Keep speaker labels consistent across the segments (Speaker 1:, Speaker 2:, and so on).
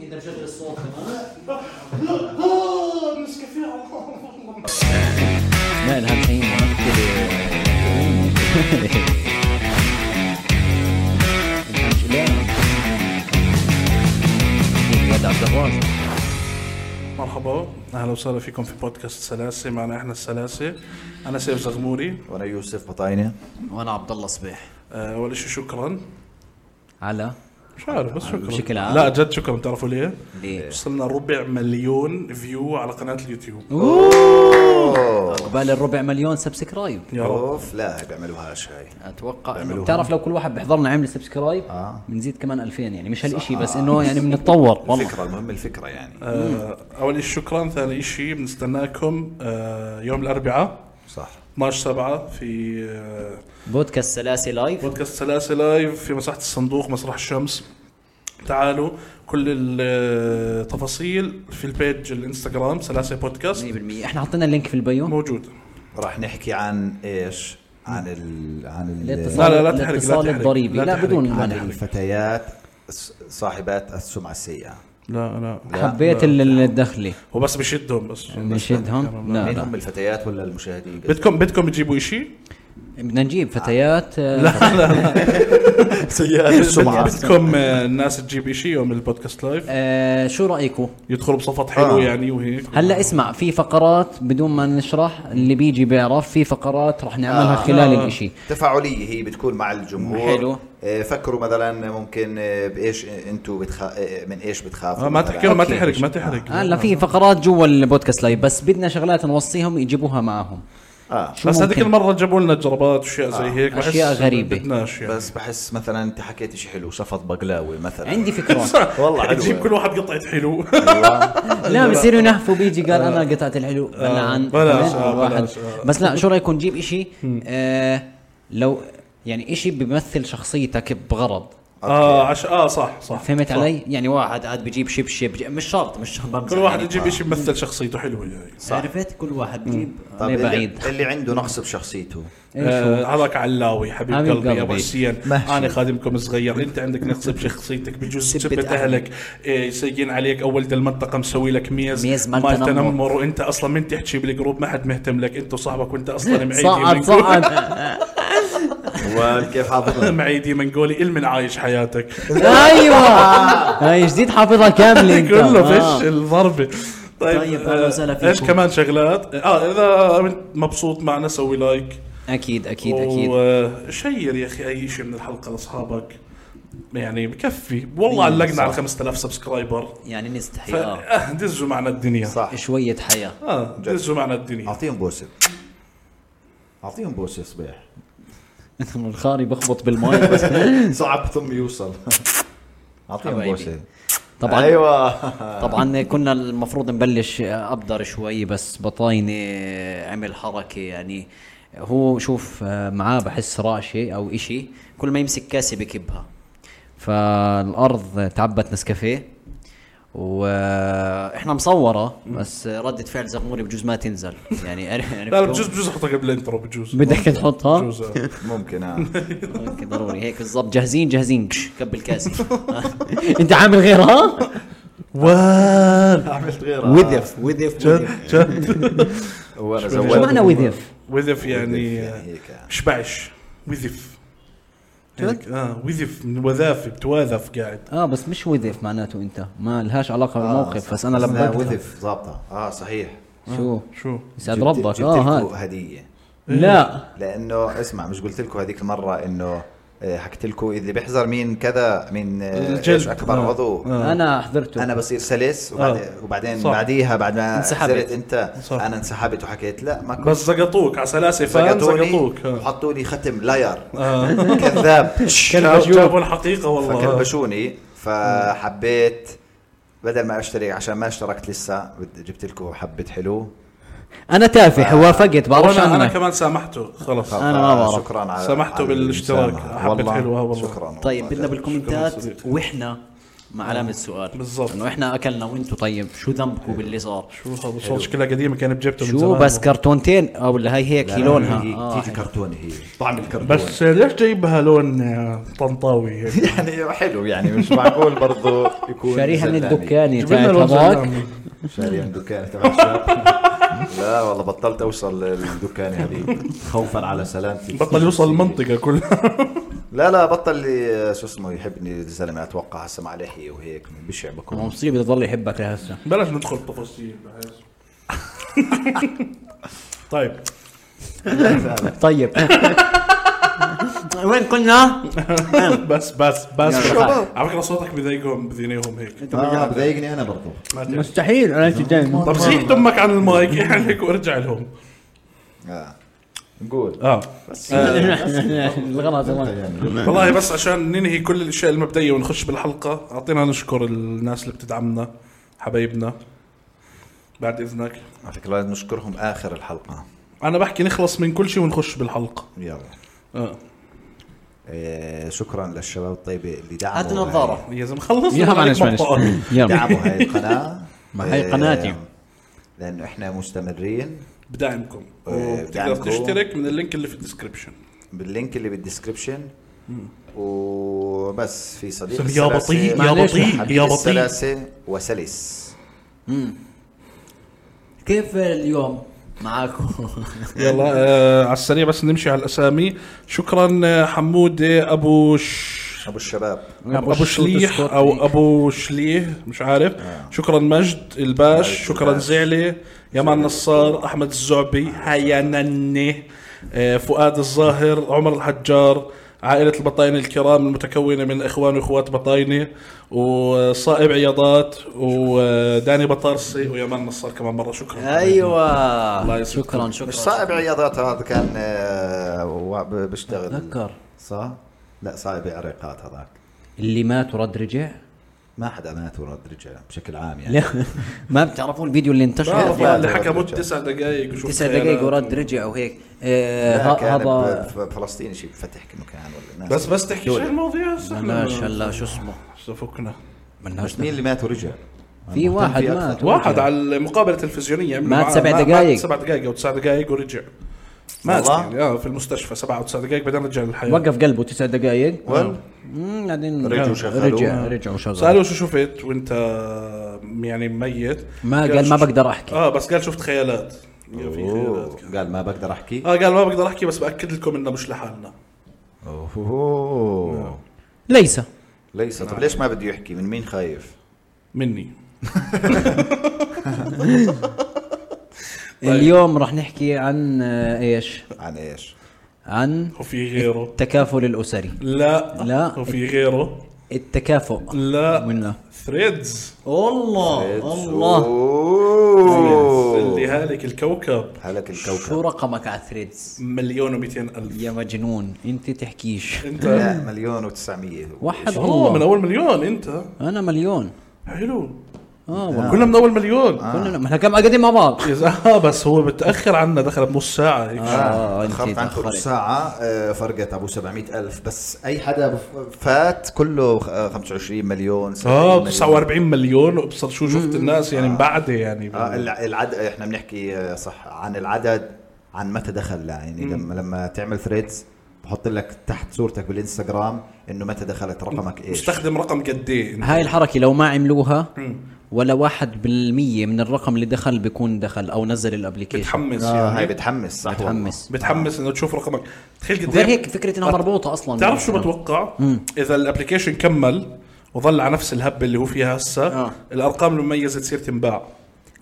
Speaker 1: شغل الصوت كمان
Speaker 2: آه، نسكافيه على الله.
Speaker 3: لا لا الحين
Speaker 2: مرحبا اهلا وسهلا فيكم في بودكاست سلاسه معنا احنا السلاسه انا سيف زغموري
Speaker 4: وانا يوسف بطاينه
Speaker 3: وانا عبد الله صبيح
Speaker 2: أه اول شيء شكرا
Speaker 3: على
Speaker 2: مش عارف بس شكرا
Speaker 3: بشكل عام.
Speaker 2: لا جد شكرا بتعرفوا ليه؟
Speaker 3: ليه؟
Speaker 2: وصلنا ربع مليون فيو على قناه اليوتيوب
Speaker 3: قبال الربع مليون سبسكرايب
Speaker 2: يا رب
Speaker 4: اوف لا هاي بيعملوهاش هاي
Speaker 3: اتوقع
Speaker 4: بيعملوها.
Speaker 3: بتعرف لو كل واحد بيحضرنا عمل سبسكرايب
Speaker 4: آه.
Speaker 3: بنزيد كمان 2000 يعني مش هالشيء بس انه يعني بنتطور والله
Speaker 4: الفكره المهم الفكره يعني
Speaker 2: أه اول شيء شكرا ثاني شيء بنستناكم أه يوم الاربعاء
Speaker 4: صح
Speaker 2: 12 7 في أه
Speaker 3: بودكاست سلاسي لايف
Speaker 2: بودكاست سلاسة لايف في مساحة الصندوق مسرح الشمس تعالوا كل التفاصيل في البيج الانستغرام سلاسة بودكاست
Speaker 3: 100% احنا حطينا اللينك في البيو
Speaker 2: موجود
Speaker 4: راح نحكي عن ايش عن ال عن ال
Speaker 3: الاتصال
Speaker 2: لا، لا تحرق، لا
Speaker 3: الاتصال
Speaker 2: تحرق،
Speaker 3: الضريبي
Speaker 2: لا
Speaker 3: لا
Speaker 2: تحرق.
Speaker 3: بدون
Speaker 4: عن
Speaker 3: هذا
Speaker 4: الفتيات الس- صاحبات السمعه السيئه
Speaker 2: لا لا
Speaker 3: حبيت ال- ال- الدخلي
Speaker 2: وبس بشدهم بس
Speaker 3: يعني
Speaker 2: يعني
Speaker 3: بنشدهم لا
Speaker 4: مين
Speaker 3: لا
Speaker 4: هم الفتيات ولا المشاهدين
Speaker 2: بدكم بدكم تجيبوا شيء
Speaker 3: بدنا نجيب فتيات آه،
Speaker 4: سيئات السمعه
Speaker 2: بدكم آه، الناس تجيب شيء يوم البودكاست لايف
Speaker 3: آه، شو رايكم
Speaker 2: يدخلوا بصفط حلو
Speaker 4: آه.
Speaker 2: يعني وهيك
Speaker 3: هلا اسمع في فقرات بدون ما نشرح اللي بيجي بيعرف في فقرات رح نعملها
Speaker 4: آه.
Speaker 3: خلال
Speaker 2: آه.
Speaker 3: الاشي
Speaker 4: تفاعلية هي بتكون مع الجمهور
Speaker 3: حلو.
Speaker 4: آه، فكروا مثلا ممكن آه، بايش انتوا بتخ... آه، من ايش بتخافوا
Speaker 2: آه، ما
Speaker 4: مثلاً.
Speaker 2: تحكي ما
Speaker 3: أوكي. آه،
Speaker 2: تحرق ما تحرق
Speaker 3: هلا في فقرات جوا البودكاست لايف بس بدنا شغلات نوصيهم يجيبوها معهم
Speaker 4: اه
Speaker 3: شو
Speaker 2: بس هذيك
Speaker 3: ممكن؟
Speaker 2: المرة جابوا لنا جربات واشياء زي هيك بحس
Speaker 3: أشياء غريبة.
Speaker 2: بدناش يعني
Speaker 4: بس بحس مثلا انت حكيت شيء حلو شفط بقلاوي مثلا
Speaker 3: عندي فكرة
Speaker 4: والله حلوة.
Speaker 2: تجيب كل واحد قطعة حلو
Speaker 3: لا بصيروا ينحفوا بيجي قال انا قطعت الحلو بلعن
Speaker 2: آه. بلاش،
Speaker 3: فاهم؟
Speaker 2: آه،
Speaker 3: الواحد-
Speaker 2: بلاش، آه.
Speaker 3: بس لا شو رايكم نجيب اشي آه لو يعني اشي بيمثل شخصيتك بغرض
Speaker 2: اه عش... اه صح صح
Speaker 3: فهمت
Speaker 2: صح.
Speaker 3: علي؟ يعني واحد قاعد بجيب شبشب بجيب- مش شرط مش بمزح
Speaker 2: كل واحد
Speaker 3: يعني.
Speaker 2: يجيب شيء يمثل شخصيته حلوه يعني
Speaker 3: عرفت كل واحد بجيب
Speaker 4: طب
Speaker 3: ليه
Speaker 4: طيب، اللي,
Speaker 3: طيب، بعيد
Speaker 4: اللي عنده نقص بشخصيته
Speaker 2: آه، هذاك علاوي حبيب
Speaker 3: حبيب
Speaker 2: قلبي يا
Speaker 3: قلبي.
Speaker 2: ابو حسين
Speaker 4: مهشوم.
Speaker 2: انا خادمكم الصغير انت عندك نقص بشخصيتك بجوز
Speaker 3: سبة
Speaker 2: سبة
Speaker 3: أهلك.
Speaker 2: اهلك إيه، سيئين عليك اول دا المنطقه مسوي لك ميز
Speaker 3: ميز مال
Speaker 2: مال
Speaker 3: تنمر.
Speaker 2: تنمر وانت اصلا من تحكي بالجروب ما حد مهتم لك انت وصاحبك وانت اصلا معيدي
Speaker 3: صعد
Speaker 2: من-
Speaker 3: صعد
Speaker 4: وكيف حافظ
Speaker 2: معيدي منقولي المن عايش حياتك
Speaker 3: ايوه هاي جديد حافظها كامله انت
Speaker 2: كله
Speaker 3: آه.
Speaker 2: فش الضربه طيب,
Speaker 3: طيب، أهلا وسهلا
Speaker 2: آه، ايش
Speaker 3: فيكم.
Speaker 2: كمان شغلات اه اذا أنت مبسوط معنا سوي لايك
Speaker 3: اكيد اكيد اكيد
Speaker 2: وشير يا اخي اي شيء من الحلقه لاصحابك يعني بكفي والله علقنا على 5000 سبسكرايبر
Speaker 3: يعني نستحي آه.
Speaker 2: فأه، دزوا معنا الدنيا
Speaker 4: صح
Speaker 3: شويه حياه
Speaker 2: اه دزوا معنا الدنيا
Speaker 4: اعطيهم بوسه اعطيهم بوسه صبيح
Speaker 3: الخاري بخبط بالماي بس
Speaker 4: صعب ثم يوصل اعطيهم
Speaker 3: حبايبي.
Speaker 4: بوسه
Speaker 3: طبعا أيوة.
Speaker 4: ايوه
Speaker 3: طبعا كنا المفروض نبلش ابدر شوي بس بطاينه عمل حركه يعني هو شوف معاه بحس راشي او إشي كل ما يمسك كاسه بكبها فالارض تعبت نسكافيه واحنا مصوره بس رده فعل زغموري بجوز ما تنزل يعني عرف- عرفت
Speaker 2: لا لا
Speaker 3: كيف؟
Speaker 2: بجوز بجوز احطها قبل الانترو بجوز
Speaker 3: بدك تحطها
Speaker 2: بجوز آه.
Speaker 4: ممكن اه
Speaker 3: هيك ضروري هيك بالضبط جاهزين جاهزين كش كب الكاسه انت عامل غيرها
Speaker 2: وال
Speaker 4: عملت غيرها
Speaker 3: وذف وذف
Speaker 2: جد جد
Speaker 4: وانا
Speaker 3: شو معنى
Speaker 4: زودت
Speaker 3: وذف؟ آه.
Speaker 2: وذف يعني
Speaker 4: يعني هيك.
Speaker 2: شبعش وذف هيك، اه وذف من وذافي بتواذف قاعد
Speaker 3: اه بس مش وذف معناته انت ما لهاش علاقه بالموقف آه، بس انا
Speaker 4: آه، لا
Speaker 3: لما
Speaker 4: وذف ضابطه اه صحيح
Speaker 3: شو
Speaker 2: شو
Speaker 3: يسعد
Speaker 4: جبت-
Speaker 3: ربك
Speaker 4: جبت
Speaker 3: اه
Speaker 4: لكم
Speaker 3: هاد
Speaker 4: هديه
Speaker 3: لا
Speaker 4: لانه اسمع مش قلت لكم هذيك المره انه آه، حكيت لكم اللي بيحذر مين كذا من آه،
Speaker 2: الجلد.
Speaker 4: ايش اكبر
Speaker 2: آه.
Speaker 4: عضو
Speaker 3: انا حضرته
Speaker 4: انا بصير سلس وبعد
Speaker 2: آه.
Speaker 4: وبعدين
Speaker 2: صح.
Speaker 4: بعديها بعد ما
Speaker 3: انسحبت.
Speaker 4: انسحبت انت
Speaker 2: صح.
Speaker 4: انا انسحبت وحكيت لا ما كنت
Speaker 2: بس زقطوك على سلاسه فان
Speaker 4: زقطوني
Speaker 2: زقطوك آه.
Speaker 4: وحطوا لي ختم لاير كذاب
Speaker 2: جاب- جابوا الحقيقه والله آه.
Speaker 4: فكلبشوني فحبيت بدل ما اشتري عشان ما اشتركت لسه بد- جبت لكم حبه حلو
Speaker 3: انا تافه وافقت بعرفش
Speaker 2: وانا انا
Speaker 3: عنك
Speaker 2: كمان سامحته خلاص
Speaker 4: آه.
Speaker 3: أنا ما بعرف.
Speaker 4: شكرا على
Speaker 2: سمحتوا
Speaker 4: على
Speaker 2: بالاشتراك.
Speaker 4: المسامحة.
Speaker 2: حبة
Speaker 4: والله
Speaker 2: حلوة والله.
Speaker 4: شكرا
Speaker 3: طيب بدنا
Speaker 4: بالكم
Speaker 2: شكراً
Speaker 3: بالكومنتات
Speaker 2: صديقي.
Speaker 3: واحنا مع علامه سؤال
Speaker 2: بالضبط.
Speaker 3: انه احنا اكلنا وانتوا طيب شو ذنبكم باللي صار
Speaker 2: شو هذا الصوت شكلها قديمه كانت بجيبته من
Speaker 3: شو
Speaker 2: زمان.
Speaker 3: بس كرتونتين او اللي هي هيك هي لونها
Speaker 4: هي-
Speaker 3: آه.
Speaker 4: تيجي كرتون هي طعم الكرتون
Speaker 2: بس ليش جايبها لون آه، طنطاوي هيك
Speaker 4: يعني حلو يعني مش معقول برضو يكون
Speaker 3: شاريها من
Speaker 4: زلامي.
Speaker 3: الدكان
Speaker 2: جبنا
Speaker 3: تاعت
Speaker 2: لون
Speaker 3: هذاك
Speaker 2: زلامي.
Speaker 4: شاريها من الدكان تبع الشاب لا والله بطلت اوصل للدكان هذه خوفا على سلامتي
Speaker 2: بطل يوصل المنطقه كلها
Speaker 4: لا لا بطل لي- شو اسمه يحبني الزلمه اتوقع هسه مع لحيه وهيك بشع
Speaker 3: هو
Speaker 4: بكون
Speaker 3: مصيبه يضل يحبك لهسه
Speaker 2: بلاش ندخل تفاصيل بحس. طيب
Speaker 4: آه،
Speaker 3: طيب وين كنا؟
Speaker 2: بس بس بس
Speaker 3: يلا.
Speaker 2: شباب. على فكره صوتك بضايقهم بذنيهم هيك
Speaker 4: آه بضايقني انا برضو
Speaker 2: ما تعرف.
Speaker 5: مستحيل انا انت جاي
Speaker 2: طب زيح دمك عن المايك يعني هيك وارجع لهم
Speaker 4: آه نقول يعني
Speaker 2: اه
Speaker 5: الغلط الغلط.
Speaker 2: والله بس عشان ننهي كل الاشياء المبدئيه ونخش بالحلقه اعطينا نشكر الناس اللي بتدعمنا حبايبنا بعد اذنك
Speaker 4: على فكره لازم نشكرهم اخر الحلقه
Speaker 2: انا بحكي نخلص من كل شيء ونخش بالحلقه
Speaker 4: يلا
Speaker 2: اه
Speaker 4: آه شكرا للشباب الطيبه اللي دعموا
Speaker 3: هات
Speaker 4: هاي-
Speaker 3: نظاره
Speaker 2: يا زلمه خلص
Speaker 5: يلا معلش معلش يلا
Speaker 4: دعموا هاي القناه
Speaker 5: ما هي
Speaker 4: آه،
Speaker 5: قناتي.
Speaker 4: لانه احنا مستمرين
Speaker 2: بدعمكم
Speaker 4: آه،
Speaker 2: وبتقدر
Speaker 4: بدعمكم.
Speaker 2: تشترك من اللينك اللي في الديسكربشن
Speaker 4: باللينك اللي بالديسكربشن وبس في صديق
Speaker 2: يا
Speaker 4: السلاسة-
Speaker 2: بطيء، يا
Speaker 4: معلش،
Speaker 2: بطيء،
Speaker 4: حبيب
Speaker 2: يا بطيء.
Speaker 4: السلاسة وسلس
Speaker 3: كيف اليوم معاكم؟
Speaker 2: يلا آه على السريع بس نمشي على الاسامي شكرا آه، حمود آه، ابو ش...
Speaker 4: ابو الشباب
Speaker 2: ابو, نعم، شليح او ابو شليح مش عارف شكرا مجد الباش
Speaker 4: آه. مجد
Speaker 2: شكرا
Speaker 4: الباش.
Speaker 2: زعلي يمان نصار احمد الزعبي هيا نني آه، فؤاد الظاهر عمر الحجار عائلة البطاينة الكرام المتكونة من إخوان وإخوات بطاينة وصائب عياضات وداني بطارسي ويمان نصار كمان مرة آه، شكرا
Speaker 3: ايوه شكرا
Speaker 4: مش
Speaker 3: شكرا
Speaker 4: صائب عياضات هذا كان آه، و- ب- بيشتغل
Speaker 3: اتذكر
Speaker 4: صح؟ لا صائب عراقات هذاك
Speaker 3: اللي مات ورد رجع
Speaker 4: ما حدا مات ورد رجع بشكل عام يعني
Speaker 3: لا ما بتعرفوا الفيديو اللي
Speaker 2: بعرف
Speaker 3: انتشر
Speaker 4: لا،
Speaker 2: اللي
Speaker 4: لا،
Speaker 2: حكى
Speaker 4: لا،
Speaker 2: مد
Speaker 4: لا.
Speaker 2: تسع دقائق وشوف
Speaker 3: تسع
Speaker 2: خيارات.
Speaker 3: دقائق ورد رجع وهيك آه،
Speaker 4: لا،
Speaker 3: ه-
Speaker 4: كان
Speaker 3: هذا
Speaker 4: ب- ب- فلسطيني شيء بفتح انه كان ولا ناس
Speaker 2: بس بس تحكي شو المواضيع هسه إحنا
Speaker 3: بلاش هلا شو اسمه
Speaker 2: فكنا
Speaker 3: ملناش
Speaker 4: بس مين اللي مات ورجع؟
Speaker 3: في
Speaker 4: مهتم
Speaker 3: واحد
Speaker 4: فيه
Speaker 3: مات
Speaker 4: أكثر.
Speaker 2: واحد على المقابله التلفزيونيه عملوا
Speaker 3: مات
Speaker 2: معاه-
Speaker 3: سبع
Speaker 2: مات-
Speaker 3: دقايق.
Speaker 2: مات سبع دقائق او تسع دقائق ورجع مات
Speaker 4: والله؟
Speaker 2: يعني اه في المستشفى سبع او تسع دقائق بعدين رجع للحياه
Speaker 3: وقف قلبه تسع دقائق
Speaker 4: وين؟
Speaker 3: مم، بعدين
Speaker 4: رجعوا
Speaker 3: رجع-
Speaker 4: شغلوه.
Speaker 3: رجع رجع وشغل
Speaker 2: سالوا شو شفت وانت يعني ميت
Speaker 3: ما قال ما
Speaker 2: شفت-
Speaker 3: بقدر أحكي.
Speaker 2: اه بس قال شفت خيالات يا في خيالات كان.
Speaker 4: قال ما بقدر احكي
Speaker 2: اه قال ما بقدر احكي بس باكد لكم انه مش لحالنا
Speaker 3: آه.
Speaker 4: اوه
Speaker 3: ليس
Speaker 4: طيب. ليس طب ليش ما بده يحكي من مين خايف
Speaker 2: مني
Speaker 3: اليوم راح نحكي عن آه، ايش
Speaker 4: عن ايش
Speaker 3: عن
Speaker 2: وفي غيره
Speaker 3: التكافل الاسري
Speaker 2: لا
Speaker 3: لا.
Speaker 2: وفي غيره
Speaker 3: التكافؤ
Speaker 2: لا
Speaker 3: ولا
Speaker 2: ثريدز
Speaker 3: والله الله
Speaker 4: الله
Speaker 2: اللي هالك الكوكب
Speaker 4: هلك
Speaker 3: شو
Speaker 4: الكوكب
Speaker 3: رقمك على الثريدز
Speaker 2: مليون و200 الف
Speaker 3: يا مجنون انت تحكيش
Speaker 2: انت
Speaker 4: لا مليون و900
Speaker 3: وحد
Speaker 2: هو آه، من
Speaker 3: الله
Speaker 2: اول مليون انت
Speaker 3: انا مليون
Speaker 2: حلو آه،
Speaker 3: اه والله.
Speaker 2: كلنا من اول
Speaker 4: آه.
Speaker 2: مليون
Speaker 3: كلنا ما احنا كم قاعدين مع بعض
Speaker 2: إذا- اه بس هو متاخر عنا دخل بنص ساعه هيك
Speaker 3: آه، أنت
Speaker 4: تاخرت عنكم
Speaker 3: تأخرت.
Speaker 4: ساعة آه، فرقت أبو 700 ألف بس أي حدا ف- فات كله آه، 25 مليون 70
Speaker 3: آه،
Speaker 2: اه
Speaker 4: مليون.
Speaker 2: 49 مليون وابصر شو شفت الناس يعني مبعده يعني
Speaker 4: آه الع- العد احنا بنحكي آه، صح عن العدد عن متى دخل لا، يعني لما لما تعمل ثريدز بحط لك تحت صورتك بالانستغرام انه متى دخلت رقمك ايش
Speaker 2: مستخدم رقم قد ايه
Speaker 3: هاي الحركة لو ما عملوها ولا واحد بالمية من الرقم اللي دخل بيكون دخل او نزل الابليكيشن
Speaker 2: بتحمس
Speaker 4: اه هاي
Speaker 2: يعني
Speaker 4: بتحمس صح
Speaker 3: بتحمس.
Speaker 2: بتحمس انه تشوف رقمك تخيل قد
Speaker 3: وغير
Speaker 2: ايه
Speaker 3: هيك فكرة انها مربوطة يعني. اصلا
Speaker 2: تعرف شو بتوقع اذا الابلكيشن كمل وظل على نفس الهبه اللي هو فيها هسه
Speaker 3: آه.
Speaker 2: الارقام المميزه تصير تنباع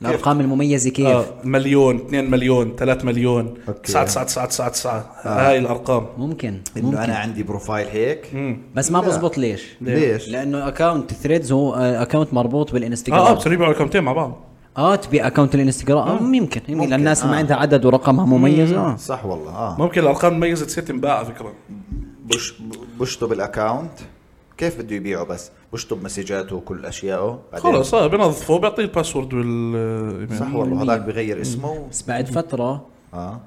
Speaker 3: الارقام المميزة كيف
Speaker 2: آه مليون 2 مليون 3 مليون
Speaker 4: أوكي.
Speaker 2: 9
Speaker 4: آه.
Speaker 2: 9 9 9 9 هاي الارقام
Speaker 3: ممكن
Speaker 4: انه
Speaker 3: ممكن
Speaker 4: انا عندي بروفايل هيك
Speaker 3: بس ما
Speaker 4: لا.
Speaker 3: بزبط ليش
Speaker 4: ليش؟
Speaker 3: لانه اكونت ثريدز هو اكونت مربوط
Speaker 2: اه اه
Speaker 3: بالانستغرام
Speaker 2: بصير يبيعوا الاكونتين مع بعض
Speaker 4: آه.
Speaker 3: اه تبيع اكونت الانستغرام آه ممكن يمكن
Speaker 4: ممكن،
Speaker 3: للناس اللي
Speaker 4: آه.
Speaker 3: ما عندها عدد ورقمها مميز آه.
Speaker 4: صح والله اه
Speaker 2: ممكن الارقام المميزه تصير تنباع على فكره
Speaker 4: بش بشطب الاكاونت كيف بده يبيعه بس بشطب مسجاته وكل اشيائه بعدين-
Speaker 2: خلاص اه بنظفه بيعطيه الباسورد وال
Speaker 4: صح والله هذاك بغير اسمه
Speaker 3: بس بعد فتره
Speaker 4: اه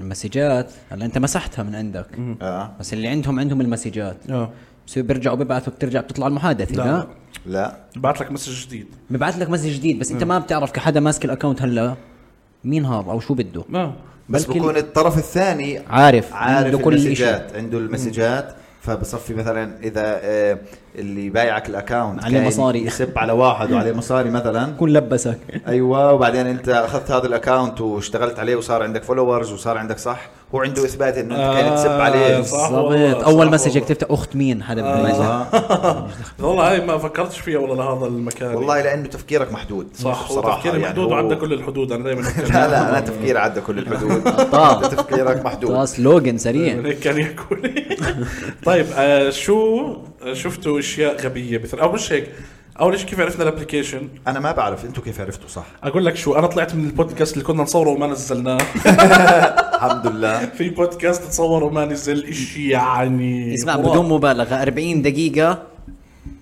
Speaker 3: المسجات هلا انت مسحتها من عندك
Speaker 4: اه
Speaker 3: بس اللي عندهم عندهم المسجات
Speaker 2: اه
Speaker 6: بصير بيرجعوا بيبعثوا بترجع بتطلع المحادثه
Speaker 2: لا.
Speaker 6: لا
Speaker 4: لا
Speaker 2: بعت لك مسج جديد
Speaker 6: ببعث لك مسج جديد بس انت ما بتعرف كحدا ماسك الاكونت هلا مين هذا او شو بده
Speaker 2: اه
Speaker 4: بس
Speaker 6: بلكي-
Speaker 4: بكون الطرف الثاني
Speaker 6: عارف
Speaker 4: عارف
Speaker 6: عنده
Speaker 4: كل
Speaker 6: كل
Speaker 4: المسجات عنده المسجات فبصفي مثلا اذا آه، اللي بايعك الاكونت
Speaker 6: عليه
Speaker 4: كان
Speaker 6: مصاري.
Speaker 4: يسب على واحد وعليه مصاري مثلا
Speaker 6: يكون لبسك
Speaker 4: ايوه وبعدين انت اخذت هذا الاكونت واشتغلت عليه وصار عندك فولورز وصار عندك صح هو عنده اثبات انه انت كان تسب عليه
Speaker 2: آه، صح. والله،
Speaker 6: بالضبط
Speaker 2: صح
Speaker 6: اول
Speaker 2: والله.
Speaker 6: مسجك تفتح اخت مين حدا بده يمزح.
Speaker 4: آه.
Speaker 2: والله هاي ما فكرتش فيها ولا لهذا المكان
Speaker 4: والله لانه تفكيرك محدود
Speaker 2: صح
Speaker 4: بصراحة
Speaker 2: وتفكيري
Speaker 4: يعني
Speaker 2: محدود
Speaker 4: هو-
Speaker 2: وعدى كل الحدود انا دائما
Speaker 4: لا لا انا تفكيري عدى كل الحدود انت تفكيرك محدود
Speaker 6: خلاص لوجن سريع
Speaker 2: هيك كان ياكل طيب آه شو آه، شفتوا اشياء غبيه مثل او مش هيك اول شيء كيف عرفنا الابلكيشن
Speaker 4: انا ما بعرف انتم كيف عرفتوا صح
Speaker 2: اقول لك شو انا طلعت من البودكاست اللي كنا نصوره وما نزلناه
Speaker 4: الحمد لله
Speaker 2: في بودكاست تصور وما نزل اشي يعني
Speaker 6: اسمع
Speaker 2: خرافي.
Speaker 6: بدون مبالغه 40 دقيقه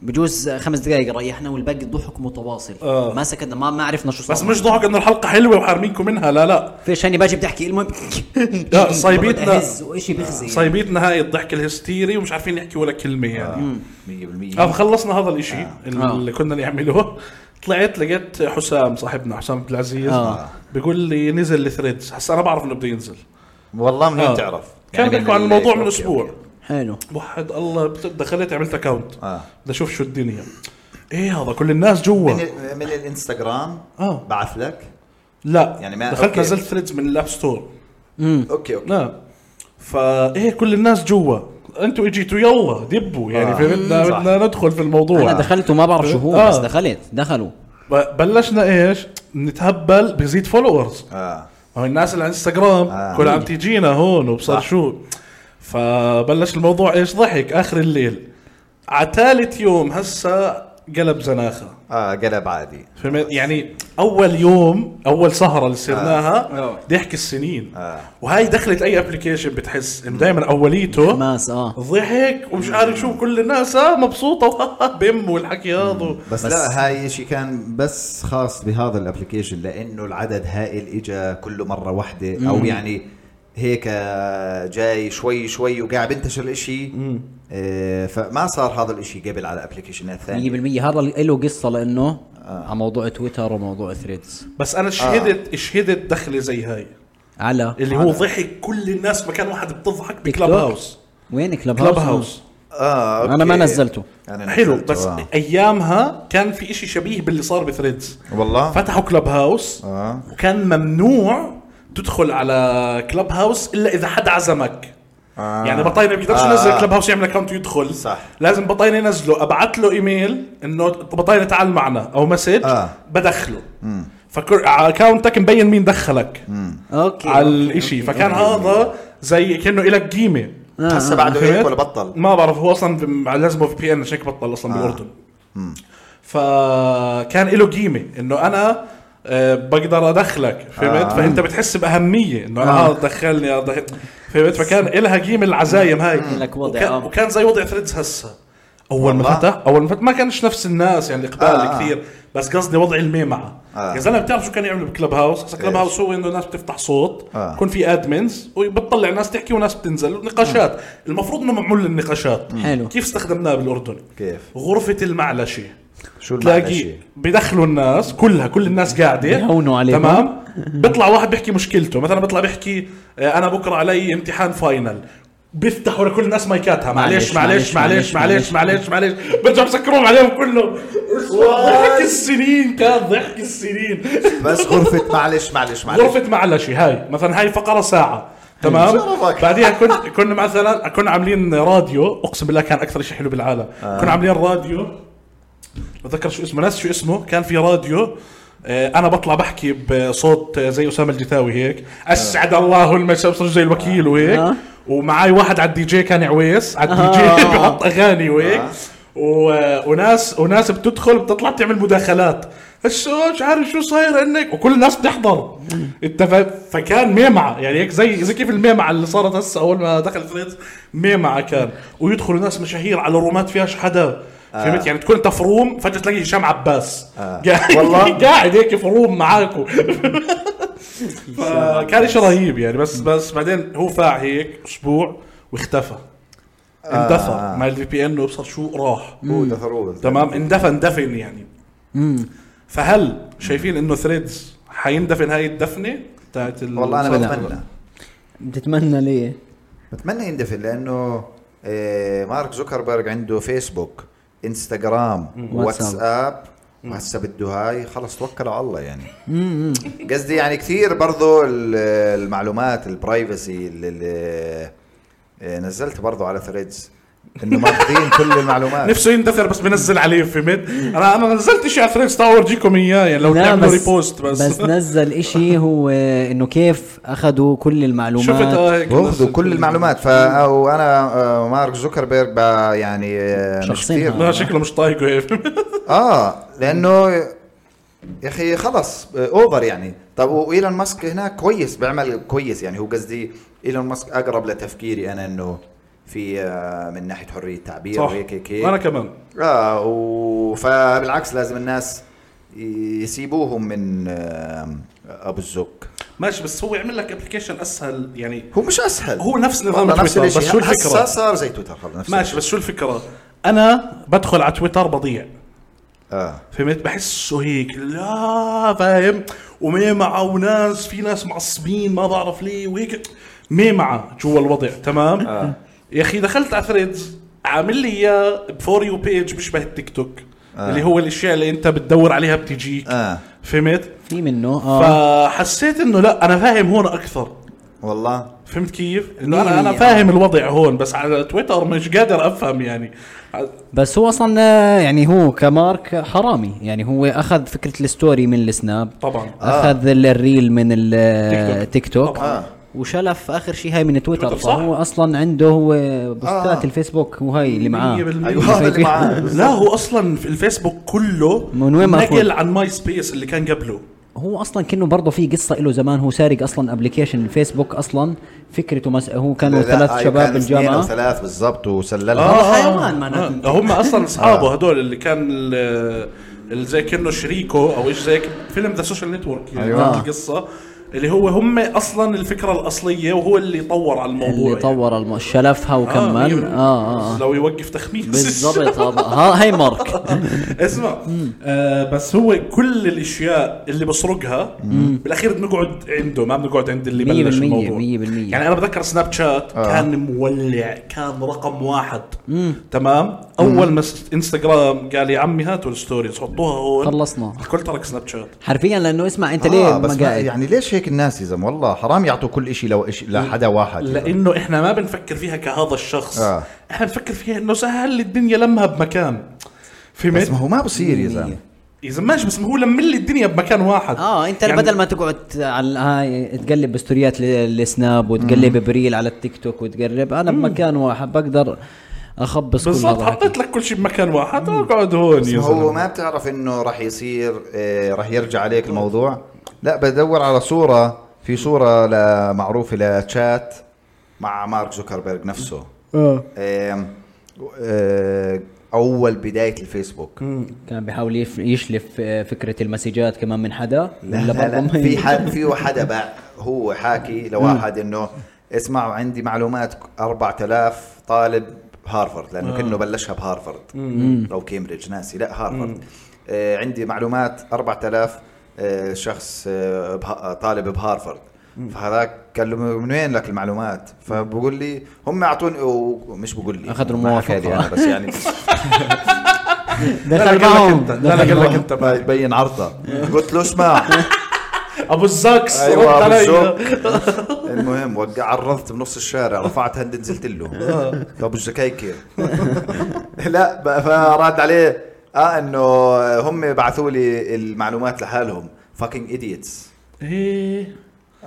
Speaker 6: بجوز خمس دقائق ريحنا والباقي ضحك متواصل
Speaker 2: آه.
Speaker 6: ما سكتنا ما ما عرفنا شو صار
Speaker 2: بس مش ضحك انه الحلقه حلوه وحارمينكم منها لا لا
Speaker 6: فيش هني باجي بتحكي المهم
Speaker 2: لا، صايبيتنا.
Speaker 6: بقعد اهز وشيء بخزي
Speaker 3: يعني.
Speaker 2: صايبين نهاية الضحك الهستيري ومش عارفين نحكي ولا كلمه يعني
Speaker 4: 100%
Speaker 2: اه خلصنا هذا الاشي
Speaker 6: آه.
Speaker 2: اللي كنا نعمله طلعت لقيت حسام صاحبنا حسام عبد العزيز
Speaker 6: آه.
Speaker 2: بيقول لي نزل الثريدز هسا انا بعرف انه بده ينزل
Speaker 4: والله
Speaker 2: آه.
Speaker 4: منين تعرف
Speaker 2: كان
Speaker 4: يعني
Speaker 2: بيحكوا عن
Speaker 4: ال-
Speaker 2: الموضوع من
Speaker 4: أوكي،
Speaker 2: اسبوع
Speaker 4: أوكي.
Speaker 6: حلو
Speaker 2: وحد الله بت- دخلت عملت اكونت
Speaker 4: آه.
Speaker 2: بدي اشوف شو الدنيا ايه هذا كل الناس جوا
Speaker 4: من ال- من الانستغرام
Speaker 2: آه.
Speaker 4: بعث لك
Speaker 2: لا
Speaker 4: يعني ما-
Speaker 2: دخلت
Speaker 4: أوكي.
Speaker 2: نزلت ثريدز من الاب ستور
Speaker 4: اوكي اوكي
Speaker 2: لا فا ايه كل الناس جوا انتوا اجيتوا يلا دبوا يعني
Speaker 4: آه.
Speaker 2: في بدنا
Speaker 4: صح.
Speaker 2: بدنا ندخل في الموضوع
Speaker 6: انا دخلت وما بعرف شو هو بس
Speaker 2: آه.
Speaker 6: دخلت دخلوا
Speaker 2: ب- بلشنا ايش نتهبل بزيد فولورز
Speaker 4: اه
Speaker 2: هو الناس اللي على انستغرام
Speaker 4: آه.
Speaker 2: آه. كل عم تيجينا هون وبصر
Speaker 4: صح.
Speaker 2: شو فبلش الموضوع ايش ضحك اخر الليل عتالت يوم هسا قلب زناخه
Speaker 4: اه قلب عادي
Speaker 2: فهمت يعني اول يوم اول سهره
Speaker 6: آه.
Speaker 2: اللي صرناها ضحك السنين
Speaker 4: آه.
Speaker 2: وهاي دخلت اي ابلكيشن بتحس انه دائما اوليته
Speaker 6: ماس
Speaker 3: آه.
Speaker 6: اه
Speaker 2: ضحك ومش عارف شو كل الناس آه، مبسوطه بم والحكي هذا
Speaker 4: بس, بس لا هاي شيء كان بس خاص بهذا الابلكيشن لانه العدد هائل اجى كله مره واحده او يعني هيك آه، جاي شوي شوي وقاعد بنتشر الاشي آه، فما صار هذا الاشي قبل على ابلكيشنات
Speaker 6: 100%
Speaker 4: ثانيه
Speaker 6: هذا له قصه لانه
Speaker 3: آه،
Speaker 6: على موضوع تويتر وموضوع ثريدز
Speaker 2: بس انا شهدت شهدت دخله زي هاي
Speaker 6: على
Speaker 2: اللي هو ضحك كل الناس مكان واحد بتضحك بكلاب
Speaker 6: توك؟
Speaker 2: هاوس
Speaker 6: وين كلاب
Speaker 3: آه.
Speaker 6: هاوس؟
Speaker 2: كلاب هاوس
Speaker 4: اه
Speaker 6: انا ما نزلته
Speaker 4: أنا
Speaker 2: حلو
Speaker 4: نزلته،
Speaker 2: بس
Speaker 4: آه.
Speaker 2: ايامها كان في اشي شبيه باللي صار بثريدز
Speaker 4: والله
Speaker 2: فتحوا كلاب هاوس
Speaker 4: اه
Speaker 2: وكان ممنوع تدخل على كلاب هاوس الا اذا حد عزمك
Speaker 4: آه.
Speaker 2: يعني بطاينه بيقدرش
Speaker 4: آه.
Speaker 2: ينزل كلاب هاوس يعمل اكونت ويدخل
Speaker 4: صح.
Speaker 2: لازم بطاينه ينزله ابعت له ايميل انه بطاينه تعال معنا او مسج
Speaker 4: آه.
Speaker 2: بدخله فكر على اكونتك مبين مين دخلك
Speaker 6: اوكي
Speaker 2: على
Speaker 6: أوكي،
Speaker 2: الاشي
Speaker 6: أوكي،
Speaker 2: فكان
Speaker 6: أوكي.
Speaker 2: هذا زي كانه الك قيمه
Speaker 6: آه،
Speaker 4: هسه بعده
Speaker 2: فهمت؟
Speaker 4: هيك ولا بطل آه.
Speaker 2: ما بعرف هو اصلا بم- لازمه في بي ان عشان هيك بطل اصلا بالاردن فكان له قيمه انه انا آه، بقدر ادخلك فهمت
Speaker 4: آه.
Speaker 2: فانت بتحس باهميه انه انا
Speaker 6: آه.
Speaker 2: آه. دخلني آه، دخل فهمت فكان لها قيمه العزايم هاي
Speaker 6: لك وضع،
Speaker 2: وكان,
Speaker 6: آه.
Speaker 2: وكان زي وضع ثريدز هسه اول ما
Speaker 4: والله.
Speaker 2: فتح اول ما فتح ما كانش نفس الناس يعني الاقبال
Speaker 4: آه، آه.
Speaker 2: آه. كثير بس قصدي وضع الميمعه
Speaker 4: آه.
Speaker 2: آه. يا زلمه بتعرف شو كان يعملوا بكلب هاوس هسا كلب
Speaker 4: إيش؟
Speaker 2: هاوس هو انه الناس بتفتح صوت
Speaker 4: آه.
Speaker 2: يكون في ادمنز وبتطلع ناس تحكي وناس بتنزل
Speaker 4: آه.
Speaker 2: ونقاشات المفروض انه معمول للنقاشات
Speaker 6: حلو.
Speaker 2: كيف استخدمناه بالاردن
Speaker 4: كيف
Speaker 2: غرفه المعلشه
Speaker 4: شو
Speaker 2: تلاقي
Speaker 4: المعنى
Speaker 2: بدخلوا الناس كلها كل الناس قاعده
Speaker 6: بيهونوا عليهم.
Speaker 2: تمام بيطلع واحد بيحكي مشكلته مثلا بيطلع بيحكي آه، انا بكره علي امتحان فاينل بيفتحوا لكل الناس مايكاتها معلش معلش معلش معلش معلش معلش برجع بسكرهم عليهم كلهم ضحك السنين كان ضحك السنين
Speaker 4: بس غرفه معلش معلش معلش
Speaker 2: غرفة معلشة هاي مثلا هاي فقرة ساعة تمام
Speaker 4: شرفك.
Speaker 2: بعديها كنت كنا مثلا كنا عاملين راديو اقسم بالله كان اكثر شيء حلو بالعالم كنا عاملين راديو بتذكر شو اسمه ناس شو اسمه كان في راديو آه، انا بطلع بحكي بصوت آه، زي اسامه الجثاوي هيك اسعد الله المساء بصير زي الوكيل وهيك
Speaker 6: آه.
Speaker 2: ومعاي واحد على الدي جي كان عويس على الدي جي بحط اغاني وهيك و- آه، وناس وناس بتدخل بتطلع تعمل مداخلات الشو مش عارف شو صاير عندك وكل الناس بتحضر انت ف- فكان ميمعة يعني هيك زي زي كيف الميمعة اللي صارت هسه اول ما دخل فريدز ميمعة كان ويدخلوا ناس مشاهير على رومات فيهاش حدا فهمت يعني تكون انت في روم فجاه تلاقي هشام عباس قاعد
Speaker 4: والله.
Speaker 2: قاعد هيك في روم معاكم فكان شيء رهيب يعني بس بس بعدين هو فاع هيك اسبوع واختفى اندفى مع الفي بي ان وابصر شو راح
Speaker 4: هو دثروه
Speaker 2: تمام اندفى اندفن يعني فهل شايفين انه ثريدز حيندفن هاي الدفنه بتاعت ال-
Speaker 4: والله انا
Speaker 3: صدق.
Speaker 4: بتمنى
Speaker 7: بتتمنى ليه؟
Speaker 4: بتمنى يندفن لانه آه، مارك زوكربيرج عنده فيسبوك انستغرام واتساب هسه بده هاي خلص توكل على الله يعني قصدي يعني كثير برضو ال- المعلومات البرايفسي اللي- اللي آه، نزلت برضو على ثريدز انه ماخذين كل المعلومات
Speaker 2: نفسه يندثر بس بنزل عليه في مد انا انا نزلت شيء على ثريدز تعال اورجيكم اياه يعني لو
Speaker 3: لا،
Speaker 2: تعملوا
Speaker 3: بس-
Speaker 2: ريبوست بس,
Speaker 3: بس نزل اشي هو انه كيف اخذوا كل المعلومات
Speaker 2: شفت اه هيك
Speaker 4: باخذوا
Speaker 2: نزل.
Speaker 4: كل المعلومات فا وانا آه، مارك زوكربيرج بقى يعني آه، مش
Speaker 3: شخصين
Speaker 4: كثير
Speaker 2: لا شكله مش طايقه هيك
Speaker 4: اه لانه يا اخي خلص آه، اوفر يعني طب وايلون ماسك هناك كويس بيعمل كويس يعني هو قصدي ايلون ماسك اقرب لتفكيري انا انه في آه، من ناحيه حريه تعبير
Speaker 2: صح
Speaker 4: وهيك هيك هيك.
Speaker 2: انا كمان
Speaker 4: اه و... فبالعكس لازم الناس ي- يسيبوهم من آه، ابو الزك
Speaker 2: ماشي بس هو يعمل لك ابلكيشن اسهل يعني
Speaker 4: هو مش اسهل
Speaker 2: هو نفس نظام
Speaker 4: والله نفس
Speaker 2: تويتر بس
Speaker 4: الشيء
Speaker 2: شو
Speaker 4: هسه
Speaker 2: الفكره
Speaker 4: صار زي تويتر خلص نفس
Speaker 2: ماشي بس شو الفكره انا بدخل على تويتر بضيع
Speaker 4: اه
Speaker 2: فهمت بحسه هيك لا فاهم وميمعة وناس في ناس معصبين ما بعرف ليه وهيك ميمعة جوا الوضع تمام آه. يا اخي دخلت على ثريدز عامل لي اياه بفور يو بيج بيشبه التيك توك آه. اللي هو الاشياء اللي انت بتدور عليها بتجيك
Speaker 4: آه.
Speaker 2: فهمت
Speaker 3: في منه اه
Speaker 2: فحسيت انه لا انا فاهم هون اكثر
Speaker 4: والله
Speaker 2: فهمت كيف؟ انه انا
Speaker 3: مية
Speaker 2: انا
Speaker 3: مية.
Speaker 2: فاهم الوضع هون بس على تويتر مش قادر افهم يعني
Speaker 3: بس هو اصلا آه، يعني هو كمارك حرامي يعني هو اخذ فكره الستوري من السناب
Speaker 2: طبعا
Speaker 4: آه.
Speaker 3: اخذ ال- الريل من التيك توك
Speaker 2: طبعاً.
Speaker 3: وشلف اخر شيء هاي من تويتر
Speaker 2: تويتر، صح.
Speaker 3: فهو اصلا عنده هو بوستات
Speaker 4: آه.
Speaker 3: الفيسبوك وهي اللي معاه
Speaker 2: 100%
Speaker 4: ايوه هذا اللي معاه
Speaker 2: لا هو اصلا في الفيسبوك كله
Speaker 3: من وين مأخوذ؟
Speaker 2: نقل عن ماي سبيس اللي كان قبله
Speaker 3: هو اصلا كأنه برضه في قصه له زمان هو سارق اصلا ابلكيشن الفيسبوك اصلا فكرته مس... هو كانوا
Speaker 4: لا،
Speaker 3: ثلاث
Speaker 4: أيوة،
Speaker 3: شباب
Speaker 4: كان اثنين أو
Speaker 3: بالجامعه
Speaker 4: ثلاث بالضبط وسللها
Speaker 3: حيوان معناته.
Speaker 2: آه، هم اصلا اصحابه هدول اللي كان ال- ال- زي كانه شريكه او ايش زي فيلم ذا سوشيال نتورك يعني
Speaker 4: أيوة.
Speaker 2: أيوة. القصه اللي هو هم اصلا الفكره الاصليه وهو اللي طور على الموضوع يعني.
Speaker 3: اللي طور الم... شلفها
Speaker 2: آه،
Speaker 3: وكمل اه اه, آه.
Speaker 2: لو يوقف تخميس
Speaker 3: بالضبط آه. ها هاي مارك
Speaker 2: اسمع آه بس هو كل الاشياء اللي بسرقها بالاخير بنقعد عنده ما بنقعد عند اللي
Speaker 3: مية
Speaker 2: بلش
Speaker 3: بالمية،
Speaker 2: الموضوع
Speaker 3: مية بالمية.
Speaker 2: يعني انا بتذكر سناب شات آه. كان مولع كان رقم واحد تمام اول ما س- انستغرام قال يا عمي هاتوا الستوريز حطوها هون
Speaker 3: خلصنا.
Speaker 2: الكل ترك سناب شات
Speaker 3: حرفيا لانه اسمع انت ليه
Speaker 4: آه
Speaker 3: ما
Speaker 4: بس
Speaker 3: قاعد
Speaker 4: ما يعني ليش هيك الناس يا زلمه والله حرام يعطوا كل شيء لو إشي لحدا واحد
Speaker 2: لانه احنا ما بنفكر فيها كهذا الشخص
Speaker 4: آه.
Speaker 2: احنا بنفكر فيها انه سهل لي الدنيا لمها بمكان
Speaker 4: بس
Speaker 2: فهمت؟
Speaker 4: ما هو ما بصير يا زلمه
Speaker 2: اذا ماشي بس ما هو لم لي الدنيا بمكان واحد
Speaker 3: اه انت يعني بدل ما تقعد على هاي تقلب بستوريات ل- السناب وتقلب بريل على التيك توك وتقلب انا بمكان واحد بقدر اخبص كل
Speaker 2: بالضبط
Speaker 3: مرة
Speaker 2: حطيت لك كل شيء بمكان واحد اقعد هون
Speaker 4: بس
Speaker 2: يا
Speaker 4: ما هو
Speaker 2: زلمه
Speaker 4: ما بتعرف انه راح يصير آه راح يرجع عليك الموضوع لا بدور على صوره في صوره ل- معروفه لتشات مع مارك زوكربيرج نفسه آم، آه اول بدايه الفيسبوك
Speaker 3: كان بيحاول يف- يشلف آه، فكره المسجات كمان من حدا
Speaker 4: لا
Speaker 3: ولا
Speaker 4: لا, لا
Speaker 3: برضه ما
Speaker 4: في
Speaker 3: ي-
Speaker 4: حد في حدا باع هو حاكي لواحد انه اسمعوا عندي معلومات 4000 طالب هارفرد لانه كانه بلشها بهارفرد او كامبريدج ناسي لا هارفرد آه عندي معلومات 4000 آه شخص آه بها- طالب بهارفرد فهذاك قال له من وين لك المعلومات؟ فبقول لي هم اعطوني مش بقول لي
Speaker 3: أخذوا
Speaker 4: ما حكى لي انا بس يعني
Speaker 2: لا، لا،
Speaker 3: دخل
Speaker 2: قال لك
Speaker 3: معهم
Speaker 2: أنت. لا، لا، قال لك أنت.
Speaker 4: بين عرضه قلت له اسمع
Speaker 2: ابو الزاكس
Speaker 4: ايوه
Speaker 2: رد
Speaker 4: أبو
Speaker 2: علي.
Speaker 4: الزوق. المهم وقع عرضت بنص الشارع رفعت هند نزلت له
Speaker 2: آه.
Speaker 4: ابو الزكيكر لا ب- فرد عليه اه انه هم بعثوا لي المعلومات لحالهم فاكينج ايديتس
Speaker 2: ايه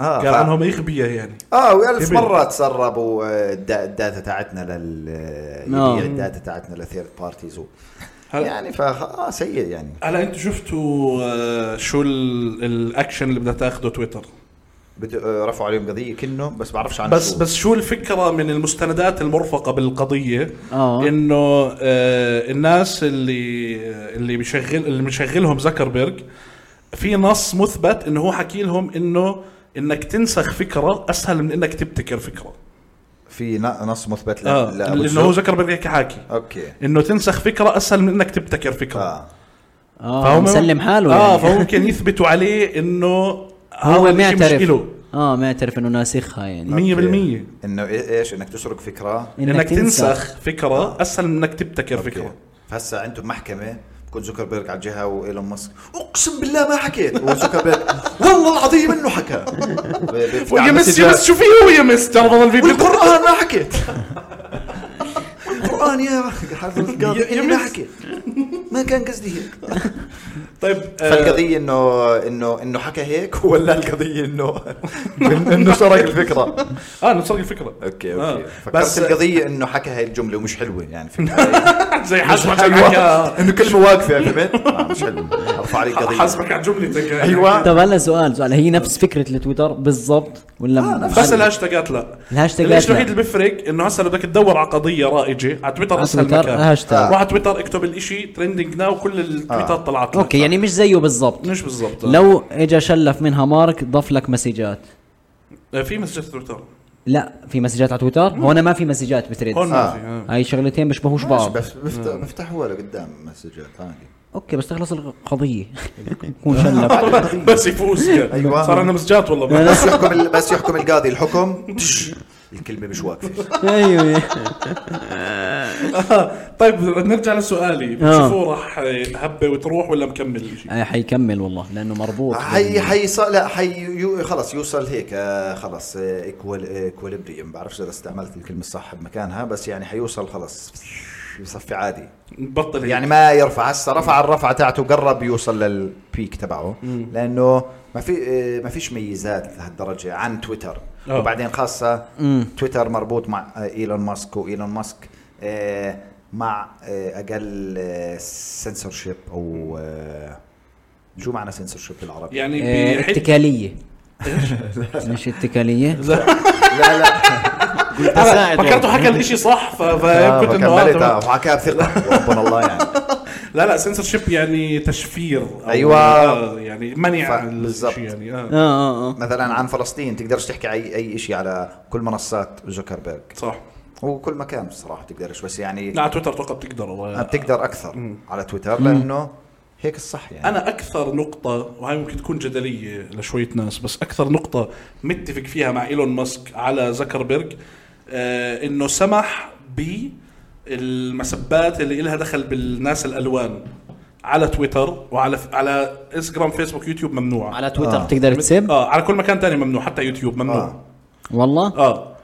Speaker 4: اه
Speaker 2: قال
Speaker 4: ف-
Speaker 2: عنهم اخبية يعني
Speaker 4: اه والف
Speaker 2: جميل.
Speaker 4: مره تسربوا آه، الدا- الداتا تاعتنا لل
Speaker 2: نعم.
Speaker 3: آه.
Speaker 4: يبيع الداتا تاعتنا لثيرد بارتيز
Speaker 2: هلا-
Speaker 4: يعني فا آه سيء يعني
Speaker 2: هلا انتم شفتوا آه، شو ال- الاكشن اللي بدها تاخده تويتر
Speaker 4: بدو- آه، رفعوا عليهم قضيه كنه بس بعرفش عن
Speaker 2: بس
Speaker 4: شو.
Speaker 2: بس شو الفكره من المستندات المرفقه بالقضيه
Speaker 3: آه.
Speaker 2: انه آه الناس اللي اللي بيشغل اللي مشغلهم زكربيرج في نص مثبت انه هو حكي لهم انه انك تنسخ فكره اسهل من انك تبتكر فكره
Speaker 4: في ن- نص مثبت ل-
Speaker 2: اه
Speaker 4: لأبو
Speaker 2: لانه
Speaker 4: الزوق؟
Speaker 2: هو زكربرج هيك حاكي
Speaker 4: اوكي
Speaker 2: انه تنسخ فكره اسهل من انك تبتكر فكره
Speaker 4: اه
Speaker 3: آه،
Speaker 6: اه مسلم حاله
Speaker 2: اه
Speaker 6: يعني.
Speaker 2: فهو ممكن يثبتوا عليه انه هذا
Speaker 6: هو
Speaker 2: الإشي
Speaker 6: معترف
Speaker 2: مش إله
Speaker 3: آه،
Speaker 6: اه معترف انه ناسخها يعني
Speaker 2: مية
Speaker 4: أوكي.
Speaker 2: بالمية.
Speaker 4: انه إي- ايش انك إيه- تسرق فكره
Speaker 2: انك, تنسخ فكره اسهل من انك تبتكر فكره
Speaker 4: فهسا انتم بمحكمه بكون زوكربيرج على الجهه وايلون ماسك اقسم بالله ما حكيت وزوكربيرج والله العظيم انه حكى بيرجع على
Speaker 2: ويمس
Speaker 4: المسج-
Speaker 2: يمس شو فيه ويمس ترى بضل فيديو
Speaker 4: والقران ما حكيت القران يا حضرتك
Speaker 2: يا- يا
Speaker 4: ما
Speaker 2: مس.
Speaker 4: حكيت ما كان قصدي هيك
Speaker 2: طيب آه،
Speaker 4: فالقضيه انه انه انه حكى هيك ولا القضيه انه انه سرق الفكره
Speaker 2: اه نسرق الفكره
Speaker 4: اوكي
Speaker 2: آه.
Speaker 4: اوكي فكرت
Speaker 2: بس
Speaker 4: القضيه انه حكى هاي الجمله ومش حلوه يعني فكره
Speaker 2: زي
Speaker 4: مش
Speaker 2: حسبك على
Speaker 4: حلوه
Speaker 2: الحكي
Speaker 4: انه كلمه واقفه فهمت؟ آه، مش حلوه ارفع عليك قضيه
Speaker 2: حسبك على جملتك يعني.
Speaker 3: أيوة.
Speaker 4: ايوه
Speaker 6: طب هلا سؤال سؤال هي نفس فكره التويتر بالضبط ولا آه
Speaker 2: بس الهاشتاجات لا
Speaker 6: الهاشتاجات
Speaker 2: الإشي
Speaker 6: لا.
Speaker 2: الوحيد اللي بيفرق انه هسه لو بدك تدور على قضيه رائجه على تويتر
Speaker 6: على
Speaker 2: اسهل
Speaker 6: تويتر
Speaker 2: مكان
Speaker 6: هاشتاج.
Speaker 2: روح على تويتر اكتب الاشي ترندنج ناو وكل التويتات طلعت لك
Speaker 6: اوكي يعني مش زيه بالضبط
Speaker 2: مش بالضبط
Speaker 6: لو اجى شلف منها مارك ضاف لك مسجات
Speaker 2: آه، في مسجات تويتر
Speaker 6: لا في مسجات على تويتر هون ما في مسجات بثريدز
Speaker 2: هون ما
Speaker 4: آه.
Speaker 2: في آه.
Speaker 6: هاي شغلتين بيشبهوش بعض
Speaker 4: بس بفت- بفتحوها لقدام مسجات عادي
Speaker 6: اوكي بس تخلص القضيه يكون شلف
Speaker 2: بس يفوز يعني.
Speaker 4: آه. أيوة.
Speaker 2: صار لنا مسجات والله
Speaker 4: بس يحكم ال- بس يحكم القاضي الحكم تش، الكلمه مش واقفه
Speaker 6: ايوه
Speaker 2: أيوة. طيب نرجع لسؤالي
Speaker 6: آه.
Speaker 2: بتشوفوه راح هبه وتروح ولا مكمل الشيء
Speaker 6: آه، حيكمل والله لانه
Speaker 2: آه،
Speaker 6: مربوط آه،
Speaker 4: حي حي ص- لا حي يو خلص يوصل هيك آه، خلص ايكوليبريم بعرفش اذا استعملت الكلمه الصح بمكانها بس يعني حيوصل خلص بصفي عادي
Speaker 2: بطل
Speaker 4: يعني ما يرفع هسه رفع الرفعه تاعته قرب يوصل للبيك تبعه لانه ما في آه، ما فيش ميزات لهالدرجه عن تويتر
Speaker 2: آه.
Speaker 4: وبعدين خاصه تويتر مربوط مع آه، ايلون ماسك وايلون ماسك آه، مع آه، اقل سنسورشيب او آه، شو معنى سنسورشيب بالعربي؟
Speaker 2: يعني
Speaker 6: آه،
Speaker 2: بحج
Speaker 6: اتكاليه مش اتكاليه
Speaker 4: لا لا قلت
Speaker 2: أنا
Speaker 4: أساعد
Speaker 2: فكرته
Speaker 4: والله.
Speaker 2: حكى الاشي صح ف-
Speaker 4: يعني. آه،
Speaker 2: فكنت انه
Speaker 4: فكملت آه،
Speaker 2: آه،
Speaker 4: وحكاها بثقه ربنا الله يعني
Speaker 2: لا لا سنسور شيب يعني تشفير أو
Speaker 4: أيوة.
Speaker 2: آه، يعني منع
Speaker 4: ف-
Speaker 2: الشيء
Speaker 4: بالضبط.
Speaker 2: يعني
Speaker 6: اه
Speaker 2: آه.
Speaker 6: اه اه
Speaker 4: مثلا عن فلسطين تقدرش تحكي اي اي شيء على كل منصات زوكربيرج
Speaker 2: صح
Speaker 4: وكل مكان بصراحه بتقدرش بس يعني
Speaker 2: لا على تويتر اتوقع بتقدر والله.
Speaker 4: بتقدر اكثر على تويتر لانه هيك الصح يعني
Speaker 2: انا اكثر نقطه وهي ممكن تكون جدليه لشويه ناس بس اكثر نقطه متفق فيها مع ايلون ماسك على زكربرج آه انه سمح ب المسبات اللي لها دخل بالناس الالوان على تويتر وعلى على انستغرام فيسبوك يوتيوب ممنوع
Speaker 6: على تويتر بتقدر تسب
Speaker 2: اه على كل مكان تاني ممنوع حتى يوتيوب ممنوع
Speaker 4: آه.
Speaker 6: والله
Speaker 2: اه, آه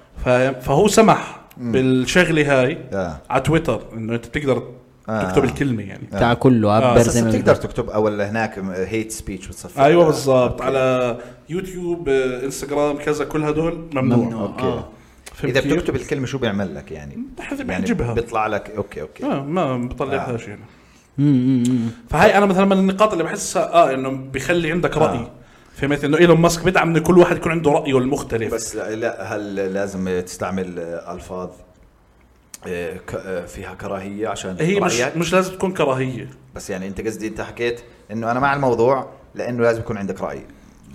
Speaker 2: ف- فهو سمح بالشغله هاي
Speaker 4: آه.
Speaker 2: على تويتر انه انت بتقدر
Speaker 4: آه.
Speaker 2: تكتب الكلمه يعني
Speaker 6: تاع كله عبر زي
Speaker 4: اساسا
Speaker 6: ما
Speaker 4: بتقدر
Speaker 6: بدك.
Speaker 4: تكتب اول هناك هيت سبيتش بتصفي
Speaker 2: ايوه بالضبط على يوتيوب آه، انستغرام كذا كل هدول ممنوع,
Speaker 6: ممنوع.
Speaker 4: اوكي
Speaker 6: آه.
Speaker 2: فهمت
Speaker 4: اذا
Speaker 2: كيف؟
Speaker 4: بتكتب الكلمه شو بيعمل لك يعني
Speaker 2: بحذف
Speaker 4: يعني
Speaker 2: بيعجبها.
Speaker 4: بيطلع لك اوكي اوكي
Speaker 2: آه ما بطلع لها شيء يعني
Speaker 6: مم، مم، مم.
Speaker 2: فهي انا مثلا من النقاط اللي بحسها اه انه بيخلي عندك
Speaker 4: آه.
Speaker 2: راي فهمت انه ايلون ماسك بدعم انه كل واحد يكون عنده رايه المختلف
Speaker 4: بس لا, لا هل لازم تستعمل آه، الفاظ آه، ك- آه، فيها كراهيه عشان
Speaker 2: هي مش
Speaker 4: رأيك؟
Speaker 2: مش لازم تكون كراهيه
Speaker 4: بس يعني انت قصدي انت حكيت انه انا مع الموضوع لانه لازم يكون عندك راي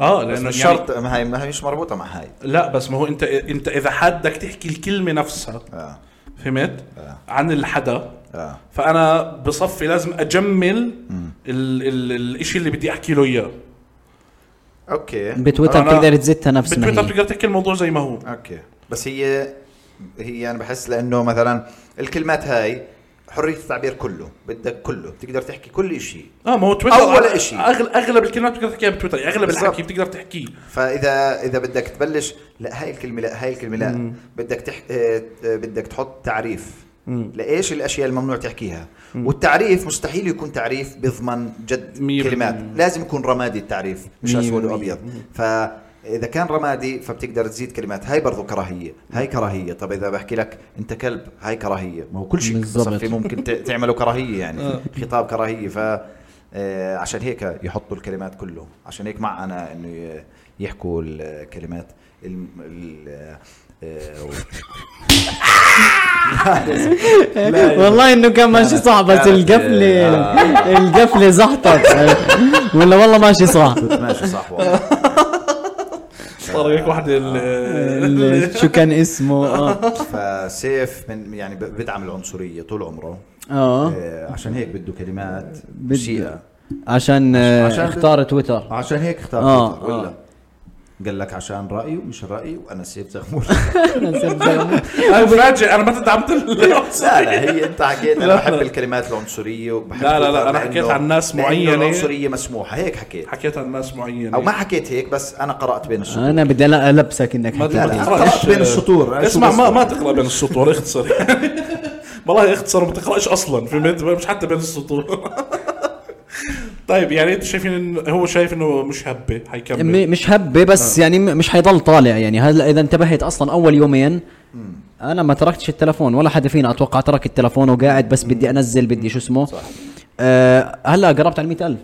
Speaker 2: اه
Speaker 4: بس
Speaker 2: لانه
Speaker 4: مش
Speaker 2: الشرط
Speaker 4: شرط ما هي ما هي مش مربوطه مع هاي
Speaker 2: لا بس ما هو انت انت اذا حدك تحكي الكلمه نفسها
Speaker 4: اه
Speaker 2: فهمت
Speaker 4: آه.
Speaker 2: عن الحدا
Speaker 4: اه
Speaker 2: فانا بصفي لازم اجمل ال- ال- الاشي اللي بدي احكي له اياه
Speaker 4: اوكي
Speaker 6: بتويتر
Speaker 2: أنا-
Speaker 6: بتقدر تزتها نفس ما
Speaker 2: بتويتر
Speaker 6: هي
Speaker 2: بتقدر تحكي الموضوع زي ما هو
Speaker 4: اوكي بس هي هي انا بحس لانه مثلا الكلمات هاي حريه التعبير كله بدك كله بتقدر تحكي كل شيء
Speaker 2: اه ما هو تويتر
Speaker 4: أول
Speaker 2: أغ-
Speaker 4: إشي.
Speaker 2: أغل اغلب الكلمات بتقدر تحكيها بتويتر اغلب
Speaker 4: بالضبط.
Speaker 2: الحكي بتقدر تحكيه
Speaker 4: فاذا اذا بدك تبلش لا هاي الكلمه لا هاي الكلمه لا بدك تح... آه، آه، بدك تحط تعريف لايش الاشياء الممنوع تحكيها والتعريف مستحيل يكون تعريف بيضمن جد
Speaker 2: مية بالمية.
Speaker 4: كلمات لازم يكون رمادي التعريف مش
Speaker 6: مية
Speaker 4: اسود
Speaker 6: بالمية.
Speaker 4: وابيض فاذا كان رمادي فبتقدر تزيد كلمات هاي برضو كراهيه هاي كراهيه طب اذا بحكي لك انت كلب هاي كراهيه ما هو كل شيء
Speaker 6: بالضبط.
Speaker 4: بصفي ممكن ت- تعمله كراهيه يعني خطاب كراهيه ف آه، عشان هيك يحطوا الكلمات كله عشان هيك معنا انه ي- يحكوا الكلمات الم... ال... آه،
Speaker 6: والله انه كان ماشي صح بس
Speaker 4: كانت-
Speaker 6: القفله
Speaker 3: آه،
Speaker 6: القفله زحطت ولا والله ماشي صح
Speaker 4: ماشي صح والله ف-
Speaker 2: طريق واحدة ال-
Speaker 3: ال- شو كان اسمه اه
Speaker 4: فسيف من يعني ب- بدعم العنصريه طول عمره
Speaker 3: اه
Speaker 4: آه، عشان هيك بده كلمات
Speaker 3: بده.
Speaker 4: شيئه
Speaker 3: عشان آه،
Speaker 4: عشان-
Speaker 6: اختار تويتر
Speaker 4: عشان هيك اختار
Speaker 3: آه،
Speaker 4: تويتر ولا
Speaker 3: آه.
Speaker 4: قال لك عشان رايي ومش رايي وانا سيف زغمول
Speaker 2: انا مفاجئ انا ما تدعمت ال-
Speaker 4: لا لا هي انت حكيت
Speaker 2: لا،
Speaker 4: انا بحب
Speaker 2: لا.
Speaker 4: الكلمات العنصريه وبحب
Speaker 2: لا، لا، لا،
Speaker 4: تويتر
Speaker 2: أنا حكيت
Speaker 4: لأنه-
Speaker 2: عن ناس
Speaker 4: لأنه
Speaker 2: معينة.
Speaker 4: العنصريه مسموحه هيك حكيت
Speaker 2: حكيت عن ناس معينة
Speaker 4: او ما حكيت هيك بس انا قرات بين السطور
Speaker 3: انا بدي ألا- البسك انك
Speaker 2: ما
Speaker 3: حكيت.
Speaker 4: لا، لا.
Speaker 2: تقرأش.
Speaker 4: قرأت بين السطور. أنا
Speaker 2: اسمع
Speaker 4: شو
Speaker 2: ما
Speaker 4: بصنع؟
Speaker 2: ما تقرا بين السطور اختصر والله اختصر وما تقراش اصلا فهمت مش حتى بين السطور طيب يعني انتم شايفين إن هو شايف انه مش هبه حيكمل
Speaker 3: م- مش هبه بس يعني م- مش حيضل طالع يعني هلا اذا انتبهت اصلا اول يومين انا ما تركتش التلفون ولا حدا فينا اتوقع ترك التلفون وقاعد بس بدي انزل بدي شو اسمه صح. آه هلا قربت على 100000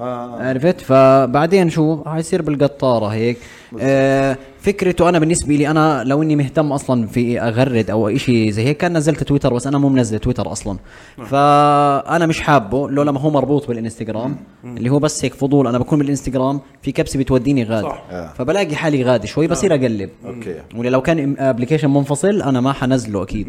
Speaker 4: آه.
Speaker 3: عرفت فبعدين شو حيصير بالقطاره هيك آه فكرته انا بالنسبه لي انا لو اني مهتم اصلا في اغرد او إشي زي هيك كان نزلت تويتر بس انا مو منزل تويتر اصلا فانا مش حابه لولا ما هو مربوط بالانستغرام اللي هو بس هيك فضول انا بكون بالانستغرام في كبسه بتوديني غاد
Speaker 2: صح.
Speaker 4: آه.
Speaker 3: فبلاقي حالي غادي شوي بصير اقلب
Speaker 4: اوكي
Speaker 3: ولا لو كان ابلكيشن منفصل انا ما حنزله اكيد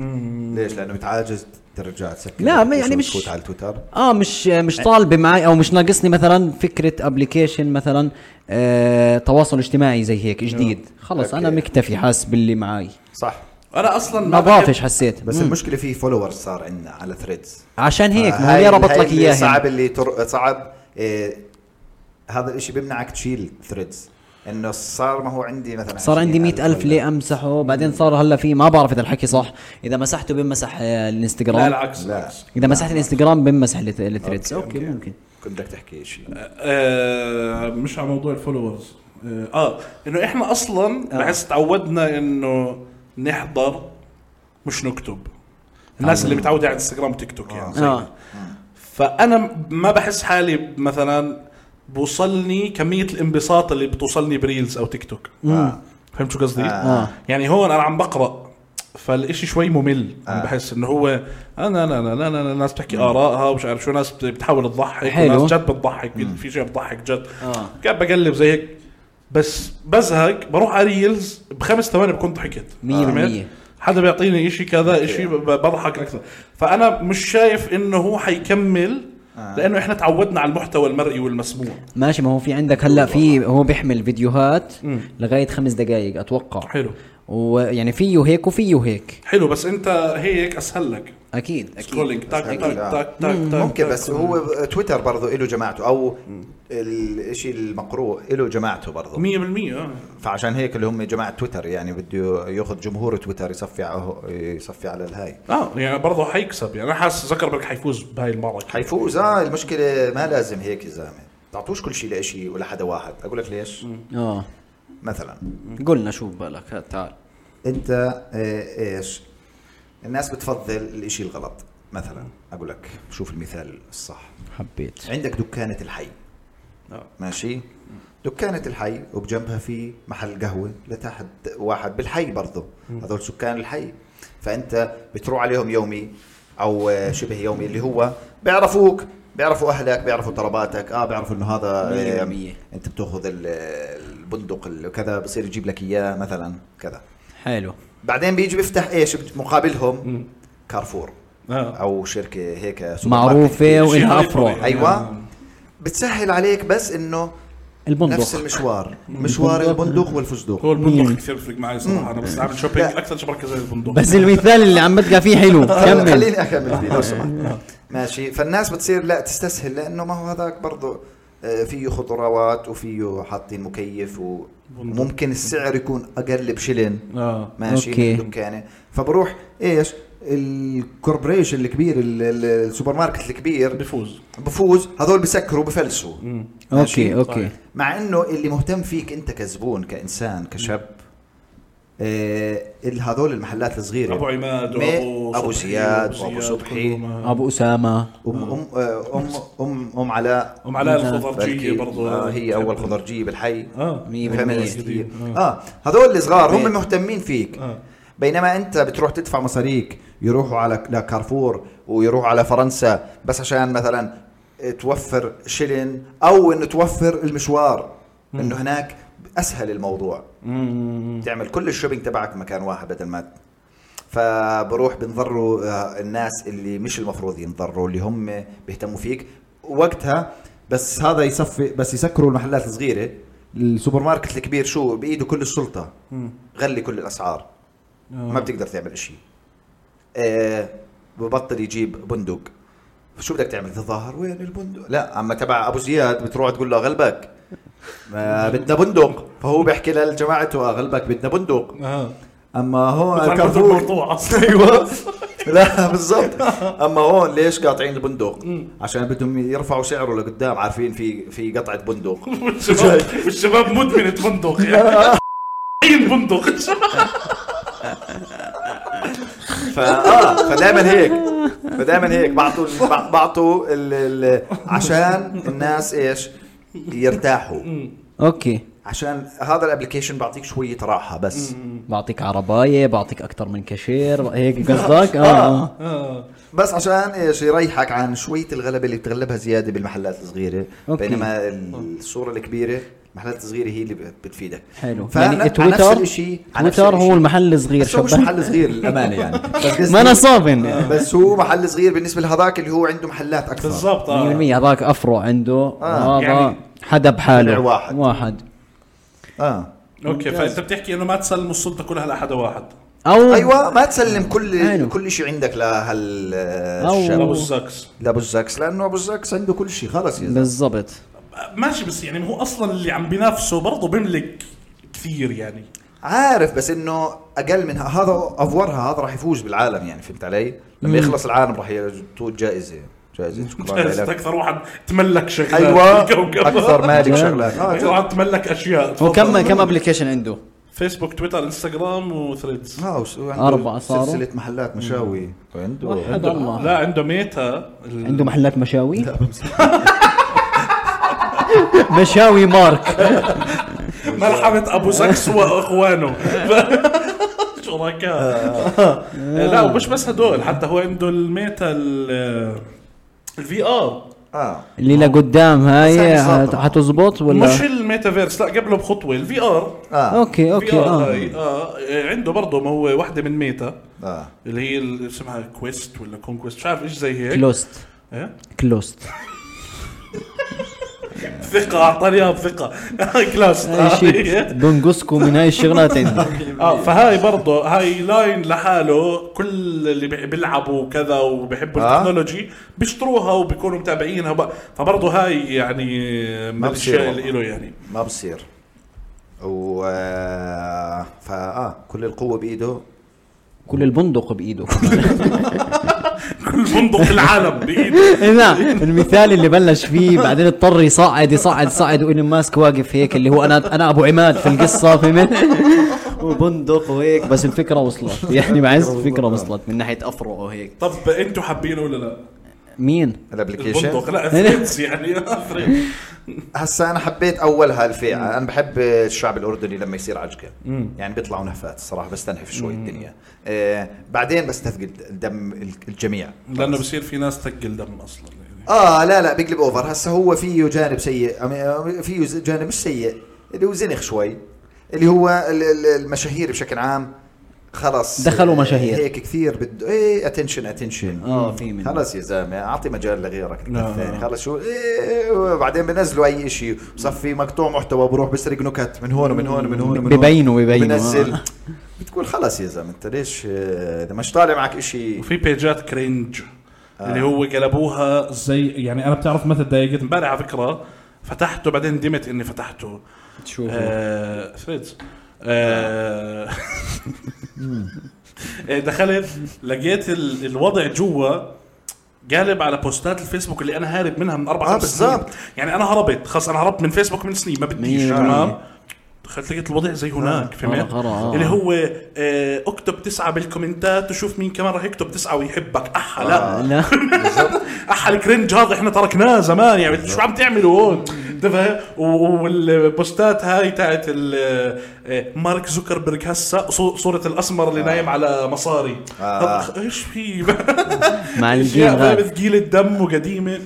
Speaker 4: ليش لانه بتعاجز ترجع تسكر
Speaker 3: لا، ما
Speaker 4: الأبليكيشن
Speaker 3: يعني مش-
Speaker 4: وتفوت على التويتر
Speaker 3: اه مش مش طالبه معي او مش ناقصني مثلا فكره ابلكيشن مثلا آه تواصل اجتماعي زي هيك جديد خلص انا
Speaker 4: أوكي.
Speaker 3: مكتفي حاسس باللي معي
Speaker 4: صح
Speaker 2: انا اصلا
Speaker 3: ما
Speaker 2: بحب-
Speaker 3: بعرفش حسيت
Speaker 4: بس المشكله في فولورز صار عندنا على ثريدز
Speaker 3: عشان هيك ما
Speaker 4: آه، هاي-
Speaker 3: هي ربط
Speaker 4: هاي
Speaker 3: لك
Speaker 4: اللي
Speaker 3: اياها
Speaker 4: صعب اللي تر... صعب إيه هذا الاشي بيمنعك تشيل ثريدز انه صار ما هو عندي مثلا
Speaker 3: صار عندي مئة
Speaker 4: يعني.
Speaker 3: ألف ليه أمسحه بعدين صار هلا في ما بعرف إذا الحكي صح إذا مسحته بمسح آه،
Speaker 2: لا
Speaker 3: الانستغرام
Speaker 2: العكس
Speaker 4: لا.
Speaker 2: العكس
Speaker 3: إذا مسحت الانستغرام بمسح الث- الثريدز أوكي ممكن
Speaker 4: كنت بدك تحكي شيء
Speaker 2: آه، مش على موضوع الفولورز اه آه، انه احنا اصلا
Speaker 4: آه.
Speaker 2: بحس تعودنا انه نحضر مش نكتب
Speaker 4: آه.
Speaker 2: الناس اللي متعوده على انستغرام وتيك توك يعني زي-
Speaker 3: آه
Speaker 2: فانا م- ما بحس حالي مثلا بوصلني كميه الانبساط اللي بتوصلني بريلز او تيك توك
Speaker 4: آه.
Speaker 2: فهمت شو قصدي؟
Speaker 3: آه.
Speaker 2: يعني هون انا عم بقرا فالإشي شوي ممل آه. بحس انه هو آه، انا انا انا انا انا ناس بتحكي ارائها ومش عارف شو ناس بت- بتحاول تضحك
Speaker 3: حلو.
Speaker 2: وناس جد بتضحك في- في شيء بتضحك جد
Speaker 3: آه.
Speaker 2: قاعد بقلب زي هيك بس بزهق بروح على ريلز بخمس ثواني بكون ضحكت
Speaker 3: مية
Speaker 2: فهمت؟
Speaker 3: بالمية.
Speaker 2: حدا بيعطيني إشي كذا إشي ب- ب- بضحك اكثر فانا مش شايف انه هو حيكمل
Speaker 4: آه.
Speaker 2: لانه احنا تعودنا على المحتوى المرئي والمسموع
Speaker 3: ماشي ما هو في عندك هلا في هو بيحمل فيديوهات لغايه خمس دقائق اتوقع
Speaker 2: حلو
Speaker 3: ويعني فيه هيك وفيه هيك
Speaker 2: حلو بس انت هيك اسهل لك
Speaker 3: اكيد اكيد
Speaker 2: سكرولينج تاك
Speaker 4: أكيد.
Speaker 2: تاك
Speaker 4: آه.
Speaker 2: تاك تاك تاك
Speaker 4: ممكن
Speaker 2: تاك.
Speaker 4: بس هو تويتر برضه له جماعته او الاشي المقروء له جماعته برضه
Speaker 2: 100% آه.
Speaker 4: فعشان هيك اللي هم جماعه تويتر يعني بده ياخذ جمهور تويتر يصفي على يصفي على الهاي
Speaker 2: اه يعني برضه حيكسب يعني انا حاسس زكربرج حيفوز بهاي المعركه
Speaker 4: حيفوز اه المشكله ما لازم هيك يا زلمه تعطوش كل شيء لشيء ولا حدا واحد اقول لك ليش
Speaker 3: اه
Speaker 4: مثلا
Speaker 3: قلنا شو ببالك هات تعال
Speaker 4: انت آه، ايش الناس بتفضل الاشي الغلط مثلا اقول لك شوف المثال الصح
Speaker 3: حبيت
Speaker 4: عندك دكانه الحي
Speaker 2: آه.
Speaker 4: ماشي دكانة الحي وبجنبها في محل قهوة لتحت واحد بالحي برضه هذول سكان الحي فأنت بتروح عليهم يومي أو آه، شبه يومي اللي هو بيعرفوك بيعرفوا أهلك بيعرفوا طلباتك آه بيعرفوا إنه هذا
Speaker 3: مية
Speaker 4: آه،
Speaker 3: بالمية.
Speaker 4: أنت بتاخذ ال- البندق ال- كذا بصير يجيب لك إياه مثلا كذا
Speaker 3: حلو
Speaker 4: بعدين بيجي بيفتح إيش بت- مقابلهم كارفور
Speaker 2: آه.
Speaker 4: أو شركة هيك سوبر ماركت
Speaker 3: معروفه
Speaker 4: كبيرة.
Speaker 2: شيء
Speaker 3: وإلها
Speaker 2: هايبر
Speaker 3: افرع
Speaker 2: يعني.
Speaker 4: أيوة
Speaker 3: نعم.
Speaker 4: بتسهل عليك بس إنه نفس
Speaker 3: البندق
Speaker 4: المشوار مشوار البندق والفستق
Speaker 2: هو البندق كثير بفرق معي صراحه انا بس عامل شوبينج
Speaker 4: لا.
Speaker 2: اكثر شي بركز على البندق
Speaker 3: بس المثال اللي عم بدقع فيه حلو
Speaker 4: خل-
Speaker 3: كمل
Speaker 4: خليني اكمل فيه لو سمحت ماشي فالناس بتصير لا تستسهل لانه ما هو هذاك برضه آه، فيه خضروات وفيه حاطين مكيف وممكن السعر يكون اقل بشلن
Speaker 2: اه
Speaker 4: ماشي
Speaker 3: أوكي.
Speaker 4: دكانه فبروح ايش الكوربريشن الكبير ال- ال- السوبر ماركت الكبير
Speaker 2: بفوز
Speaker 4: بفوز هذول بسكروا بفلسوا
Speaker 3: اوكي اوكي
Speaker 2: طيب.
Speaker 4: مع انه اللي مهتم فيك انت كزبون كانسان كشاب آه ال- هذول المحلات الصغيره
Speaker 2: ابو عماد
Speaker 4: مي-
Speaker 2: وابو
Speaker 4: ابو
Speaker 2: صبحي
Speaker 4: زياد وابو صبحي
Speaker 2: كلهم، آه.
Speaker 3: ابو اسامه
Speaker 4: ام ام آه، ام ام ام علاء
Speaker 2: ام علاء
Speaker 4: بلكي،
Speaker 2: الخضرجيه برضه
Speaker 4: آه هي اول خضرجيه بالحي
Speaker 2: اه
Speaker 3: مية
Speaker 4: فهمت؟
Speaker 3: بالمية.
Speaker 4: اه هذول الصغار
Speaker 3: مية.
Speaker 4: هم مهتمين فيك
Speaker 2: آه.
Speaker 4: بينما انت بتروح تدفع مصاريك يروحوا على لكارفور ويروحوا على فرنسا بس عشان مثلا توفر شلن او انه توفر المشوار انه هناك اسهل الموضوع تعمل كل الشوبينج تبعك مكان واحد بدل ما فبروح بنضروا آه، الناس اللي مش المفروض ينضروا اللي هم بيهتموا فيك وقتها بس هذا يصفي بس يسكروا المحلات الصغيره السوبر ماركت الكبير شو بايده كل السلطه غلي كل الاسعار ما بتقدر تعمل شيء آه ببطل يجيب بندق شو بدك تعمل تظاهر وين البندق لا اما تبع ابو زياد بتروح تقول له غلبك ما بدنا بندق فهو بيحكي لجماعته آه، غلبك بدنا بندق
Speaker 2: اه
Speaker 4: اما هون
Speaker 2: تعرفت
Speaker 4: كارفور-
Speaker 2: الموضوع اصلا
Speaker 4: ايوه لا بالضبط اما هون ليش قاطعين البندق؟ عشان بدهم يرفعوا سعره لقدام عارفين في في قطعه بندق
Speaker 2: والشباب- والشباب مدمنة بندق
Speaker 4: آه.
Speaker 2: يعني بندق
Speaker 4: فاه فدائما آه، هيك فدائما هيك بعطوا بع- بعطوا ال- ال- عشان الناس ايش؟ يرتاحوا
Speaker 3: اوكي
Speaker 4: عشان هذا الابلكيشن بعطيك شويه راحه بس
Speaker 3: بعطيك عربايه بعطيك اكثر من كاشير هيك قصدك اه آه.
Speaker 2: آه.
Speaker 4: بس عشان ايش يريحك عن شويه الغلبه اللي بتغلبها زياده بالمحلات الصغيره
Speaker 3: أوكي.
Speaker 4: بينما الصوره الكبيره المحلات الصغيره هي اللي بتفيدك
Speaker 3: حلو
Speaker 4: فأنا-
Speaker 3: يعني
Speaker 4: على نفس
Speaker 3: تويتر
Speaker 4: الشيء على نفس
Speaker 3: تويتر هو
Speaker 4: الشيء.
Speaker 3: المحل الصغير
Speaker 4: بس هو مش
Speaker 3: شبه
Speaker 4: محل صغير للامانه يعني بس قصدي- آه.
Speaker 3: ما انا صابن
Speaker 4: بس هو محل صغير بالنسبه لهذاك اللي هو عنده محلات اكثر
Speaker 2: بالضبط
Speaker 3: 100%
Speaker 2: اه
Speaker 3: هذاك افرو عنده
Speaker 4: آه،
Speaker 3: هذا
Speaker 2: يعني
Speaker 3: حدا بحاله
Speaker 4: تبع واحد.
Speaker 3: واحد
Speaker 4: اه
Speaker 2: اوكي فانت بتحكي انه ما تسلم السلطه كلها لحدا واحد
Speaker 3: او
Speaker 4: ايوه ما تسلم كل
Speaker 3: حلو.
Speaker 4: كل شيء عندك لهال
Speaker 3: أيوة. أو-
Speaker 2: ابو
Speaker 4: الشاب
Speaker 2: الزكس
Speaker 4: لابو الزكس لانه ابو الزكس عنده كل شيء خلص يا زلمة.
Speaker 3: بالضبط
Speaker 2: ماشي بس يعني هو اصلا اللي عم بينافسه برضه بيملك كثير يعني
Speaker 4: عارف بس انه اقل منها هذا افورها هذا راح يفوز بالعالم يعني فهمت علي؟ لما يخلص العالم راح يعطوه جائزه جائزه شكرا
Speaker 2: جاهز
Speaker 4: لك
Speaker 2: اكثر واحد تملك شغلات
Speaker 4: ايوه
Speaker 2: بالكوكب.
Speaker 4: اكثر مالك شغلات
Speaker 2: اكثر
Speaker 4: اه
Speaker 2: واحد تملك اشياء
Speaker 6: وكم
Speaker 2: تفضل.
Speaker 6: كم ابلكيشن عنده؟
Speaker 2: فيسبوك تويتر انستغرام وثريدز
Speaker 4: آه، وس- وعنده
Speaker 3: أربعة صاروا.
Speaker 4: سلسله محلات مشاوي عنده
Speaker 3: وحد الله
Speaker 2: لا عنده ميتا ال-
Speaker 3: عنده محلات مشاوي مشاوي مارك
Speaker 2: ملحمة ابو زكس واخوانه شركاء
Speaker 3: آه.
Speaker 2: لا ومش بس هدول حتى هو عنده الميتا ال- الفي ار
Speaker 4: اه
Speaker 3: اللي لقدام هاي
Speaker 4: بس هاي
Speaker 3: حت-
Speaker 4: بساطة.
Speaker 3: حتزبط ولا
Speaker 2: مش الميتافيرس لا قبله بخطوة الفي ار
Speaker 4: اه
Speaker 3: اوكي اوكي اه
Speaker 2: اه عنده برضه ما هو واحدة من ميتا
Speaker 4: اه
Speaker 2: اللي هي ال- اسمها كويست ولا كونكويست مش عارف ايش زي هيك
Speaker 3: كلوست
Speaker 2: إيه؟
Speaker 3: كلوست
Speaker 2: ثقة اعطاني اياها بثقة إيه. كلاس
Speaker 3: هاي إيه، شيء بنقصكم من هاي الشغلات عندي
Speaker 2: اه فهاي برضه هاي لاين لحاله كل اللي بي- بيلعبوا كذا وبيحبوا
Speaker 4: آه.
Speaker 2: التكنولوجي بيشتروها وبيكونوا متابعينها وب... فبرضه هاي يعني من
Speaker 4: ما بصير
Speaker 2: الاشياء
Speaker 4: والله.
Speaker 2: اللي له يعني
Speaker 4: ما بصير و آه، فاه كل القوه بايده
Speaker 3: كل البندق بايده
Speaker 2: كل فندق العالم بايده
Speaker 3: لا المثال اللي بلش فيه بعدين اضطر يصعد يصعد يصعد وايلون ماسك واقف هيك اللي هو انا انا ابو عماد في القصه فهمت وبندق وهيك بس الفكره وصلت يعني معز الفكره وصلت
Speaker 6: من ناحيه افرو او هيك
Speaker 2: طب انتوا حابينه ولا لا؟
Speaker 3: مين
Speaker 4: الابلكيشن
Speaker 2: الفندق لا فريتز يعني فريتز.
Speaker 4: هسا انا حبيت اولها الفئه انا بحب الشعب الاردني لما يصير عجقه يعني بيطلعوا نهفات الصراحه بستنحف شوي الدنيا آه بعدين بستثقل دم الجميع
Speaker 2: لانه بصير في ناس تقل دم اصلا يعني
Speaker 4: اه لا لا بقلب اوفر هسا هو فيه جانب سيء أم- فيه ز- جانب مش سيء اللي هو زنخ شوي اللي هو ال- ال- المشاهير بشكل عام خلص
Speaker 3: دخلوا مشاهير.
Speaker 4: هيك كثير بده ايه اتنشن اتنشن
Speaker 3: اه في من
Speaker 4: خلص يا زلمه اعطي مجال لغيرك
Speaker 2: لا.
Speaker 4: الثاني خلص شو إيه وبعدين بنزلوا اي شيء صفي مقطوع محتوى بروح بسرق نكت من هون ومن هون ومن هون ومن هون
Speaker 3: ببينوا- ببينوا،
Speaker 4: بنزل
Speaker 3: آه.
Speaker 4: بتقول خلص يا زلمه انت ليش آه، اذا مش طالع معك شيء
Speaker 2: وفي بيجات كرنج اللي هو قلبوها زي يعني انا بتعرف متى تضايقت امبارح على فكره فتحته بعدين ندمت اني فتحته
Speaker 6: تشوف
Speaker 2: آه، ثريدز آه، آه، دخلت لقيت ال- الوضع جوا قالب على بوستات الفيسبوك اللي انا هارب منها من اربع
Speaker 4: آه،
Speaker 2: خمس سنين
Speaker 4: بالظبط.
Speaker 2: يعني انا هربت خلاص انا هربت من فيسبوك من سنين ما بديش
Speaker 3: مية
Speaker 2: تمام
Speaker 3: بالمية.
Speaker 2: دخلت لقيت الوضع زي هناك فهمت
Speaker 3: آه، آه، آه.
Speaker 2: اللي هو آه، اكتب تسعة بالكومنتات وشوف مين كمان راح يكتب تسعة ويحبك احا
Speaker 3: آه.
Speaker 2: لا
Speaker 3: لا
Speaker 2: اح الكرنج هذا احنا تركناه زمان يعني شو عم تعملوا هون انت فاهم و- والبوستات هاي تاعت ال- آه، مارك زوكربيرج هسه صو- صوره الاسمر اللي نايم على مصاري
Speaker 4: آه.
Speaker 2: أخ، ايش في
Speaker 3: مع الجيل
Speaker 2: اشياء
Speaker 4: طيب.
Speaker 3: هذا
Speaker 2: ثقيله الدم وقديمه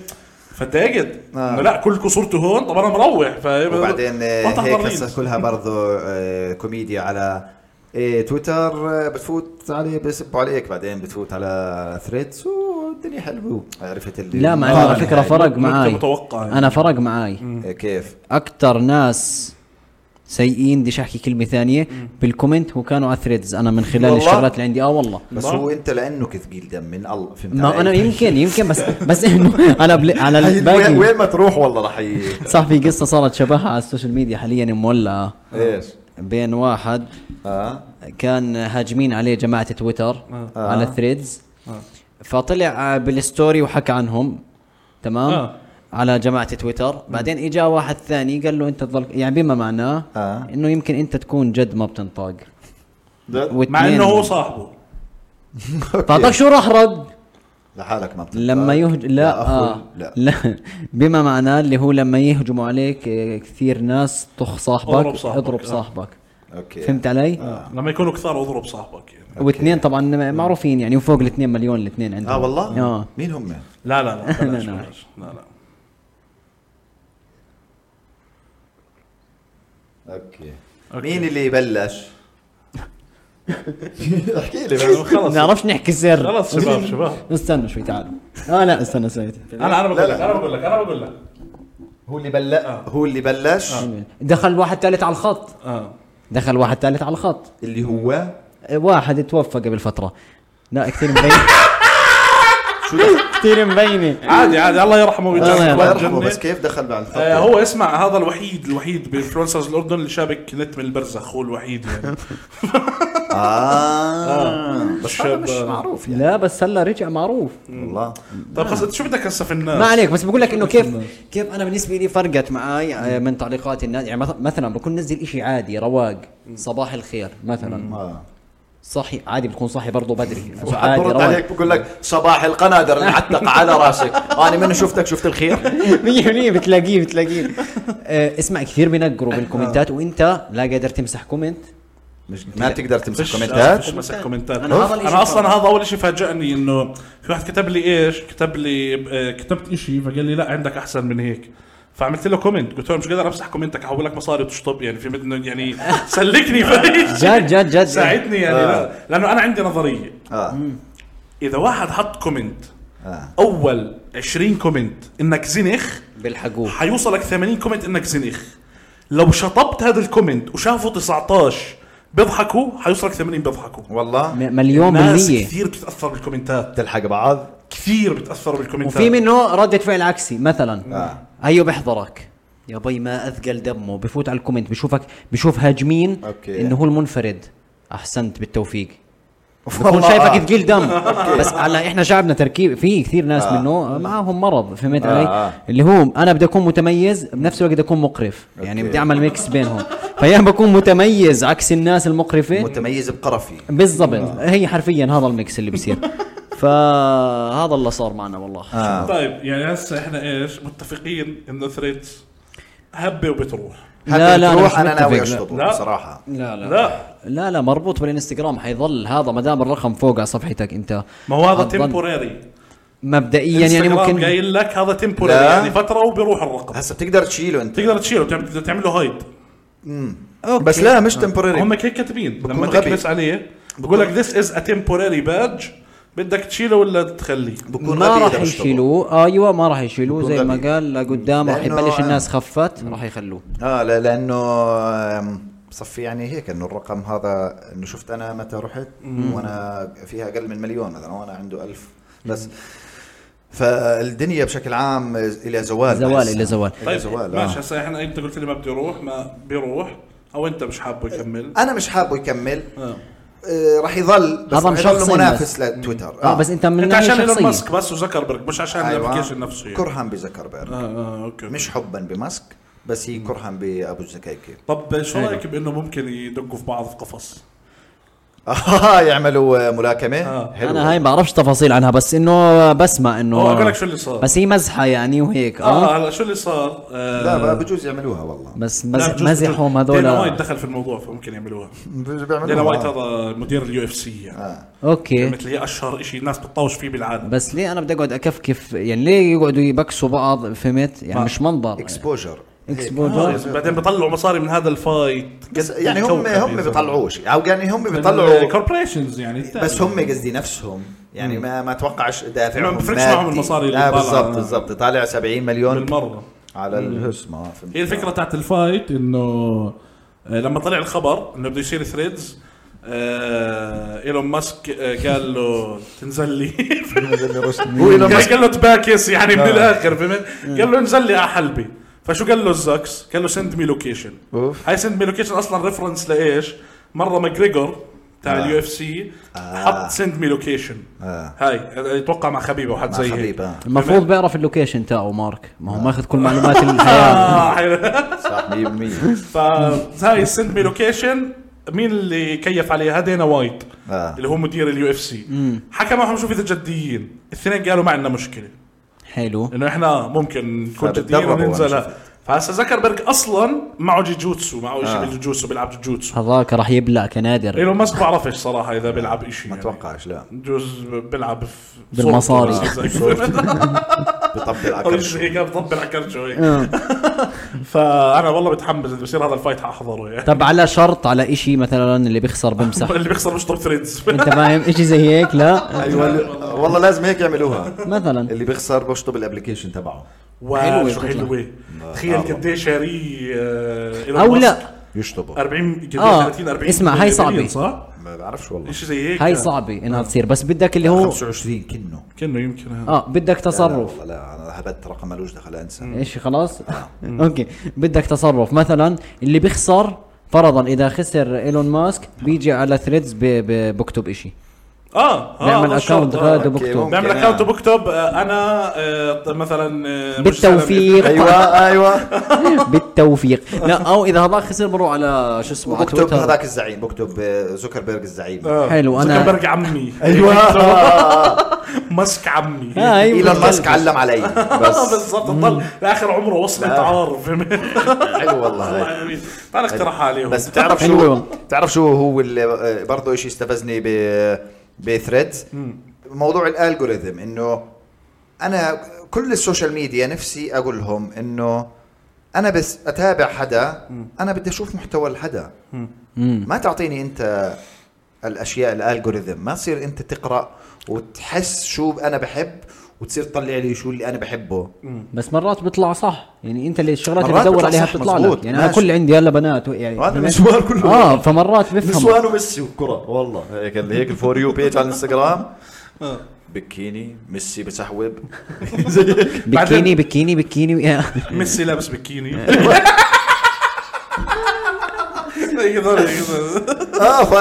Speaker 2: فتضايقت
Speaker 4: آه.
Speaker 2: إنه لا كلكم صورتوا هون طب انا مروح فاهم
Speaker 4: وبعدين آه،
Speaker 2: ما
Speaker 4: هيك
Speaker 2: تحضرني.
Speaker 4: هسه كلها برضه آه، كوميديا على آه، تويتر آه، بتفوت عليه بيسبوا عليك بعدين بتفوت على ثريدز والدنيا حلوه عرفت آه، اللي
Speaker 3: لا مع إنه على فكره فرق معاي
Speaker 2: متوقع يعني.
Speaker 3: انا فرق معاي
Speaker 4: إيه، كيف
Speaker 3: اكثر ناس سيئين بديش احكي كلمه ثانيه بالكومنت وكانوا على ثريدز انا من خلال
Speaker 2: والله؟
Speaker 3: الشغلات اللي عندي اه والله
Speaker 4: بس
Speaker 2: الله.
Speaker 4: هو انت لانه ثقيل دم من الله فهمت
Speaker 3: ما
Speaker 4: علي؟
Speaker 3: انا يمكن يمكن بس بس انه انا بل... على
Speaker 4: هي وين
Speaker 3: الباقي
Speaker 4: وين ما تروح والله رح ي-
Speaker 3: صح في قصه صارت شبهها على السوشيال ميديا حاليا مولعه
Speaker 4: ايش
Speaker 3: بين واحد
Speaker 4: اه
Speaker 3: كان هاجمين عليه جماعه تويتر
Speaker 4: آه.
Speaker 3: على الثريدز
Speaker 2: آه.
Speaker 3: فطلع بالستوري وحكى عنهم تمام
Speaker 2: آه.
Speaker 3: على جماعه تويتر بعدين اجا واحد ثاني قال له انت تظل يعني بما معناه
Speaker 4: آه.
Speaker 3: انه يمكن انت تكون جد ما بتنطاق
Speaker 4: ده-
Speaker 3: واثنين-
Speaker 2: مع انه هو صاحبه
Speaker 3: فاعطاك شو راح رد
Speaker 4: لحالك ما بتنطق.
Speaker 3: لما يهج لا
Speaker 4: يا أخوي،
Speaker 3: آه.
Speaker 4: لا
Speaker 3: لا بما معناه اللي هو لما يهجموا عليك آه، كثير ناس طخ صاحبك
Speaker 2: اضرب صاحبك،
Speaker 3: اضرب
Speaker 2: آه.
Speaker 3: صاحبك
Speaker 4: اوكي
Speaker 3: فهمت علي؟
Speaker 4: آه.
Speaker 2: لما يكونوا كثار اضرب صاحبك يعني
Speaker 3: واثنين طبعا معروفين يعني وفوق الاثنين مليون الاثنين عندهم
Speaker 4: اه والله
Speaker 3: اه
Speaker 4: مين هم
Speaker 2: لا لا لا بلاش،
Speaker 3: لا.
Speaker 2: بلاش. لا لا
Speaker 4: اوكي
Speaker 2: أوكي.
Speaker 4: مين اللي بلش احكي لي
Speaker 2: يعني
Speaker 4: بس
Speaker 3: ما
Speaker 2: خلص
Speaker 3: نعرفش نحكي سر
Speaker 2: خلص شباب شباب
Speaker 3: استنوا شوي تعالوا اه لا استنى سويت
Speaker 2: انا انا بقول
Speaker 4: لا،
Speaker 2: لك
Speaker 4: لا.
Speaker 2: انا بقول لك انا بقول لك
Speaker 4: هو اللي بلش هو اللي بلش
Speaker 3: آه. دخل واحد ثالث على الخط
Speaker 2: اه
Speaker 3: دخل واحد ثالث على الخط
Speaker 4: اللي هو
Speaker 3: واحد توفى قبل فتره لا كثير مبين كثير مبينه
Speaker 2: عادي عادي الله يرحمه ويجازيه
Speaker 3: آه، يرحمه،
Speaker 4: الله
Speaker 2: الله
Speaker 4: يرحمه
Speaker 2: الجنة.
Speaker 4: بس كيف دخل بعد الخط
Speaker 2: آه هو اسمع هذا الوحيد الوحيد بانفلونسرز الاردن اللي شابك نت من البرزخ هو الوحيد يعني آه.
Speaker 4: اه بس هذا
Speaker 2: شاب.
Speaker 4: مش معروف يعني
Speaker 3: لا بس هلا رجع معروف
Speaker 4: والله
Speaker 2: طيب خلص انت شو بدك هسه في الناس؟
Speaker 4: آه.
Speaker 3: ما عليك بس بقول لك انه كيف كيف انا بالنسبه لي فرقت معي آه، من تعليقات الناس يعني مث- مثلا بكون نزل إشي عادي رواق صباح الخير مثلا
Speaker 4: آه.
Speaker 3: صحي عادي بتكون صحي برضه بدري عادي
Speaker 4: برد
Speaker 3: رواق
Speaker 4: عليك بقول لك صباح القنادر نعتق على راسك انا من شفتك شفت الخير
Speaker 3: 100% بتلاقيه بتلاقيه آه، اسمع كثير بنقروا بالكومنتات وانت لا قادر تمسح كومنت
Speaker 4: مش ما تقدر
Speaker 2: فيش-
Speaker 4: تمسك كومنتات
Speaker 2: فيش مسك آه، كومنتات
Speaker 3: أنا هذا الإشي
Speaker 2: انا اصلا
Speaker 3: فرق.
Speaker 2: هذا اول شيء فاجئني انه في واحد كتب لي ايش كتب لي آه، كتبت شيء فقال لي لا عندك احسن من هيك فعملت له كومنت قلت له مش قادر امسح كومنتك احول لك مصاري وتشطب يعني في مدن يعني سلكني فايش
Speaker 3: جد آه. جد جد
Speaker 2: ساعدني يعني لا. لانه انا عندي نظريه
Speaker 4: اه
Speaker 2: اذا واحد حط كومنت
Speaker 4: آه.
Speaker 2: اول 20 كومنت انك زنخ
Speaker 3: بالحقوق
Speaker 2: حيوصلك 80 كومنت انك زنيخ لو شطبت هذا الكومنت وشافوا 19 بيضحكوا حيوصلك 80 بيضحكوا
Speaker 4: والله
Speaker 3: م- مليون
Speaker 2: ناس
Speaker 3: بالمية
Speaker 2: كثير بتتاثر بالكومنتات
Speaker 4: تلحق بعض
Speaker 2: كثير بتاثروا بالكومنتات
Speaker 3: وفي منه ردة فعل عكسي مثلا
Speaker 4: آه.
Speaker 3: ايوه بحضرك يا بي ما اثقل دمه بفوت على الكومنت بشوفك بشوف هاجمين
Speaker 4: أوكي.
Speaker 3: انه هو المنفرد احسنت بالتوفيق بكون
Speaker 4: والله
Speaker 3: شايفك
Speaker 4: آه.
Speaker 3: ثقيل دم بس على احنا شعبنا تركيب في كثير ناس
Speaker 4: آه.
Speaker 3: منه معاهم مرض فهمت
Speaker 4: آه،
Speaker 3: علي
Speaker 4: آه.
Speaker 3: اللي هو انا بدي اكون متميز بنفس الوقت بدي اكون مقرف يعني
Speaker 4: أوكي.
Speaker 3: بدي اعمل ميكس بينهم فيا بكون متميز عكس الناس المقرفه
Speaker 4: متميز بقرفي
Speaker 3: بالضبط
Speaker 4: آه.
Speaker 3: هي حرفيا هذا الميكس اللي بصير فهذا اللي صار معنا والله
Speaker 4: آه.
Speaker 2: طيب يعني هسه احنا ايش متفقين انه ثريدز هبه وبتروح
Speaker 3: لا لا
Speaker 4: تروح انا
Speaker 3: مش متفق.
Speaker 4: ناوي
Speaker 2: لا.
Speaker 4: اشطبه بصراحه
Speaker 3: لا لا
Speaker 2: لا
Speaker 3: لا لا مربوط بالانستغرام حيظل هذا ما دام الرقم فوق على صفحتك انت
Speaker 2: ما هو هذا
Speaker 3: حتظل-
Speaker 2: تمبوراري
Speaker 3: مبدئيا يعني ممكن
Speaker 2: قايل لك هذا تمبوراري
Speaker 4: لا.
Speaker 2: يعني فتره وبيروح الرقم
Speaker 4: هسا بتقدر تشيله انت
Speaker 2: تقدر تشيله تعمل- تعمل له هايد
Speaker 4: بس لا
Speaker 2: آه.
Speaker 4: مش تمبرري
Speaker 2: هم هيك كاتبين
Speaker 4: بكون
Speaker 2: لما
Speaker 4: غبي.
Speaker 2: تكبس عليه بقول لك ذس از ا تمبوراري بادج بدك تشيله ولا تخليه
Speaker 4: بكون
Speaker 3: ما
Speaker 4: غبي
Speaker 3: راح
Speaker 4: إذا بشطبه.
Speaker 3: يشيلوه ايوه ما راح يشيلوه
Speaker 4: بكون
Speaker 3: زي ما
Speaker 4: غبي.
Speaker 3: قال لقدام راح
Speaker 4: لأنه- آه.
Speaker 3: يبلش الناس خفت راح يخلوه
Speaker 4: اه لا لانه آم، بصفي يعني هيك انه الرقم هذا انه شفت انا متى رحت وانا فيها اقل من مليون مثلا وانا عنده ألف بس فالدنيا بشكل عام الى زوال
Speaker 3: زوال،
Speaker 4: بحس.
Speaker 3: إلى زوال.
Speaker 4: الى
Speaker 2: طيب
Speaker 4: زوال
Speaker 2: ماشي
Speaker 4: آه.
Speaker 2: هسه احنا انت قلت لي ما بدي اروح ما بيروح او انت مش حابه يكمل
Speaker 3: آه،
Speaker 4: انا مش حابه يكمل
Speaker 2: آه.
Speaker 4: آه راح يظل بس
Speaker 3: هذا
Speaker 4: راح يظل
Speaker 3: مشخصن
Speaker 4: منافس آه. لتويتر
Speaker 3: اه بس انت من
Speaker 2: انت
Speaker 3: ناحيه
Speaker 2: عشان ايلون
Speaker 3: شخصيه
Speaker 2: ماسك بس وزكربرج مش عشان الابلكيشن نفسه يعني.
Speaker 4: كرها بزكربيرج
Speaker 2: اه اه اوكي
Speaker 4: أيوة. مش حبا بماسك بس هي كرها بابو الزكاكي
Speaker 2: طب شو رايك بانه ممكن يدقوا في بعض في قفص
Speaker 4: آه، يعملوا ملاكمه
Speaker 2: آه.
Speaker 4: حلو
Speaker 3: انا هاي ما بعرفش تفاصيل عنها بس انه بسمع انه
Speaker 2: هو أقول لك شو اللي صار.
Speaker 3: بس هي مزحه يعني وهيك اه,
Speaker 2: اه هلا شو اللي صار؟ آه،
Speaker 4: لا بقى بجوز يعملوها والله
Speaker 3: بس
Speaker 2: لا،
Speaker 3: مز...
Speaker 2: بجوز-
Speaker 3: مزحهم
Speaker 2: دينا وايت
Speaker 3: هذول
Speaker 2: دخل في الموضوع فممكن يعملوها
Speaker 4: بجوز
Speaker 2: دينا وايت
Speaker 4: بيعملوها
Speaker 2: هذا مدير اليو اف سي يعني
Speaker 4: آه.
Speaker 3: اوكي
Speaker 2: مثل هي اشهر شيء الناس بتطاوش فيه بالعالم
Speaker 3: بس ليه انا بدي اقعد اكفكف يعني ليه يقعدوا يبكسوا بعض فهمت يعني
Speaker 2: ما-
Speaker 3: مش منظر
Speaker 4: اكسبوجر
Speaker 3: اكسبوجر
Speaker 2: آه، بعدين بيطلعوا مصاري من هذا الفايت
Speaker 4: بس يعني هم هم بيطلعوش او يعني هم بيطلعوا
Speaker 2: كوربريشنز يعني
Speaker 4: بس هم قصدي نفسهم يعني ما ما اتوقعش دافعهم
Speaker 2: ما بفرقش معهم
Speaker 4: مادي.
Speaker 2: المصاري اللي
Speaker 4: لا
Speaker 2: طالعة.
Speaker 4: بالضبط بالضبط طالع 70 مليون
Speaker 2: بالمره
Speaker 4: على الهس ما فهمت
Speaker 2: هي الفكره تاعت الفايت انه آه، لما طلع الخبر انه بده يصير ثريدز آه، ايلون ماسك آه، قال له تنزل لي
Speaker 4: هو إيلون ماسك
Speaker 2: قال له تباكس يعني
Speaker 4: آه.
Speaker 2: من الاخر فهمت قال له انزل لي على حلبي فشو قال له الزاكس قال له سند مي لوكيشن
Speaker 4: أوف.
Speaker 2: هاي سند مي لوكيشن اصلا ريفرنس لايش مره ماجريجور تاع
Speaker 4: آه.
Speaker 2: اليو اف سي
Speaker 4: آه.
Speaker 2: حط سند مي لوكيشن
Speaker 4: آه.
Speaker 2: هاي اتوقع مع خبيبه وحد
Speaker 4: مع
Speaker 2: زي
Speaker 4: خبيب،
Speaker 2: هيك
Speaker 4: آه.
Speaker 3: المفروض بيعرف اللوكيشن تاعه مارك ما هو ماخذ كل معلومات الحياه
Speaker 2: آه، حلو.
Speaker 4: صح 100%
Speaker 2: فهاي سند مي لوكيشن مين اللي كيف عليها دينا وايت
Speaker 4: آه.
Speaker 2: اللي هو مدير اليو اف سي حكى معهم شوف اذا جديين الاثنين قالوا ما عندنا مشكله
Speaker 3: حلو
Speaker 2: انه احنا ممكن نكون جديين
Speaker 4: فبتدربوا أنا
Speaker 2: وننزل فهسا زكربرج اصلا معه جوجوتسو معه شيء
Speaker 4: آه.
Speaker 2: بالجوجوتسو بيلعب جوجوتسو
Speaker 3: هذاك راح يبلع كنادر
Speaker 2: ايلون ماسك بعرفش صراحه اذا بيلعب شيء
Speaker 4: ما اتوقعش لا
Speaker 2: بجوز بيلعب في
Speaker 3: بالمصاري.
Speaker 4: بطبل على
Speaker 2: اول شيء
Speaker 4: كرشه
Speaker 2: هيك بطبل على كرشه هيك فانا والله متحمس اذا بصير هذا الفايت حاحضره يعني
Speaker 3: طب على شرط على إشي مثلا اللي بيخسر بمسح
Speaker 2: اللي بيخسر مش توب ثريدز
Speaker 3: انت فاهم إشي زي هيك لا
Speaker 4: ايوه والله لازم هيك يعملوها
Speaker 3: مثلا
Speaker 4: اللي بيخسر بشطب الابلكيشن تبعه
Speaker 2: واو
Speaker 3: حلوة
Speaker 2: شو
Speaker 3: الفكرة.
Speaker 2: حلوه تخيل
Speaker 4: والله.
Speaker 2: قديش شاريه آه، إيلون
Speaker 3: أو
Speaker 2: ماسك.
Speaker 3: لا.
Speaker 4: يشطبه
Speaker 2: 40 قديش
Speaker 3: آه،
Speaker 2: 30 40
Speaker 3: اسمع، هاي صعبة.
Speaker 2: مليون، صح؟
Speaker 4: ما بعرفش والله
Speaker 2: شيء زي هيك
Speaker 3: هاي صعبة انها تصير بس بدك اللي هو
Speaker 4: 25 كنه
Speaker 2: كانه يمكن هذا
Speaker 3: اه بدك
Speaker 4: لا
Speaker 3: تصرف إيه.
Speaker 4: والله لا انا هبت رقم ملوش دخل انسى
Speaker 3: ايش خلاص
Speaker 4: آه.
Speaker 3: اوكي بدك تصرف مثلا اللي بيخسر فرضا اذا خسر ايلون ماسك بيجي على ثريدز بكتب إشي آه.
Speaker 2: اه اه
Speaker 3: بيعمل
Speaker 2: هذا
Speaker 3: اكونت
Speaker 2: الشرط، آه.
Speaker 3: غاد
Speaker 4: أوكي،
Speaker 3: وبكتب
Speaker 4: ممكن.
Speaker 2: بعمل
Speaker 4: آه.
Speaker 2: اكونت وبكتب آه، انا آه، مثلا آه، مش سالم.
Speaker 3: بالتوفيق
Speaker 4: ايوه ايوه
Speaker 3: بالتوفيق لا او اذا هذاك خسر بروح على شو اسمه على
Speaker 4: بكتب
Speaker 3: تويتر.
Speaker 4: هذاك الزعيم بكتب آه، زوكربيرج الزعيم
Speaker 2: آه،
Speaker 3: حلو، أنا- أيوة.
Speaker 2: زكربرج عمي ماسك عمي
Speaker 3: آه، أيوة.
Speaker 4: ايلون ماسك علم علي
Speaker 2: آه،
Speaker 4: بس
Speaker 2: بالضبط تضل لاخر عمره وصلت
Speaker 4: لا.
Speaker 2: عار فهمت
Speaker 4: حلو والله هاي.
Speaker 2: يعني، تعال اقترح عليهم
Speaker 4: بس بتعرف شو
Speaker 3: حلوة.
Speaker 4: بتعرف شو هو اللي برضه شيء استفزني ب بثريدز موضوع الالجوريثم انه انا كل السوشيال ميديا نفسي اقول لهم انه انا بس اتابع حدا انا بدي اشوف محتوى الحدا ما تعطيني انت الاشياء الالجوريثم ما تصير انت تقرا وتحس شو انا بحب وتصير تطلع لي شو اللي انا بحبه
Speaker 3: بس مرات بيطلع صح يعني انت اللي الشغلات اللي
Speaker 4: مرات
Speaker 3: بدور
Speaker 4: بيطلع
Speaker 3: عليها
Speaker 4: صح،
Speaker 3: بتطلع
Speaker 4: مزبوط.
Speaker 3: لك يعني انا
Speaker 4: ماشي.
Speaker 3: كل عندي هلا بنات يعني
Speaker 4: وهذا
Speaker 3: فهمت؟
Speaker 4: السؤال كله
Speaker 3: اه فمرات بفهم
Speaker 4: نسوان وميسي وكرة والله هيك هيك الفور يو بيج على الانستغرام بكيني ميسي بسحوب آه. زي هيك
Speaker 3: بكيني بكيني بكيني
Speaker 2: ميسي لابس بكيني يقدر- يقدر.
Speaker 4: اه ف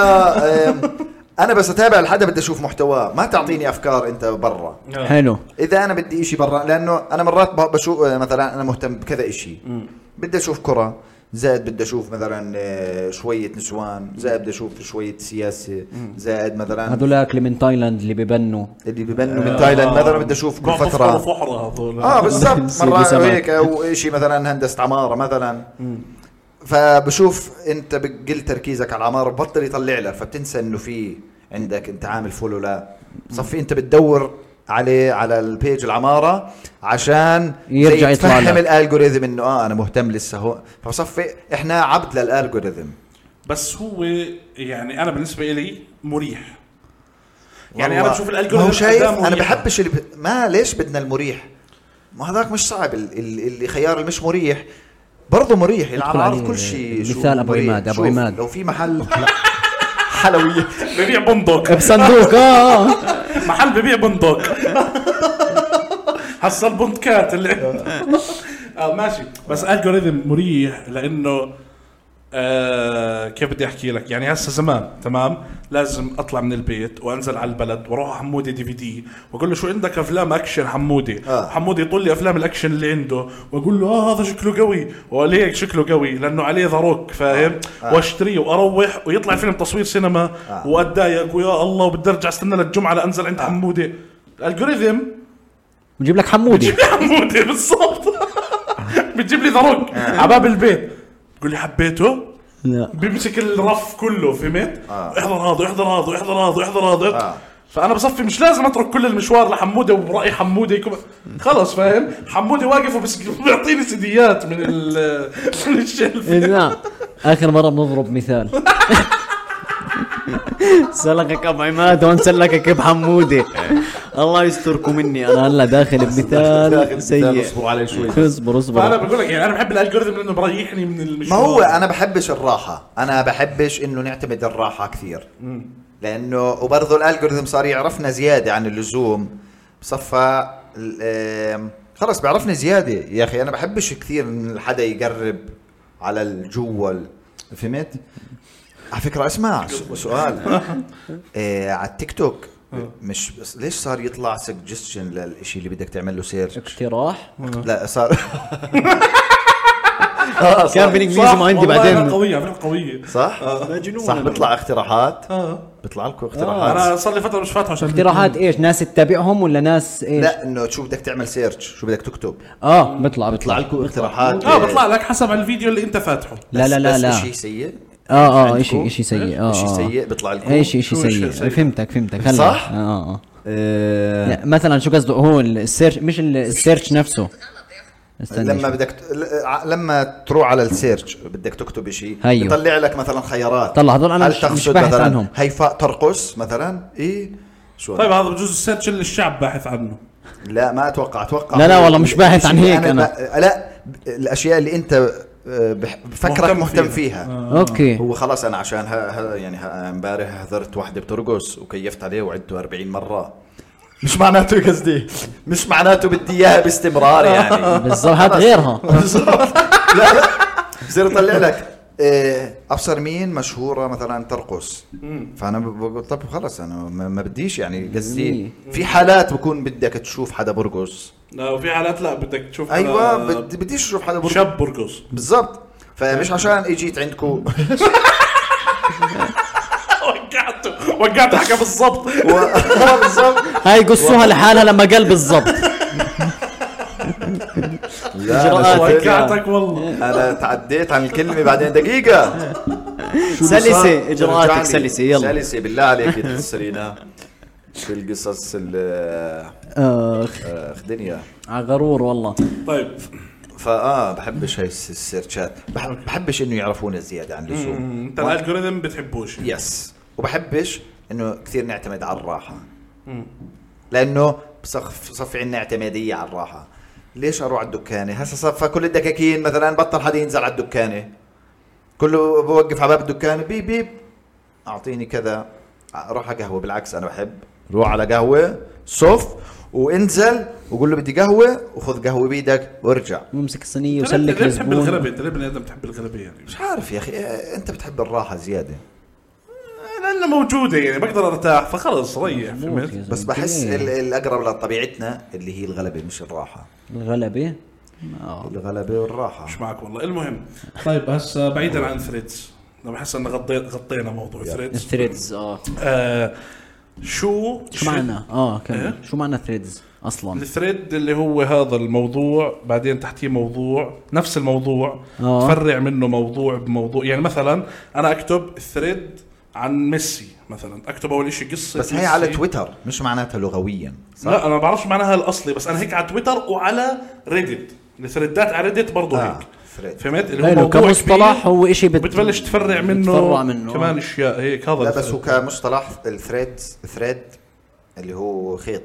Speaker 4: آم، انا بس اتابع لحدا بدي اشوف محتواه ما تعطيني افكار انت برا
Speaker 2: آه.
Speaker 3: حلو
Speaker 4: اذا انا بدي إشي برا لانه انا مرات ب- بشوف آه، مثلا انا مهتم بكذا إشي بدي اشوف كره زائد بدي اشوف مثلا آه، شويه نسوان زائد بدي اشوف شويه سياسه زائد مثلا
Speaker 3: هذولاك اللي من تايلاند اللي ببنوا
Speaker 4: اللي ببنوا من تايلاند مثلا
Speaker 2: آه،
Speaker 4: بدي اشوف كل
Speaker 2: بعض
Speaker 4: فتره
Speaker 2: أفكاره فحرة هذول
Speaker 4: اه بالضبط
Speaker 3: سيدي
Speaker 4: مرات
Speaker 3: سمك.
Speaker 4: هيك او شيء مثلا هندسه عماره مثلا فبشوف انت بقل تركيزك على العماره ببطل يطلع لك فبتنسى انه في عندك انت عامل فولو لا صفي انت بتدور عليه على البيج العماره عشان زي
Speaker 3: يرجع يطلع
Speaker 4: تفهم
Speaker 3: لك.
Speaker 4: الالجوريثم انه اه انا مهتم لسه هو فصفي احنا عبد للالجوريثم
Speaker 2: بس هو يعني انا بالنسبه لي مريح يعني
Speaker 4: والله.
Speaker 2: انا بشوف الالجوريثم
Speaker 4: ما هو شايف
Speaker 2: أداة مريحة.
Speaker 4: انا بحبش اللي ب... ما ليش بدنا المريح ما هذاك مش صعب ال- ال- اللي خيار اللي مش مريح برضه مريح يلعب عرض
Speaker 3: عليه
Speaker 4: كل شيء شو
Speaker 3: مثال أبو
Speaker 4: مريح.
Speaker 3: عماد، أبو
Speaker 4: شوف،
Speaker 3: عماد.
Speaker 4: لو في محل حلويات
Speaker 2: ببيع بندق
Speaker 3: بصندوق اه
Speaker 2: محل ببيع بندق هسا
Speaker 4: آه.
Speaker 2: آه، البندكات اللي عندنا. اه ماشي بس الجوريثم مريح لانه آه كيف بدي احكي لك يعني هسه زمان تمام لازم اطلع من البيت وانزل على البلد واروح على حمودي دي في دي واقول له شو عندك افلام اكشن حمودي
Speaker 4: آه.
Speaker 2: آه. حمودي يطول لي افلام الاكشن اللي عنده واقول له اه هذا شكله قوي وليه شكله قوي لانه عليه ذا روك فاهم آه. واشتريه واروح ويطلع فيلم تصوير سينما
Speaker 4: آه.
Speaker 2: آه. واتضايق ويا الله وبدي ارجع استنى للجمعه لانزل عند آه. حمودي الالجوريثم
Speaker 3: بنجيب لك حمودي
Speaker 2: بتجيب لي حمودي بالضبط بتجيب لي ذروك على باب البيت بقول لي حبيته
Speaker 3: لا.
Speaker 2: بيمسك الرف كله فهمت؟
Speaker 4: آه.
Speaker 2: احضر هذا احضر هذا احضر هذا احضر هذا
Speaker 4: آه.
Speaker 2: فانا بصفي مش لازم اترك كل المشوار لحموده وبراي حموده يكون خلص فاهم؟ حموده واقف وبس بيعطيني سيديات من ال من الشلف
Speaker 3: لا اخر مره بنضرب مثال سلكك ابو عماد وان سلكك بحمودي الله يستركم مني انا هلا داخل بمثال سيء
Speaker 4: اصبروا علي شوي
Speaker 3: اصبر
Speaker 2: فانا
Speaker 3: اصبر
Speaker 2: بقول لك يعني انا بحب الالجوريثم لانه بريحني من
Speaker 4: ما
Speaker 2: المشوار
Speaker 4: هو انا بحبش الراحه انا بحبش انه نعتمد الراحه كثير لانه وبرضه الالجوريثم صار يعرفنا زياده عن اللزوم بصفى ال- آم، خلص بيعرفنا زياده يا اخي انا بحبش كثير ان حدا يقرب على الجوال فهمت على فكره اسمع س- سؤال آه على التيك توك مش بس ليش صار يطلع سجستشن للشيء اللي بدك تعمل له سيرش
Speaker 3: اقتراح
Speaker 4: لا صار آه، صار-
Speaker 3: كان بالانجليزي ما عندي
Speaker 2: والله أنا
Speaker 3: بعدين
Speaker 2: قوية أنا قوية
Speaker 4: صح؟
Speaker 3: جنون
Speaker 4: صح بيطلع اقتراحات
Speaker 2: اه
Speaker 4: بيطلع لكم
Speaker 2: انا
Speaker 4: اقتراحات
Speaker 2: صار لي فترة مش فاتحه عشان
Speaker 3: اقتراحات ايش ناس تتابعهم ولا ناس ايش
Speaker 4: لا انه شو بدك تعمل سيرش شو بدك تكتب
Speaker 3: اه بيطلع بيطلع
Speaker 4: بيطلع لكم اقتراحات
Speaker 2: اه بطلع لك حسب على الفيديو اللي انت فاتحه
Speaker 3: لا لا لا
Speaker 4: بس-
Speaker 3: لا
Speaker 4: بس شيء سيء
Speaker 3: اه اه
Speaker 4: عندكم؟
Speaker 3: شيء شيء سيء اه
Speaker 4: شيء
Speaker 3: آه.
Speaker 4: سيء بيطلع لكم
Speaker 3: اي شيء شيء
Speaker 2: شو
Speaker 3: سيء
Speaker 2: شيء سيء؟
Speaker 3: فهمتك فهمتك هلا
Speaker 4: صح؟
Speaker 3: اه اه
Speaker 4: آه،
Speaker 3: لا مثلا شو قصده هو السيرش مش ال- السيرش نفسه استنى
Speaker 4: لما
Speaker 3: شوي.
Speaker 4: بدك ت... ل- ع- لما تروح على السيرش بدك تكتب شيء
Speaker 3: هيو.
Speaker 4: يطلع لك مثلا خيارات
Speaker 3: طلع هذول أنا
Speaker 4: هل
Speaker 3: مش- مش
Speaker 4: تقصد
Speaker 3: باحث
Speaker 4: مثلاً
Speaker 3: عنهم.
Speaker 4: هيفاء ترقص مثلا اي شو
Speaker 2: طيب هذا بجوز السيرش اللي الشعب باحث عنه
Speaker 4: لا ما اتوقع اتوقع
Speaker 3: لا، لا، والله مش باحث عن
Speaker 4: الشيء
Speaker 3: هيك
Speaker 4: اللي
Speaker 3: أنا.
Speaker 4: ب- يعني لا الاشياء اللي انت آه، بح- بفكرك
Speaker 2: مهتم
Speaker 4: مهتم
Speaker 2: فيها.
Speaker 4: فيها,
Speaker 3: اوكي
Speaker 4: آه. هو خلاص انا عشان ها ها يعني ها- امبارح حضرت واحده بترقص وكيفت عليه وعدته 40 مره مش معناته قصدي مش معناته بدي اياها باستمرار يعني
Speaker 3: بالضبط هات غيرها
Speaker 4: بالظبط لا لا بصير يطلع لك إيه، ابصر مين مشهوره مثلا ترقص فانا ب- بقول طب خلص انا ما ما بديش يعني قصدي في حالات بكون بدك تشوف حدا برقص
Speaker 2: لا آه، وفي حالات لا بدك تشوف
Speaker 4: ايوه
Speaker 2: على-
Speaker 4: بدي بديش اشوف حدا برقص
Speaker 2: شاب برقص
Speaker 4: بالضبط فمش عشان اجيت عندكم
Speaker 2: وقعته وقعته حكى بالضبط
Speaker 4: بالضبط
Speaker 3: هاي قصوها لحالها لما قال بالضبط
Speaker 4: لا أنا
Speaker 3: إجراءاتك.
Speaker 4: شوي-
Speaker 2: وقعتك والله
Speaker 4: انا تعديت عن الكلمه بعدين دقيقه شو اللي
Speaker 3: سلسة،
Speaker 4: صار؟
Speaker 3: إجراءاتك
Speaker 4: رجعني.
Speaker 3: سلسة، يلا.
Speaker 4: سلسه بالله عليك تخسرينا في القصص ال
Speaker 3: اخ
Speaker 4: اخ دنيا
Speaker 3: آه، غرور والله
Speaker 2: طيب
Speaker 4: فاه بحبش هاي الس- السيرشات بحب بحبش انه يعرفونا زياده عن اللزوم
Speaker 2: انت الالجوريثم بتحبوش يعني.
Speaker 4: يس وبحبش انه كثير نعتمد على الراحه لانه بصف صفي عندنا اعتماديه على الراحه ليش اروح على الدكانه هسه صفى كل الدكاكين مثلا بطل حدا ينزل على الدكانه كله بوقف على باب الدكان بيب بيب اعطيني كذا روح على قهوه بالعكس انا بحب روح على قهوه صف وانزل وقول له بدي قهوه وخذ قهوه بايدك وارجع
Speaker 3: وامسك الصينيه
Speaker 2: أنت ليه-
Speaker 3: وسلك
Speaker 2: ليه بتحب
Speaker 3: لزبون
Speaker 2: الغلبه انت ليه بني ادم بتحب الغلبه يعني
Speaker 4: مش عارف يا اخي آه، انت بتحب الراحه زياده
Speaker 2: لانه موجوده يعني بقدر ارتاح فخلص ريح فهمت
Speaker 4: بس بحس ال- الاقرب لطبيعتنا اللي هي الغلبه مش الراحه
Speaker 3: الغلبه
Speaker 4: الغلبه والراحه
Speaker 2: مش معك والله المهم طيب هسه بعيدا عن طيب، ثريدز انا بحس ان غطينا غطينا موضوع ثريدز
Speaker 3: الثريدز اه
Speaker 2: آه، شو
Speaker 3: شو معنى اه كمل
Speaker 2: إيه؟
Speaker 3: شو معنى ثريدز اصلا
Speaker 2: الثريد اللي هو هذا الموضوع بعدين تحتيه موضوع نفس الموضوع
Speaker 3: آه.
Speaker 2: تفرع منه موضوع بموضوع يعني مثلا انا اكتب ثريد عن ميسي مثلا اكتب اول شيء قصه
Speaker 4: بس هي
Speaker 2: ميسي.
Speaker 4: على تويتر مش معناتها لغويا صح؟
Speaker 2: لا انا ما بعرفش معناها الاصلي بس انا هيك على تويتر وعلى ريدت الثريدات على ريدت برضه
Speaker 4: آه،
Speaker 2: آه. هيك
Speaker 4: ثريد.
Speaker 2: فهمت اللي هو
Speaker 3: حلو
Speaker 2: موضوع كبير
Speaker 3: كمصطلح هو شيء بت...
Speaker 2: بتبلش تفرع منه,
Speaker 3: تفرع منه
Speaker 2: كمان
Speaker 3: كمان
Speaker 2: اشياء هيك هذا
Speaker 4: لا
Speaker 2: الثريد.
Speaker 4: بس هو كمصطلح الثريد ثريد اللي هو خيط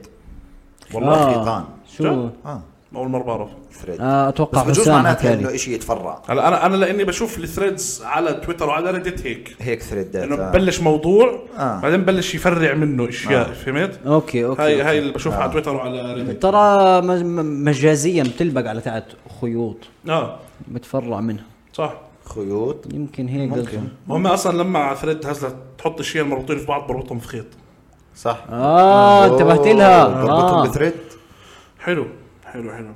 Speaker 2: والله
Speaker 4: آه. خيطان.
Speaker 3: شو
Speaker 4: اه
Speaker 2: اول مره بعرف
Speaker 4: ثريد
Speaker 3: آه
Speaker 4: بس
Speaker 3: اتوقع
Speaker 4: بجوز
Speaker 3: حسام
Speaker 4: معناتها
Speaker 3: حكى لي
Speaker 4: انه شيء يتفرع
Speaker 2: هلا انا انا لاني بشوف الثريدز على تويتر وعلى ريدت هيك
Speaker 4: هيك ثريدات
Speaker 2: انه
Speaker 4: آه.
Speaker 2: ببلش موضوع
Speaker 4: آه.
Speaker 2: آه. بعدين ببلش يفرع منه اشياء آه. فهمت؟
Speaker 3: اوكي اوكي
Speaker 2: هاي
Speaker 3: أوكي. آه.
Speaker 2: هاي اللي بشوفها على تويتر وعلى ريدت
Speaker 3: ترى م- م- مجازيا بتلبق على تحت خيوط
Speaker 2: اه
Speaker 3: بتفرع منها
Speaker 2: صح
Speaker 4: خيوط
Speaker 3: يمكن هيك
Speaker 4: ممكن.
Speaker 3: قصدهم.
Speaker 2: هم اصلا لما ثريد هزله تحط الشيء المربوطين في بعض بربطهم في خيط
Speaker 4: صح
Speaker 3: آه،
Speaker 4: أوه،
Speaker 3: انتبهت لها.
Speaker 4: ربطهم
Speaker 3: آه.
Speaker 4: بثريد
Speaker 2: حلو حلو حلو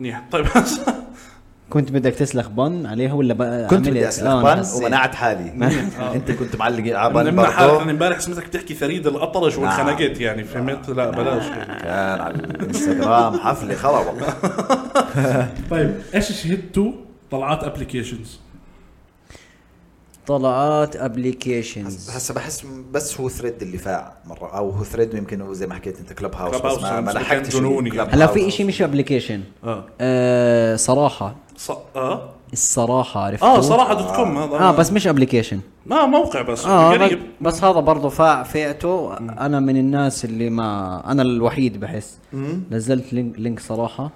Speaker 2: منيح طيب
Speaker 3: كنت بدك تسلخ بن عليها ولا بقى
Speaker 4: كنت بدي
Speaker 3: آه،
Speaker 4: اسلخ بن
Speaker 3: ومنعت
Speaker 4: ومنعت حالي
Speaker 3: آه.
Speaker 4: انت كنت معلق على بن
Speaker 2: لما حالك
Speaker 4: برضه
Speaker 2: انا امبارح سمعتك تحكي ثريد الأطرش
Speaker 3: نعم.
Speaker 2: والخناقات يعني فهمت لا بلاش يعني.
Speaker 4: كان على الانستغرام حفله خرب
Speaker 2: طيب ايش شهدتوا طلعات ابلكيشنز
Speaker 3: طلعات ابلكيشنز
Speaker 4: هسا بحس بس هو ثريد اللي فاع مره او هو ثريد ويمكن هو زي ما حكيت انت كلب هاوس
Speaker 2: كلب
Speaker 4: بس
Speaker 2: هاوس
Speaker 4: ما, ما
Speaker 2: بس
Speaker 4: لحقتش
Speaker 2: كان جنوني. يعني.
Speaker 4: الكلب
Speaker 3: هلا
Speaker 4: هاوس.
Speaker 3: في اشي مش ابلكيشن
Speaker 2: اه
Speaker 3: آه صراحه
Speaker 2: ص... اه
Speaker 3: الصراحه عرفت
Speaker 2: اه صراحه دوت كوم هذا
Speaker 3: اه بس مش ابلكيشن
Speaker 2: ما موقع بس
Speaker 3: اه بس,
Speaker 2: قريب
Speaker 3: بس هذا برضه فاع فئته انا من الناس اللي ما انا الوحيد بحس نزلت لينك, لينك صراحه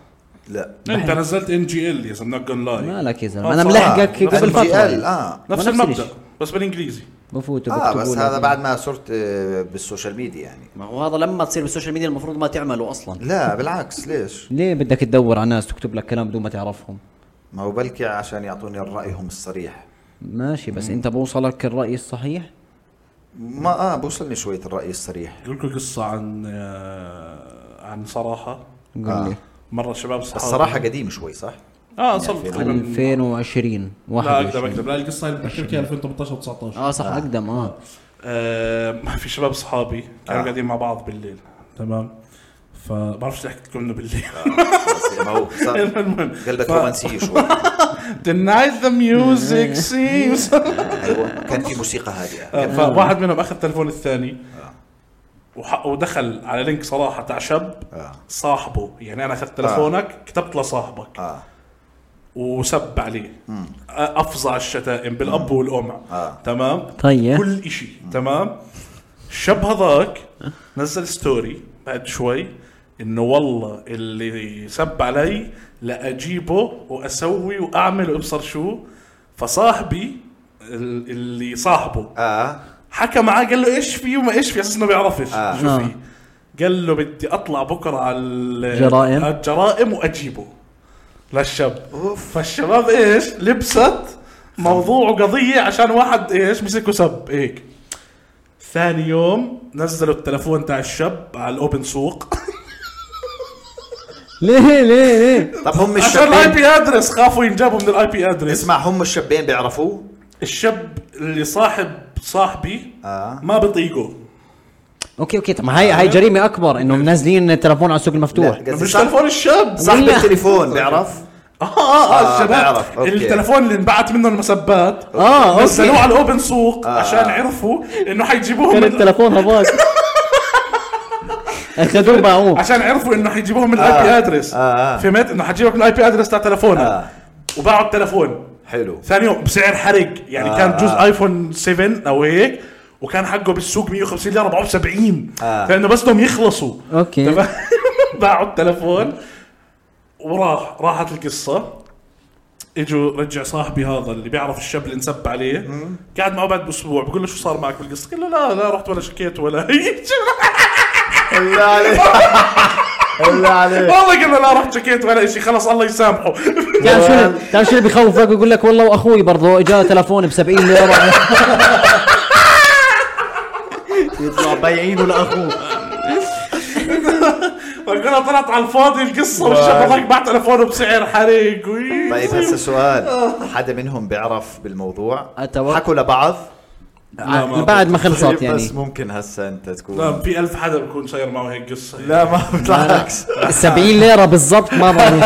Speaker 4: لا
Speaker 2: انت نزلت ان جي ال يا زلمه نوت جون لاي
Speaker 3: مالك يا زلمه
Speaker 2: آه،
Speaker 3: انا
Speaker 2: صراحة.
Speaker 3: ملحقك
Speaker 2: نفس
Speaker 3: قبل
Speaker 4: NGL،
Speaker 3: فتره
Speaker 4: اه
Speaker 2: نفس
Speaker 3: ونفس
Speaker 2: المبدا
Speaker 3: الشيء.
Speaker 2: بس بالانجليزي
Speaker 3: بفوت
Speaker 4: اه
Speaker 3: وبكتبوا
Speaker 4: بس
Speaker 3: لي.
Speaker 4: هذا بعد ما صرت آه، بالسوشيال ميديا يعني
Speaker 6: ما هو هذا لما تصير بالسوشيال ميديا المفروض ما تعمله اصلا
Speaker 4: لا بالعكس ليش؟
Speaker 3: ليه بدك تدور على ناس تكتب لك كلام بدون ما تعرفهم
Speaker 4: ما هو بلكي عشان يعطوني رأيهم الصريح
Speaker 3: ماشي بس انت بوصلك الراي الصحيح
Speaker 4: ما اه بوصلني شوية الرأي الصريح
Speaker 2: اقول لكم قصه عن آه، عن صراحه
Speaker 3: قول
Speaker 4: آه.
Speaker 3: لي
Speaker 2: مره شباب صحابي
Speaker 4: بس صراحة قديم شوي صح؟
Speaker 2: اه صار
Speaker 4: يعني
Speaker 2: تقريباً-
Speaker 3: 2020
Speaker 2: لا اقدر
Speaker 3: 21
Speaker 2: اقدر لا القصه اللي بتحكي فيها 2018 و19
Speaker 3: اه
Speaker 4: آه.
Speaker 3: صح اقدم اه
Speaker 2: آه في شباب صحابي كانوا
Speaker 4: آه.
Speaker 2: قاعدين مع بعض بالليل تمام فبعرفش ليه حكيت لكم انه بالليل
Speaker 4: بس ما هو صار
Speaker 2: المهم
Speaker 4: قلبك
Speaker 2: ف-
Speaker 4: رومانسية شوي
Speaker 2: The night the music seems
Speaker 4: ايوه كان في موسيقى هادئة
Speaker 2: آه، فواحد منهم اخذ تلفون الثاني وح- ودخل على لينك صراحه تاع شاب
Speaker 4: اه
Speaker 2: صاحبه يعني انا اخذت تلفونك كتبت لصاحبك
Speaker 4: اه
Speaker 2: وسب عليه آه، افظع الشتائم بالاب والام
Speaker 4: آه.
Speaker 2: تمام
Speaker 3: طيب.
Speaker 2: كل إشي تمام الشاب هذاك نزل ستوري بعد شوي انه والله اللي سب علي لاجيبه واسوي واعمل وابصر شو فصاحبي ال- اللي صاحبه
Speaker 4: اه
Speaker 2: حكى معاه قال له ايش فيه وما ايش فيه اساس انه بيعرفش
Speaker 4: آه.
Speaker 2: شو
Speaker 3: آه.
Speaker 2: فيه قال له بدي اطلع بكره على ال-
Speaker 3: جرائم.
Speaker 2: على الجرائم واجيبه للشاب
Speaker 4: اوف
Speaker 2: فالشباب ايش لبست موضوع وقضيه عشان واحد ايش مسكه سب هيك ثاني يوم نزلوا التلفون تاع الشاب على الاوبن سوق
Speaker 3: ليه ليه ليه
Speaker 4: طب هم
Speaker 2: عشان الاي
Speaker 4: الشابين
Speaker 2: بي ادرس خافوا ينجابوا من الاي بي ادرس
Speaker 4: اسمع هم الشابين بيعرفوه
Speaker 2: الشاب اللي صاحب صاحبي
Speaker 4: آه.
Speaker 2: ما بطيقه
Speaker 3: اوكي اوكي طب ما هي هي جريمه اكبر انهم منزلين التلفون على السوق المفتوح
Speaker 4: لا، قصدي
Speaker 2: مش
Speaker 4: صاحب-
Speaker 2: تلفون الشاب
Speaker 4: صاحب
Speaker 3: ولا-
Speaker 4: التليفون بيعرف
Speaker 2: اه اه
Speaker 4: آه،
Speaker 2: اه الشباب
Speaker 4: بعرف، أوكي.
Speaker 2: التلفون اللي انبعت منه المسبات
Speaker 3: آه، أوكي.
Speaker 2: نزلوه على الاوبن سوق
Speaker 4: آه.
Speaker 2: عشان عرفوا انه حيجيبوهم
Speaker 3: كان
Speaker 2: من
Speaker 3: التلفون هذاك اخذوه باعوه
Speaker 2: عشان عرفوا انه حيجيبوهم من الاي بي
Speaker 4: آه.
Speaker 2: ادرس
Speaker 4: آه، آه.
Speaker 2: فهمت انه حجيبك من الاي بي ادرس تاع تلفونك
Speaker 4: آه.
Speaker 2: وباعوا التلفون
Speaker 4: حلو
Speaker 2: ثاني يوم بسعر حرق يعني
Speaker 4: آه،
Speaker 2: كان جزء
Speaker 4: آه.
Speaker 2: ايفون 7 او هيك وكان حقه بالسوق 150 ليره باعوه ب 70
Speaker 4: آه.
Speaker 2: لانه بس بدهم يخلصوا
Speaker 3: أوكي.
Speaker 2: تمام؟ باعوا التلفون وراح راحت القصه اجوا رجع صاحبي هذا اللي بيعرف الشاب اللي انسب عليه قاعد معه بعد باسبوع بقول له شو صار معك بالقصه؟ قال له لا لا رحت ولا شكيت ولا هي
Speaker 4: بالله عليك بالله عليك
Speaker 2: والله قال له لا رحت شكيت ولا شيء خلاص الله يسامحه
Speaker 3: تعرف شو تعرف شو اللي بيخوفك يقول لك والله واخوي برضه اجاه تلفون ب 70 ليره
Speaker 4: يطلع بايعينه لاخوه
Speaker 2: فقلنا طلعت على الفاضي القصه والشاب هذاك باع تلفونه بسعر حريق وي-
Speaker 4: طيب هسه سؤال حدا منهم بيعرف بالموضوع
Speaker 3: أتوقع-
Speaker 4: حكوا لبعض
Speaker 2: ما
Speaker 3: آه، بعد ما خلصت
Speaker 4: طيب،
Speaker 3: يعني
Speaker 4: بس ممكن هسه انت تكون
Speaker 2: لا طيب، في ألف حدا بكون صاير معه هيك قصه
Speaker 4: لا ما بالعكس
Speaker 3: 70 ليره بالضبط ما بعرف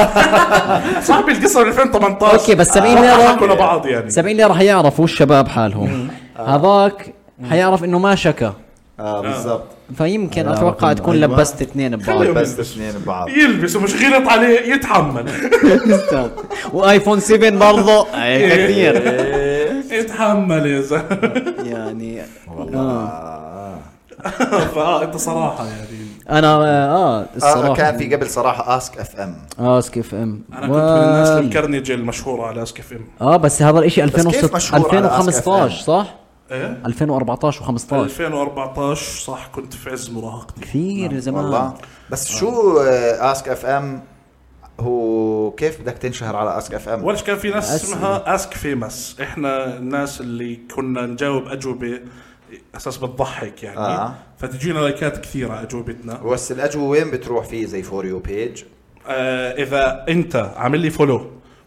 Speaker 2: صاحبي القصه من 2018
Speaker 3: اوكي بس 70
Speaker 2: حكوا
Speaker 3: ليره
Speaker 2: لبعض يعني
Speaker 3: 70 ليره حيعرفوا الشباب حالهم هذاك حيعرف انه ما شكى
Speaker 4: اه بالضبط
Speaker 3: فيمكن اتوقع تكون
Speaker 4: أيوة.
Speaker 3: لبست اثنين ببعض
Speaker 2: خليهم
Speaker 4: بس
Speaker 2: يلبسوا.
Speaker 4: اثنين ببعض
Speaker 2: يلبس ومش غلط عليه يتحمل
Speaker 3: وايفون 7 برضه إيه، كثير
Speaker 2: يتحمل يا زلمه
Speaker 3: يعني آه.
Speaker 4: والله
Speaker 2: فاه انت صراحه يعني
Speaker 3: انا اه
Speaker 4: آه
Speaker 3: الصراحه
Speaker 4: كان في قبل صراحه اسك اف ام
Speaker 3: اسك اف ام
Speaker 2: انا كنت من الناس الكرنيج المشهوره على اسكف ام
Speaker 3: اه بس هذا الاشي
Speaker 4: كيف
Speaker 3: 2006
Speaker 4: مشهور على Ask
Speaker 3: 2015
Speaker 4: FM؟
Speaker 3: صح؟
Speaker 2: ايه
Speaker 3: 2014 و15
Speaker 2: 2014 صح
Speaker 4: نعم،
Speaker 2: كنت في عز مراهقتي آه.
Speaker 3: كثير زمان
Speaker 4: آه، والله بس شو اسك اف ام هو كيف بدك تنشهر على اسك اف ام
Speaker 2: ولا كان في ناس
Speaker 3: أسئلة.
Speaker 2: اسمها اسك فيمس احنا الناس اللي كنا نجاوب اجوبه اساس بتضحك يعني
Speaker 4: آه.
Speaker 2: فتجينا لايكات كثيره على اجوبتنا
Speaker 4: بس الاجوبه وين بتروح فيه زي فور يو بيج
Speaker 2: آه اذا انت عامل لي فولو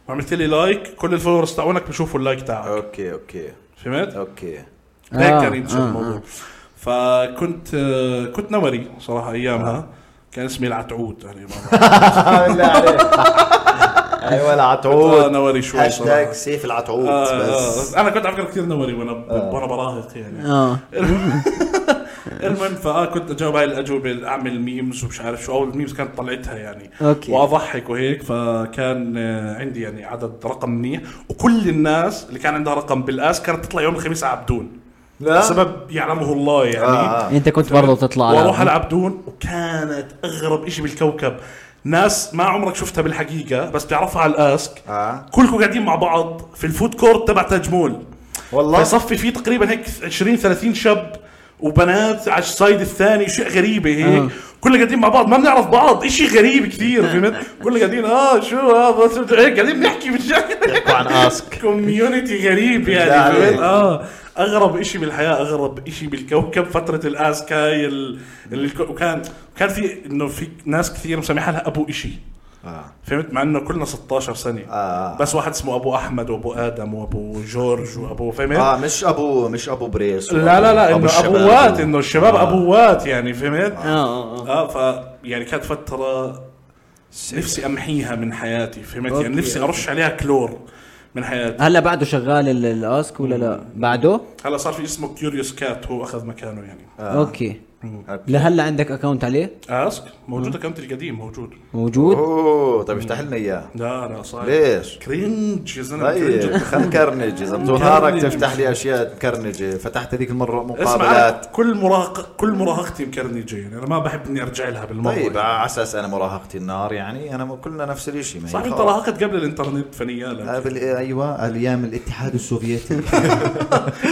Speaker 2: وعملت لي لايك كل الفولورز تاعونك بشوفوا اللايك تاعك
Speaker 4: اوكي اوكي
Speaker 2: فهمت؟
Speaker 4: اوكي
Speaker 2: هيك
Speaker 3: آه،
Speaker 2: كان يمشي
Speaker 3: آه،
Speaker 2: الموضوع فكنت آه، كنت نوري صراحه
Speaker 3: آه.
Speaker 2: ايامها كان اسمي العتعود يعني ما-
Speaker 4: بالله عليك ايوه
Speaker 2: آه،
Speaker 4: العتعود
Speaker 2: نوري شوي
Speaker 4: هاشتاج
Speaker 2: صراحه
Speaker 4: سيف العتعود
Speaker 2: آه،
Speaker 4: بس
Speaker 2: آه، انا كنت على فكره كثير نوري وانا
Speaker 3: آه.
Speaker 2: وانا براهق يعني
Speaker 3: اه
Speaker 2: المهم فاه كنت اجاوب هاي الاجوبه اعمل ميمز ومش عارف شو او الميمز كانت طلعتها يعني
Speaker 3: أوكي.
Speaker 2: واضحك وهيك فكان آه، عندي يعني عدد رقم منيح وكل الناس اللي كان عندها رقم بالاس كانت تطلع يوم الخميس على عبدون
Speaker 4: لا.
Speaker 2: سبب يعلمه الله يعني
Speaker 4: آه، آه.
Speaker 3: انت كنت برضه تطلع
Speaker 2: واروح
Speaker 3: على
Speaker 2: على عبدون وكانت اغرب شيء بالكوكب ناس ما عمرك شفتها بالحقيقه بس بتعرفها على الاسك
Speaker 4: آه.
Speaker 2: كلكم قاعدين مع بعض في الفود كورت تبع تاج مول
Speaker 4: والله
Speaker 2: فيصفي فيه تقريبا هيك 20 30 شاب وبنات على السايد الثاني شيء غريبه هيك
Speaker 3: آه.
Speaker 2: كلنا قاعدين مع بعض ما بنعرف بعض شيء غريب كثير فهمت كلنا قاعدين اه شو اه بس- هيك قاعدين بنحكي بنحكي
Speaker 4: عن اسك
Speaker 2: كوميونتي غريب يعني
Speaker 4: بالله عليك.
Speaker 2: فهمت اه اغرب شيء بالحياه اغرب شيء بالكوكب فتره الاسك هاي ال- اللي الكو- وكان وكان في انه في ناس كثير مسميها لها ابو شيء
Speaker 4: آه.
Speaker 2: فهمت مع انه كلنا 16 سنه
Speaker 4: آه.
Speaker 2: بس واحد اسمه ابو احمد وابو ادم وابو جورج وابو فهمت
Speaker 4: اه مش ابو مش ابو بريس
Speaker 2: لا لا لا
Speaker 4: أبو
Speaker 2: انه
Speaker 4: الشباب.
Speaker 2: ابوات انه الشباب
Speaker 4: آه.
Speaker 2: ابوات يعني فهمت؟
Speaker 3: اه اه
Speaker 2: اه ف يعني كانت فتره نفسي امحيها من حياتي فهمت؟ يعني نفسي ارش عليها كلور من حياتي
Speaker 3: هلا بعده شغال ال- الاسك ولا لا؟ بعده؟
Speaker 2: هلا صار في اسمه كيوريوس كات هو اخذ مكانه يعني
Speaker 4: آه.
Speaker 3: اوكي لهلا عندك اكونت عليه؟
Speaker 2: اسك موجود اكونت القديم موجود
Speaker 3: موجود؟
Speaker 4: اوه طيب افتح لنا اياه
Speaker 2: لا لا صار
Speaker 4: ليش؟
Speaker 2: كرنج يا زلمه
Speaker 4: طيب
Speaker 2: كرنج
Speaker 4: خل نكرنج اذا بتنهارك تفتح لي اشياء مكرنجه فتحت هذيك المره
Speaker 2: اسمع أنا
Speaker 4: مقابلات
Speaker 2: كل مراهق كل مراهقتي مكرنجه يعني انا ما بحب اني ارجع لها بالمره
Speaker 4: طيب
Speaker 2: يعني.
Speaker 4: على اساس انا مراهقتي النار يعني انا كلنا نفس الشيء ما هي
Speaker 2: صح انت
Speaker 4: خلاص.
Speaker 2: راهقت قبل الانترنت فنيالك
Speaker 4: قبل ايوه ايام الاتحاد السوفيتي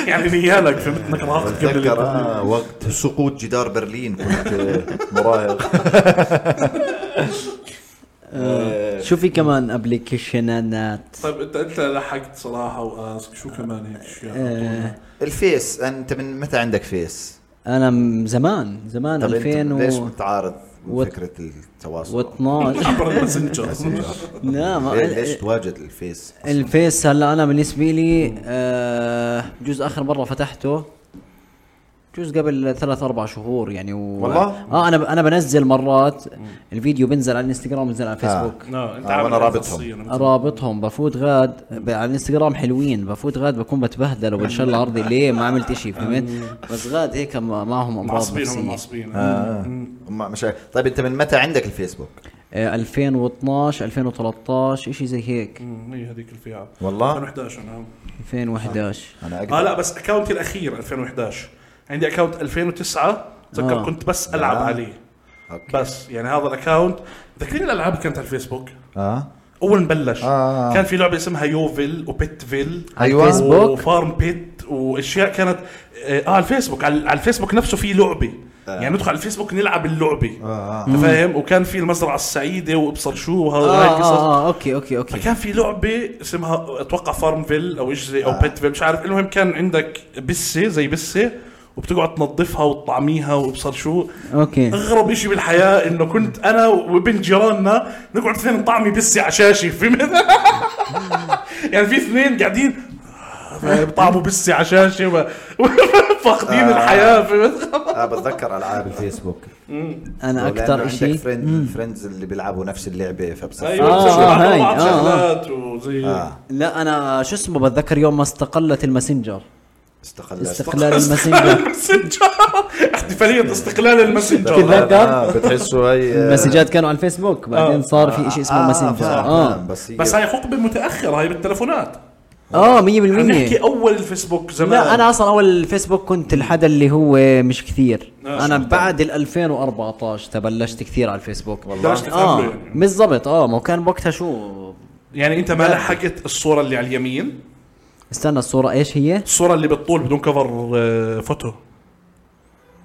Speaker 2: يعني نيالك فهمت انك راهقت قبل
Speaker 4: اتذكر
Speaker 2: الانترنت
Speaker 4: آه، وقت سقوط جدار برلين كنت آه، مراهق
Speaker 3: شو في كمان ابلكيشنات؟
Speaker 2: طيب انت انت لحقت صراحه واسك
Speaker 4: آه.
Speaker 2: شو يعني؟ كمان هيك اشياء
Speaker 4: الفيس انت من متى عندك فيس؟
Speaker 3: انا من زمان زمان
Speaker 4: طب أنت ليش
Speaker 3: 2000
Speaker 4: متعارض
Speaker 3: وات-
Speaker 4: فكره التواصل؟
Speaker 3: و12
Speaker 2: عبر الماسنجر
Speaker 3: لا
Speaker 4: ليه- ليش
Speaker 3: ما
Speaker 4: تواجد الفيس؟
Speaker 3: الفيس هلا انا بالنسبه لي آه جزء اخر مره فتحته جزء قبل ثلاث اربع شهور يعني و...
Speaker 4: والله؟
Speaker 3: اه انا انا بنزل مرات الفيديو بنزل على الانستغرام بنزل على الفيسبوك
Speaker 2: لا انت
Speaker 4: آه،
Speaker 2: عامل
Speaker 4: وأنا رابطهم.
Speaker 3: رابطهم بفوت غاد ب- على الانستغرام حلوين بفوت غاد بكون بتبهدل وبنشل ارضي ليه ما عملت اشي فهمت بس غاد هيك ما- معهم امراض
Speaker 2: معصبين هم
Speaker 3: نفسيه
Speaker 2: معصبين
Speaker 4: آه. ما- مش عارف. طيب انت من متى عندك الفيسبوك؟
Speaker 3: آه 2012 2013 اشي زي هيك
Speaker 2: مم، هي هذيك الفئه
Speaker 4: والله
Speaker 2: 2011 انا
Speaker 3: 2011
Speaker 4: انا
Speaker 2: اه
Speaker 4: اقدر
Speaker 2: نعم. لا بس اكونتي الاخير 2011 عندي اكونت 2009
Speaker 3: آه.
Speaker 2: اتذكر كنت بس العب
Speaker 4: آه.
Speaker 2: عليه
Speaker 4: أوكي.
Speaker 2: بس يعني هذا الاكونت ذكرين الالعاب اللي كانت على الفيسبوك
Speaker 4: اه
Speaker 2: اول ما بلش
Speaker 4: آه.
Speaker 2: كان في لعبه اسمها يوفل وبيتفيل
Speaker 4: أيوة.
Speaker 3: الفيسبوك؟
Speaker 2: وفارم بيت واشياء كانت اه على الفيسبوك على على الفيسبوك نفسه في لعبه
Speaker 3: آه.
Speaker 2: يعني ندخل على الفيسبوك نلعب اللعبه
Speaker 4: آه.
Speaker 2: انت فاهم وكان في المزرعه السعيده وابصر شو وهذا
Speaker 3: آه, آه, اه اوكي اوكي اوكي
Speaker 2: فكان في لعبه اسمها اتوقع فارمفيل او ايش زي او
Speaker 3: آه.
Speaker 2: بيتفيل مش عارف المهم كان عندك بسه زي بسه وبتقعد تنظفها وتطعميها وابصر شو
Speaker 3: اوكي
Speaker 2: اغرب شيء بالحياه انه كنت انا وابن جيراننا نقعد اثنين نطعمي بسي على شاشه فهمت يعني في اثنين قاعدين "آه، بطعموا بسي على شاشه و- فاقدين الحياه فهمت
Speaker 4: اه بتذكر العاب الفيسبوك
Speaker 3: انا اكثر
Speaker 4: شيء
Speaker 3: اشي
Speaker 4: فريند فريندز اللي بيلعبوا نفس اللعبه فبصفر
Speaker 2: ايوه
Speaker 3: آه،
Speaker 2: بتصير مع
Speaker 3: هاي،
Speaker 2: بعض
Speaker 3: آه، آه.
Speaker 2: شغلات وزي
Speaker 4: آه.
Speaker 3: لا انا شو اسمه بتذكر يوم ما استقلت الماسنجر
Speaker 4: استقلال
Speaker 3: استقلال الماسنجر
Speaker 2: المسنجر احتفاليه استقلال المسنجر
Speaker 3: تتذكر؟
Speaker 4: آه، بتحسوا هي
Speaker 3: المسجات كانوا على
Speaker 2: آه.
Speaker 3: الفيسبوك بعدين صار في شيء اسمه ماسنجر
Speaker 2: نعم.
Speaker 3: اه
Speaker 4: آه، بس هي
Speaker 2: بس هاي حقبه متاخره هاي بالتلفونات
Speaker 3: اه
Speaker 2: عم نحكي
Speaker 3: 100%
Speaker 2: اول الفيسبوك زمان
Speaker 3: لا انا اصلا اول الفيسبوك كنت الحدا اللي هو مش كثير
Speaker 2: آه،
Speaker 3: انا
Speaker 2: شو
Speaker 3: بعد ال 2014 تبلشت كثير على الفيسبوك
Speaker 2: بلشت
Speaker 3: اه
Speaker 2: تفهمه يعني.
Speaker 3: بالضبط اه ما كان وقتها شو
Speaker 2: يعني انت ما لحقت الصوره اللي على اليمين
Speaker 3: استنى الصورة ايش هي؟
Speaker 2: الصوره اللي بالطول بدون كفر آه، فوتو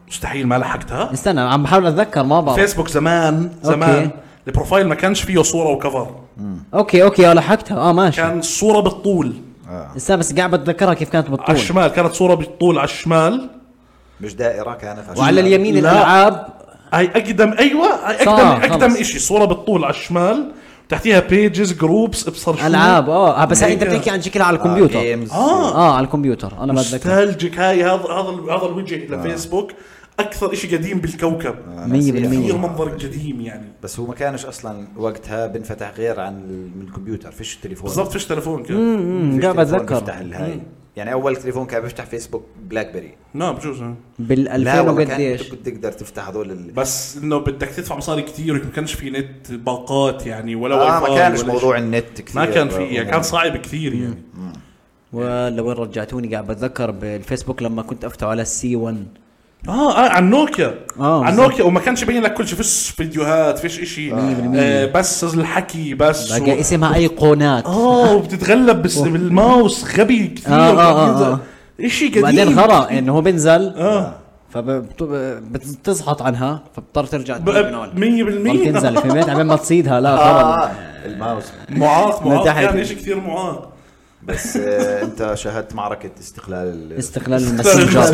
Speaker 2: مستحيل ما لحقتها
Speaker 3: استنى عم بحاول اتذكر ما بعرف
Speaker 2: فيسبوك زمان
Speaker 3: آه. أوكي.
Speaker 2: زمان البروفايل ما كانش فيه صوره وكفر
Speaker 3: اوكي اوكي اه لحقتها اه ماشي
Speaker 2: كان صوره بالطول
Speaker 3: لسه بس قاعد بتذكرها كيف كانت
Speaker 2: على
Speaker 3: بالطول
Speaker 2: الشمال كانت صوره بالطول على الشمال
Speaker 4: مش دائره كانت عشان-
Speaker 3: وعلى اليمين
Speaker 2: لا.
Speaker 3: الالعاب
Speaker 2: هاي اقدم ايوه هاي
Speaker 3: صار،
Speaker 2: اقدم اقدم
Speaker 3: خلص.
Speaker 2: شيء صوره بالطول على الشمال تحتيها بيجز جروبس ابصر شو
Speaker 3: العاب اه آه، بس هاي انت
Speaker 2: هيك.
Speaker 3: بتحكي عن شكلها على
Speaker 4: آه،
Speaker 3: الكمبيوتر
Speaker 4: games.
Speaker 2: اه
Speaker 3: اه على الكمبيوتر انا ما اتذكر
Speaker 2: نوستالجيك هاي هذا هذا هذا الوجه
Speaker 3: آه.
Speaker 2: لفيسبوك اكثر شيء قديم بالكوكب
Speaker 3: 100%
Speaker 2: كثير منظر قديم يعني
Speaker 4: بس هو ما كانش اصلا وقتها بنفتح غير عن ال- من الكمبيوتر فيش تليفون
Speaker 2: بالضبط فيش تليفون كان
Speaker 3: أمم،
Speaker 4: فيش
Speaker 3: قاعد
Speaker 4: تليفون بيفتح
Speaker 3: بتذكر
Speaker 4: الهاي يعني اول تليفون كان بيفتح فيسبوك بلاك بيري
Speaker 2: لا بجوز آه.
Speaker 3: بال
Speaker 4: لا
Speaker 3: 2000
Speaker 4: والله كان
Speaker 3: وقديش
Speaker 4: كنت تقدر تفتح هذول ال...
Speaker 2: بس انه بدك تدفع مصاري كثير وما كانش في نت باقات يعني ولا
Speaker 4: اه
Speaker 2: واي
Speaker 4: ما
Speaker 2: فاي
Speaker 4: كانش
Speaker 2: ولا
Speaker 4: موضوع النت
Speaker 2: شيء.
Speaker 4: كثير
Speaker 2: ما كان في يعني كان صعب كثير يعني
Speaker 3: ولا وين رجعتوني قاعد بتذكر بالفيسبوك لما كنت افتح على السي 1
Speaker 2: اه اه عن نوكيا
Speaker 3: آه،
Speaker 2: عن
Speaker 3: بالظبط.
Speaker 2: نوكيا وما كانش يبين لك كل شيء فيش فيديوهات فيش شيء آه بس الحكي بس و...
Speaker 3: بقى اسمها ايقونات
Speaker 2: اه وبتتغلب بس بالماوس غبي كثير
Speaker 3: آه، آه، آه،
Speaker 2: شيء قديم
Speaker 3: وبعدين غرا انه هو بنزل
Speaker 2: اه
Speaker 3: فبتزحط عنها فبتضطر ترجع
Speaker 2: ب-
Speaker 3: تجيب من اول
Speaker 2: 100%
Speaker 3: تنزل في بيت عمين ما تصيدها لا
Speaker 4: اه
Speaker 3: غلط
Speaker 4: آه، الماوس
Speaker 2: معاق
Speaker 4: من
Speaker 2: معاق
Speaker 4: تحت.
Speaker 2: كان شيء كثير معاق
Speaker 4: بس آه انت شاهدت معركه استقلال ال-
Speaker 3: استقلال الماسنجر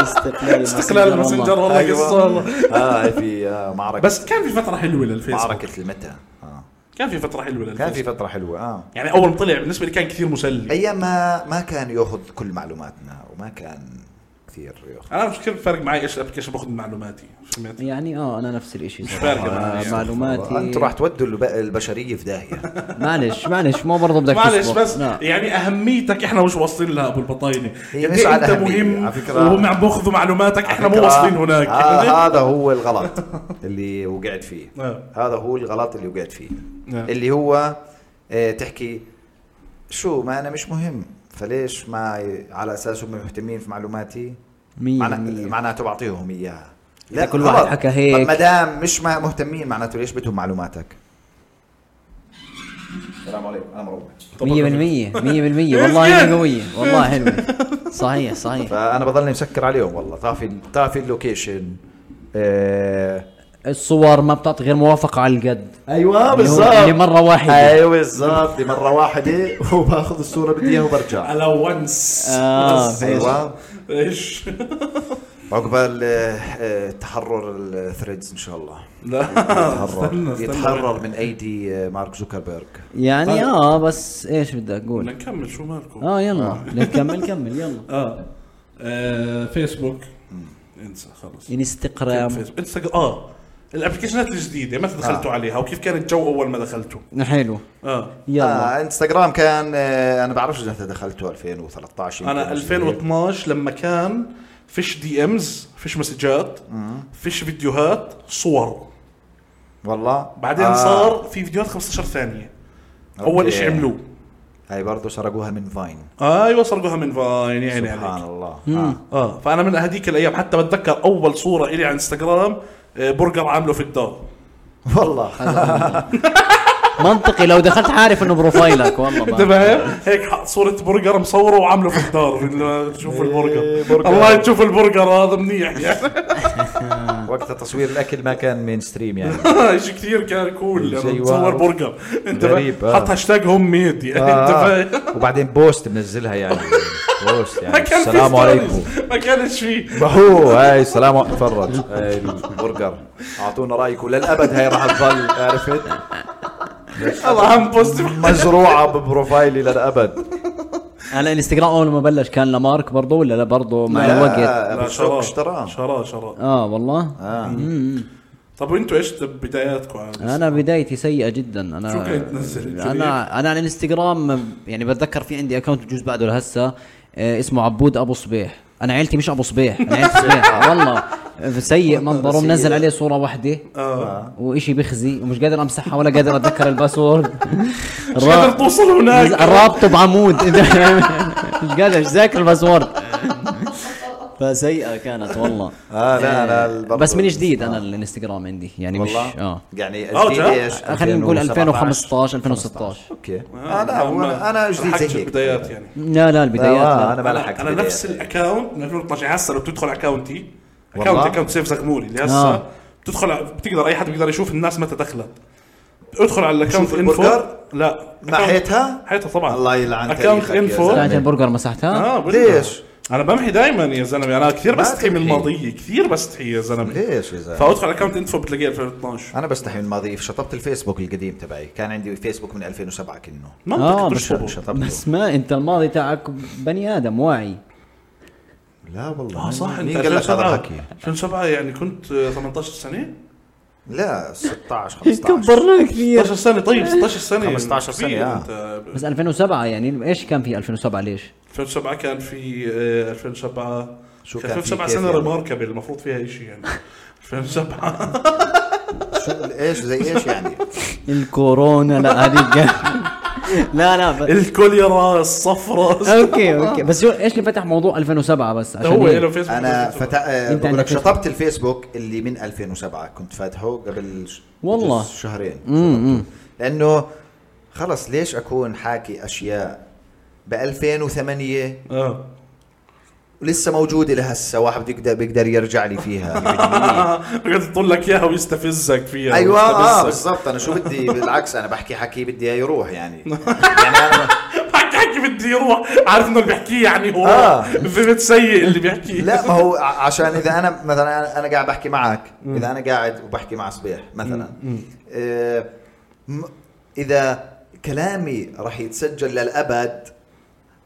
Speaker 3: استقلال
Speaker 2: استقلال الماسنجر
Speaker 3: والله.
Speaker 2: والله قصه والله
Speaker 4: اه هي في أيوة. آه معركه
Speaker 2: بس كان في فتره حلوه للفيسبوك
Speaker 4: معركه المتى اه
Speaker 2: كان في فتره حلوه للفيسبوك
Speaker 4: كان في فتره حلوه اه
Speaker 2: يعني اول ما طلع بالنسبه لي كان كثير مسلي
Speaker 4: ايام ما ما كان ياخذ كل معلوماتنا وما كان كثير ياخذ
Speaker 2: انا مش كثير فارق معي ايش الابلكيشن باخذ من معلوماتي فهمت؟
Speaker 3: يعني اه انا نفس الشيء مش
Speaker 2: فارقة معي.
Speaker 3: معلوماتي
Speaker 4: انتوا راح تودوا الب- البشريه في داهيه
Speaker 3: معلش معلش مو برضه بدك نعم.
Speaker 2: معلش
Speaker 3: تصبر.
Speaker 2: بس
Speaker 3: لا.
Speaker 2: يعني اهميتك احنا مش واصلين لها ابو البطاينه
Speaker 4: هي
Speaker 2: قد
Speaker 4: مش
Speaker 2: إيه
Speaker 4: على
Speaker 2: انت
Speaker 4: أهمية،
Speaker 2: مهم
Speaker 4: على فكرة.
Speaker 2: وهم عم بياخذوا معلوماتك احنا مو
Speaker 4: فكرة،
Speaker 2: واصلين هناك
Speaker 4: آه هذا هو الغلط اللي وقعت فيه
Speaker 2: آه.
Speaker 4: هذا هو الغلط اللي وقعت فيه
Speaker 2: نعم.
Speaker 4: اللي هو آه، تحكي شو ما انا مش مهم فليش ما ي- على اساسه هم مهتمين في معلوماتي
Speaker 3: مية
Speaker 4: معنا-
Speaker 3: بالمية.
Speaker 4: معناته بعطيهم اياها لا
Speaker 3: كل واحد
Speaker 4: غلط.
Speaker 3: حكى هيك.
Speaker 4: طب ما دام مش ما مهتمين معناته ليش بدهم معلوماتك السلام عليكم انا مروح
Speaker 3: مية بالمية مية بالمية والله هي قوية والله حلوة صحيح صحيح
Speaker 4: فانا بضلني مسكر عليهم والله طافي طافي اللوكيشن آه،
Speaker 3: الصور ما بتعطي غير موافقة على القد
Speaker 4: ايوه
Speaker 3: اللي هو-
Speaker 4: بالظبط
Speaker 3: اللي مرة واحدة.
Speaker 4: ايوه بالظبط اللي مره واحده وباخذ الصوره بدي اياها وبرجع
Speaker 2: على ونس
Speaker 3: آه،
Speaker 2: بس.
Speaker 4: ايوه
Speaker 2: ايش؟
Speaker 4: عقبال آه، آه، تحرر الثريدز ان شاء الله
Speaker 2: لا استنى
Speaker 4: يتحرر
Speaker 2: استنى
Speaker 4: يتحرر من ايدي آه، مارك زوكربيرج
Speaker 3: يعني اه بس ايش بدي اقول
Speaker 2: بدنا نكمل شو مالكم؟
Speaker 3: اه يلا نكمل كمل يلا
Speaker 2: اه آه، فيسبوك انسى خلص
Speaker 3: انستغرام
Speaker 2: فيسبوك انستغرام اه الابلكيشنات الجديده
Speaker 4: آه.
Speaker 2: متى دخلتوا عليها وكيف كان الجو اول ما دخلتوا؟
Speaker 3: حلو
Speaker 2: اه
Speaker 3: يلا
Speaker 4: آه انستغرام كان آه انا بعرفش اذا انت دخلته 2013
Speaker 2: انا 2012 لما كان فيش دي امز فيش مسجات
Speaker 4: آه.
Speaker 2: فيش فيديوهات صور
Speaker 4: والله
Speaker 2: بعدين آه. صار في فيديوهات 15 ثانيه اول
Speaker 4: أوكي.
Speaker 2: شيء عملوه
Speaker 4: هاي برضه سرقوها من فاين
Speaker 2: ايوه سرقوها من فاين يعني
Speaker 4: سبحان
Speaker 2: عليك
Speaker 4: الله آه.
Speaker 2: اه فانا من هذيك الايام حتى بتذكر اول صوره الي على انستغرام آه، برجر عامله في الدار
Speaker 4: والله
Speaker 3: منطقي لو دخلت عارف انه بروفايلك والله
Speaker 4: طيب.
Speaker 2: انت
Speaker 3: ما.
Speaker 2: فاهم؟ هيك حط صورة برجر مصوره وعامله في الدار ال- شوف
Speaker 4: إيه،
Speaker 2: البرجر
Speaker 4: برجر.
Speaker 2: الله تشوف البرجر هذا منيح يعني
Speaker 4: وقتها تصوير الاكل ما كان مين ستريم يعني
Speaker 2: شيء كثير كان كول يعني
Speaker 4: شيء
Speaker 2: تصور
Speaker 4: واو.
Speaker 2: برجر انت
Speaker 4: غريب،
Speaker 2: فاهم؟
Speaker 4: آه.
Speaker 2: حط هاشتاج هوم ميد يعني انت
Speaker 4: آه،
Speaker 2: فاهم؟
Speaker 4: آه. وبعدين بوست منزلها يعني بوست
Speaker 2: ما
Speaker 4: يعني
Speaker 2: كان في
Speaker 4: السلام عليكم
Speaker 2: stories. ما كانش في
Speaker 4: بحو هاي السلام عليكم تفرج هاي البرجر اعطونا رايكم للابد هاي راح تضل عرفت
Speaker 2: الله عم بوست
Speaker 4: مزروعه ببروفايلي للابد
Speaker 3: هلا الانستغرام اول ما بلش كان لمارك برضه ولا لا برضه مع الوقت
Speaker 4: لا، شوك اشتراه
Speaker 2: شراه شراه
Speaker 3: اه والله
Speaker 4: آه.
Speaker 2: طب وانتوا ايش بداياتكم عن
Speaker 3: انا بدايتي سيئه جدا انا
Speaker 2: شو كنت تنزل؟
Speaker 3: انا انا على الانستغرام يعني بتذكر في عندي اكونت بجوز بعده لهسه آه، اسمه عبود ابو صبيح انا عيلتي مش ابو صبيح انا عيلتي صبيح والله سيء منظره
Speaker 4: سيء.
Speaker 3: منزل عليه صوره واحده
Speaker 2: آه.
Speaker 3: وإشي بخزي ومش قادر امسحها ولا قادر اتذكر الباسورد
Speaker 2: مش قادر توصل هناك
Speaker 3: رابطه بعمود مش قادر مش ذاكر الباسورد فسيئه كانت والله
Speaker 2: آه،
Speaker 4: اه لا انا برضو-
Speaker 3: بس من جديد انا الانستغرام عندي يعني مش
Speaker 4: والله
Speaker 3: اه
Speaker 4: يعني
Speaker 2: آه،
Speaker 4: جديد
Speaker 2: جا.
Speaker 4: ايش
Speaker 3: خلينا نقول 2015 2016
Speaker 4: اوكي
Speaker 2: آه،
Speaker 4: اه لا هو أنا- انا جديد
Speaker 2: لحقت
Speaker 4: زي هيك
Speaker 2: البدايات يعني
Speaker 3: لا لا البدايات
Speaker 4: آه،
Speaker 3: لا.
Speaker 4: انا ما
Speaker 2: انا,
Speaker 4: لحقت
Speaker 2: أنا
Speaker 4: بدايات.
Speaker 2: نفس الاكونت من 2012 هسه لو بتدخل اكونتي
Speaker 4: والله؟
Speaker 2: اكونت اكونت سيف زغموري اللي هسه
Speaker 3: آه.
Speaker 2: تدخل ع- بتقدر اي حد بيقدر يشوف الناس متى دخلت ادخل على الاكونت
Speaker 4: يشوف
Speaker 2: انفو
Speaker 4: البرجر؟
Speaker 2: لا
Speaker 4: محيتها؟
Speaker 2: حيتها طبعا
Speaker 4: الله يلعن
Speaker 2: اكونت
Speaker 4: تاريخك يا
Speaker 2: انفو
Speaker 4: زلمة.
Speaker 3: طلعت البرجر مسحتها
Speaker 2: اه بقول
Speaker 4: ليش؟
Speaker 2: لك. انا بمحي دائما يا زلمه انا كثير
Speaker 4: ما
Speaker 2: بستحي من
Speaker 4: تمحي.
Speaker 2: الماضي كثير بستحي يا زلمه
Speaker 4: ليش يا زلمه؟
Speaker 2: فادخل اكونت انفو بتلاقيه 2012
Speaker 4: انا بستحي من الماضي شطبت الفيسبوك القديم تبعي كان عندي فيسبوك من 2007 كنه
Speaker 3: اه
Speaker 2: منطقي
Speaker 3: بس,
Speaker 2: تشطبه
Speaker 4: شطبته.
Speaker 3: بس ما انت الماضي تاعك بني ادم واعي
Speaker 4: لا والله
Speaker 2: اه صح انت
Speaker 4: مين قال لك هذا
Speaker 2: 2007
Speaker 4: الحكي؟
Speaker 2: 2007 يعني كنت آه، 18 سنه
Speaker 4: لا 16 15
Speaker 3: كبرناه كثير
Speaker 2: 16 سنه طيب 16 سنه
Speaker 4: 15
Speaker 2: كبير
Speaker 4: سنة، آه.
Speaker 2: انت
Speaker 3: بس 2007 يعني ايش كان في 2007 ليش؟
Speaker 2: 2007 كان في آه، 2007
Speaker 4: شو
Speaker 2: كان
Speaker 4: كان في
Speaker 2: 2007
Speaker 4: كيف
Speaker 2: سنه
Speaker 4: يعني؟
Speaker 2: ريماركبل المفروض فيها شيء يعني 2007
Speaker 4: شو- ايش زي ايش يعني؟
Speaker 3: الكورونا لا هذيك لا لا ب...
Speaker 2: الكوليرا الصفراء
Speaker 3: اوكي اوكي بس شو- ايش اللي فتح موضوع 2007 بس عشان
Speaker 2: هو
Speaker 3: هيك.
Speaker 2: له فيسبوك
Speaker 4: انا
Speaker 2: فيسبوك.
Speaker 4: فتح
Speaker 3: أنت
Speaker 4: آه، بقول لك
Speaker 3: عندك
Speaker 4: شطبت الفيسبوك اللي من 2007 كنت فاتحه قبل ش-
Speaker 3: والله.
Speaker 4: بجوز شهرين شطبته. لانه خلص ليش اكون حاكي اشياء ب 2008
Speaker 2: اه
Speaker 4: ولسه موجوده لهسه واحد بيقدر بيقدر يرجع لي فيها
Speaker 2: بقعد يطول لك اياها ويستفزك فيها
Speaker 4: ايوه
Speaker 2: ويستفزك.
Speaker 4: اه بالضبط انا شو بدي بالعكس انا بحكي حكي بدي اياه يروح يعني يعني أنا
Speaker 2: حكي حكي بدي يروح عارف انه اللي بيحكيه يعني هو
Speaker 4: آه.
Speaker 2: فهمت سيء اللي بيحكيه
Speaker 4: لا ما هو ع- عشان اذا انا مثلا انا قاعد بحكي معك اذا انا قاعد وبحكي مع صبيح مثلا آه، م- اذا كلامي راح يتسجل للابد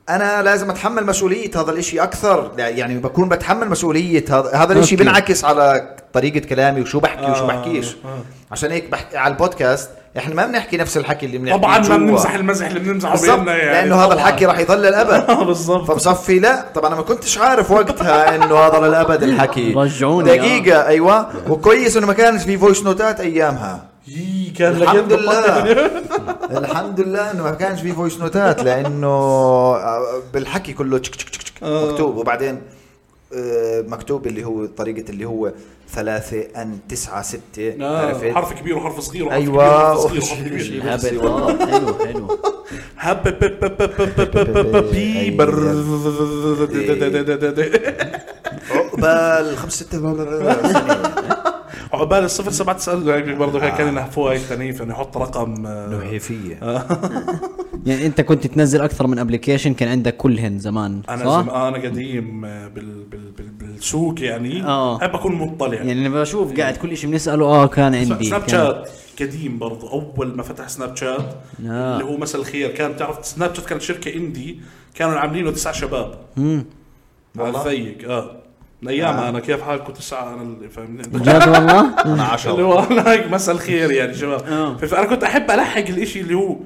Speaker 4: انا لازم اتحمل مسؤوليه هذا الاشي اكثر لا- يعني بكون بتحمل مسؤوليه هذا هذا الاشي
Speaker 3: أوكي.
Speaker 4: بينعكس على طريقه كلامي وشو بحكي وشو
Speaker 2: آه،
Speaker 4: بحكيش
Speaker 2: آه.
Speaker 4: عشان هيك بحكي على البودكاست احنا ما بنحكي نفس الحكي اللي بنحكيه
Speaker 2: طبعا ما
Speaker 4: جوا.
Speaker 2: بنمزح المزح اللي بنمزحه
Speaker 4: بالضبط
Speaker 2: بيننا يعني
Speaker 4: لانه هذا
Speaker 2: طبعاً.
Speaker 4: الحكي راح يضل للابد
Speaker 2: آه، بالضبط
Speaker 4: فبصفي لا طبعا انا ما كنتش عارف وقتها انه هذا للابد الحكي
Speaker 3: رجعوني،
Speaker 4: دقيقه ايوه وكويس انه ما كانش في فويس نوتات ايامها
Speaker 2: يي، كان لقيت
Speaker 4: الحمد لله الحمد لله انه ما كانش في فويس نوتات لانه آه، بالحكي كله تشك تشك تشك تشك
Speaker 2: آه.
Speaker 4: مكتوب وبعدين آه، مكتوب اللي هو طريقه اللي هو ثلاثة أن تسعة ستة
Speaker 2: آه، حرف كبير وحرف صغير وحرف
Speaker 4: أيوة.
Speaker 2: كبير وحرف صغير وحرف كبير
Speaker 6: هبل آه، حلو حلو
Speaker 2: هب بب بب بب بب بب بب بي
Speaker 4: أيوة.
Speaker 2: بر عقبال
Speaker 4: عقبال خمسة ستة
Speaker 2: الصفر سبعة تسأل برضه كان ينهفوها هيك تنيف انه يحط رقم آه،
Speaker 4: نهيفية
Speaker 3: يعني انت كنت تنزل اكثر من ابلكيشن كان عندك كلهن زمان
Speaker 2: انا
Speaker 3: صح؟
Speaker 2: زم... آه، انا قديم آه، بال... بال... بال... بالسوق يعني
Speaker 3: آه.
Speaker 2: احب اكون مطلع يعني
Speaker 3: يعني لما بشوف قاعد كل شيء بنساله اه كان عندي
Speaker 2: سناب
Speaker 3: كان-
Speaker 2: شات قديم برضه اول ما فتح سناب شات
Speaker 3: آه.
Speaker 2: اللي هو مساء الخير كان تعرف سناب شات كانت شركه اندي كانوا عاملينه تسع شباب على
Speaker 4: والله.
Speaker 2: الضيق اه من ايامها انا كيف حالكم تسعه انا اللي فاهمني
Speaker 3: جد والله؟
Speaker 4: أنا
Speaker 2: اللي
Speaker 4: عشرة
Speaker 2: هو انا هيك مساء الخير يعني شباب
Speaker 3: آه.
Speaker 2: فانا كنت احب الحق الاشي اللي هو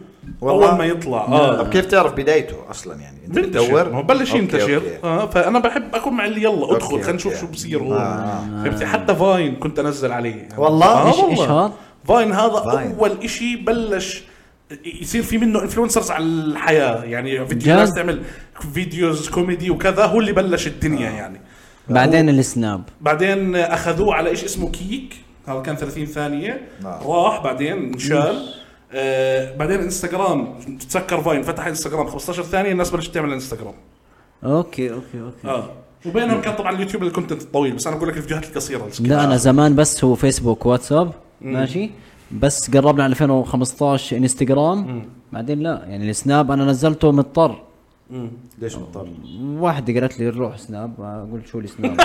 Speaker 4: والله.
Speaker 2: اول ما يطلع
Speaker 4: طب
Speaker 2: اه
Speaker 4: كيف تعرف بدايته اصلا يعني انت
Speaker 2: بنتشر ما هو بلش
Speaker 4: أوكي،
Speaker 2: ينتشر
Speaker 4: أوكي.
Speaker 2: اه فانا بحب اكون مع اللي يلا
Speaker 4: أوكي،
Speaker 2: ادخل خلينا نشوف
Speaker 4: أوكي.
Speaker 2: شو بصير هون
Speaker 4: آه.
Speaker 2: فهمتي حتى فاين كنت انزل عليه يعني.
Speaker 4: والله؟
Speaker 2: آه،
Speaker 3: إيش- إيش
Speaker 2: والله.
Speaker 3: هاد؟
Speaker 2: فاين هذا
Speaker 4: فاين.
Speaker 2: اول إشي بلش يصير في منه انفلونسرز على الحياه يعني فيديو
Speaker 3: جد؟
Speaker 2: ناس تعمل فيديوز كوميدي وكذا هو اللي بلش
Speaker 4: آه.
Speaker 2: الدنيا يعني
Speaker 3: بعدين السناب
Speaker 2: بعدين اخذوه على ايش اسمه كيك هذا كان 30 ثانيه
Speaker 4: نعم.
Speaker 2: راح بعدين انشال آه بعدين انستغرام تسكر فاين فتح انستغرام 15 ثانيه الناس بلشت تعمل انستغرام
Speaker 3: اوكي اوكي اوكي
Speaker 2: اه وبينهم كان طبعا اليوتيوب الكونتنت الطويل بس انا بقول لك الفيديوهات القصيره السكتشات.
Speaker 3: لا انا زمان بس هو فيسبوك واتساب ماشي بس قربنا على 2015 انستغرام بعدين لا يعني السناب انا نزلته مضطر
Speaker 4: ليش مضطر؟
Speaker 3: واحدة قالت لي روح سناب قلت شو السناب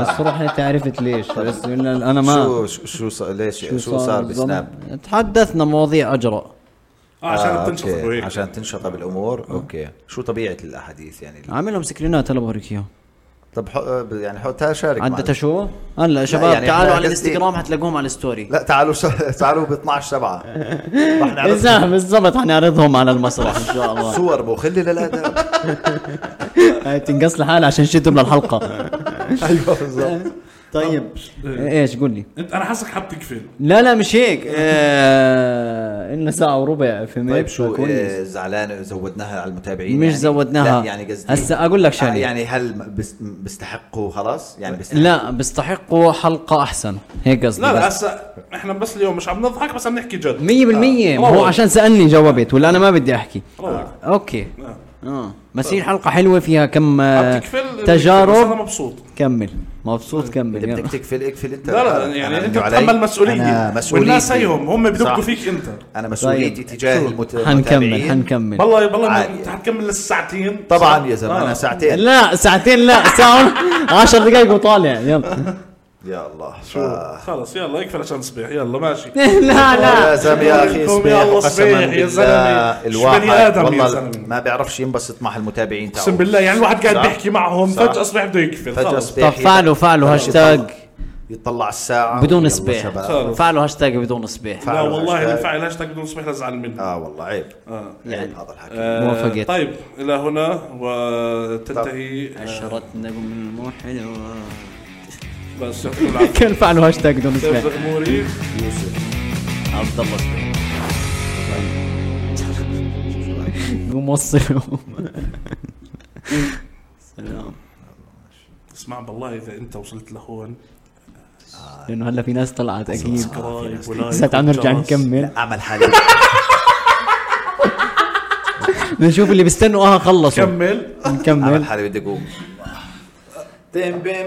Speaker 3: بس روح انت عرفت ليش بس إلا انا ما
Speaker 4: شو شو- شو صار ليش شو صار بسناب؟
Speaker 3: بالضبط؟ تحدثنا مواضيع اجرأ
Speaker 2: اه عشان
Speaker 4: آه،
Speaker 2: تنشط
Speaker 4: أوكي.
Speaker 2: هيك
Speaker 4: عشان تنشطب الامور
Speaker 3: آه.
Speaker 4: اوكي شو طبيعه الاحاديث يعني
Speaker 3: عاملهم سكرينات هلا بوريك اياها
Speaker 4: طب حق- يعني حطها شارك
Speaker 3: عدت
Speaker 4: معنا.
Speaker 3: شو؟ هلا شباب
Speaker 4: يعني
Speaker 3: تعالوا
Speaker 4: إحنا
Speaker 3: على
Speaker 4: قصدي-
Speaker 3: الانستغرام حتلاقوهم على الستوري
Speaker 4: لا تعالوا ش- تعالوا ب 12 7 رح نعرض
Speaker 3: إذا بالضبط حنعرضهم على المسرح ان شاء الله
Speaker 4: صور مخله للادب
Speaker 3: هاي تنقص لحالها عشان شدهم للحلقه
Speaker 4: ايوه بالضبط
Speaker 3: طيب ايش قول لي
Speaker 2: انت انا إيه. حاسك حاب تقفل
Speaker 3: لا لا مش هيك آه، إلنا ساعة وربع فهمت
Speaker 4: طيب شو
Speaker 3: فكويس.
Speaker 4: آه، زعلان زودناها على المتابعين
Speaker 3: مش
Speaker 4: يعني؟
Speaker 3: زودناها.
Speaker 4: لا، يعني قصدي
Speaker 3: هسا أقول لك
Speaker 4: آه،
Speaker 3: شغلة.
Speaker 4: يعني هل بس- بيستحقوا خلاص يعني بيستحقوا
Speaker 3: لا بيستحقوا حلقة أحسن هيك قصدي
Speaker 2: لا لا
Speaker 3: بس.
Speaker 2: هسه احنا بس اليوم مش عم نضحك بس عم نحكي جد آه.
Speaker 3: مية
Speaker 4: آه،
Speaker 3: بالمية ما هو
Speaker 2: روح.
Speaker 3: عشان سألني جاوبت ولا أنا ما بدي أحكي
Speaker 2: روح.
Speaker 3: أوكي
Speaker 2: آه.
Speaker 3: آه. بس هي الحلقة حلوة فيها كم آه،
Speaker 2: عم تقفل بس انا
Speaker 3: تجارب
Speaker 2: مبسوط
Speaker 3: كمل مبسوط كمل
Speaker 4: اذا
Speaker 3: يلا.
Speaker 4: آه. بدك تكفل اكفل انت
Speaker 2: لا لا
Speaker 4: أنا
Speaker 2: يعني
Speaker 4: منه
Speaker 2: انت
Speaker 4: علي.
Speaker 2: بتتحمل مسؤوليه
Speaker 4: أنا مسؤوليتي.
Speaker 2: والناس زيهم هم
Speaker 4: صح.
Speaker 2: بدقوا فيك انت
Speaker 4: انا
Speaker 3: طيب.
Speaker 4: مسؤوليتي تجاه المت-
Speaker 3: حنكمل
Speaker 4: المتابعين
Speaker 3: حنكمل
Speaker 2: والله والله
Speaker 4: عادي.
Speaker 2: انت حتكمل للساعتين
Speaker 4: طبعا يا زلمه
Speaker 2: آه.
Speaker 4: انا ساعتين
Speaker 3: لا ساعتين لا ساعة ون- عشر دقائق وطالع يلا
Speaker 4: يا الله
Speaker 2: شو خلص يلا يكفي عشان صبيح يلا ماشي
Speaker 3: لا
Speaker 4: يا
Speaker 3: لا
Speaker 4: زلمه يا اخي
Speaker 2: لكم يا
Speaker 4: صبيح
Speaker 2: الله صبيح،
Speaker 4: قسما
Speaker 2: يا
Speaker 4: بالله
Speaker 2: زلمة. شو
Speaker 4: الواحد
Speaker 2: بني آدم يا
Speaker 4: والله
Speaker 2: زلمة.
Speaker 4: ما بيعرفش ينبسط مع المتابعين تاعه
Speaker 2: اقسم بالله يعني الواحد قاعد
Speaker 4: صح.
Speaker 2: بيحكي معهم
Speaker 4: صح.
Speaker 2: فجاه صبيح بده يقفل
Speaker 4: فجاه
Speaker 2: خلص
Speaker 4: صبيح
Speaker 3: طب فعلوا- فعلوا
Speaker 4: يطلع-
Speaker 3: هاشتاج.
Speaker 4: يطلع الساعه
Speaker 3: بدون
Speaker 4: يلا
Speaker 3: صبيح.
Speaker 4: شباب.
Speaker 2: خلص.
Speaker 3: فعلوا هاشتاج بدون صبيح
Speaker 2: لا
Speaker 4: فعلوا
Speaker 2: والله
Speaker 4: هاشتاج.
Speaker 2: بنفعل هاشتاج بدون صبيح لازعل منه
Speaker 4: اه والله عيب
Speaker 2: آه.
Speaker 4: عيب هذا الحكي
Speaker 2: آه،
Speaker 3: موافقت.
Speaker 2: طيب الى هنا وتنتهي آه،
Speaker 6: عشرتنا من مو حلوه
Speaker 2: بس يعطيكم العافيه
Speaker 3: كان فعلوا هاشتاج بدون صبيح
Speaker 2: سيف اموري
Speaker 6: عبد الله صبيح
Speaker 3: وموصلوا
Speaker 6: سلام
Speaker 2: اسمع بالله اذا انت وصلت لهون
Speaker 3: لانه هلا في ناس طلعت اكيد
Speaker 2: سبسكرايب ولايك
Speaker 3: بس تعال نرجع
Speaker 2: وجرس.
Speaker 3: نكمل
Speaker 4: اعمل حالي
Speaker 3: نشوف اللي بيستنوا اه خلصوا
Speaker 2: كمل
Speaker 4: اعمل
Speaker 3: نكمل
Speaker 4: حالي بدي اقوم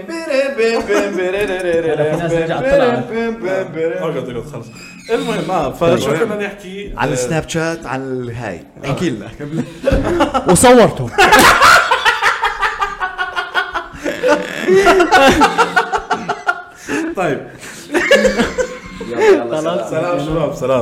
Speaker 2: اقعد اقعد خلص المهم اه فشو كنا نحكي
Speaker 4: طيب. على
Speaker 2: آه،
Speaker 4: السناب شات على الهاي احكي لنا
Speaker 3: وصورته
Speaker 2: طيب
Speaker 4: يلا يلا سلام.
Speaker 2: طيب. سلام شباب سلام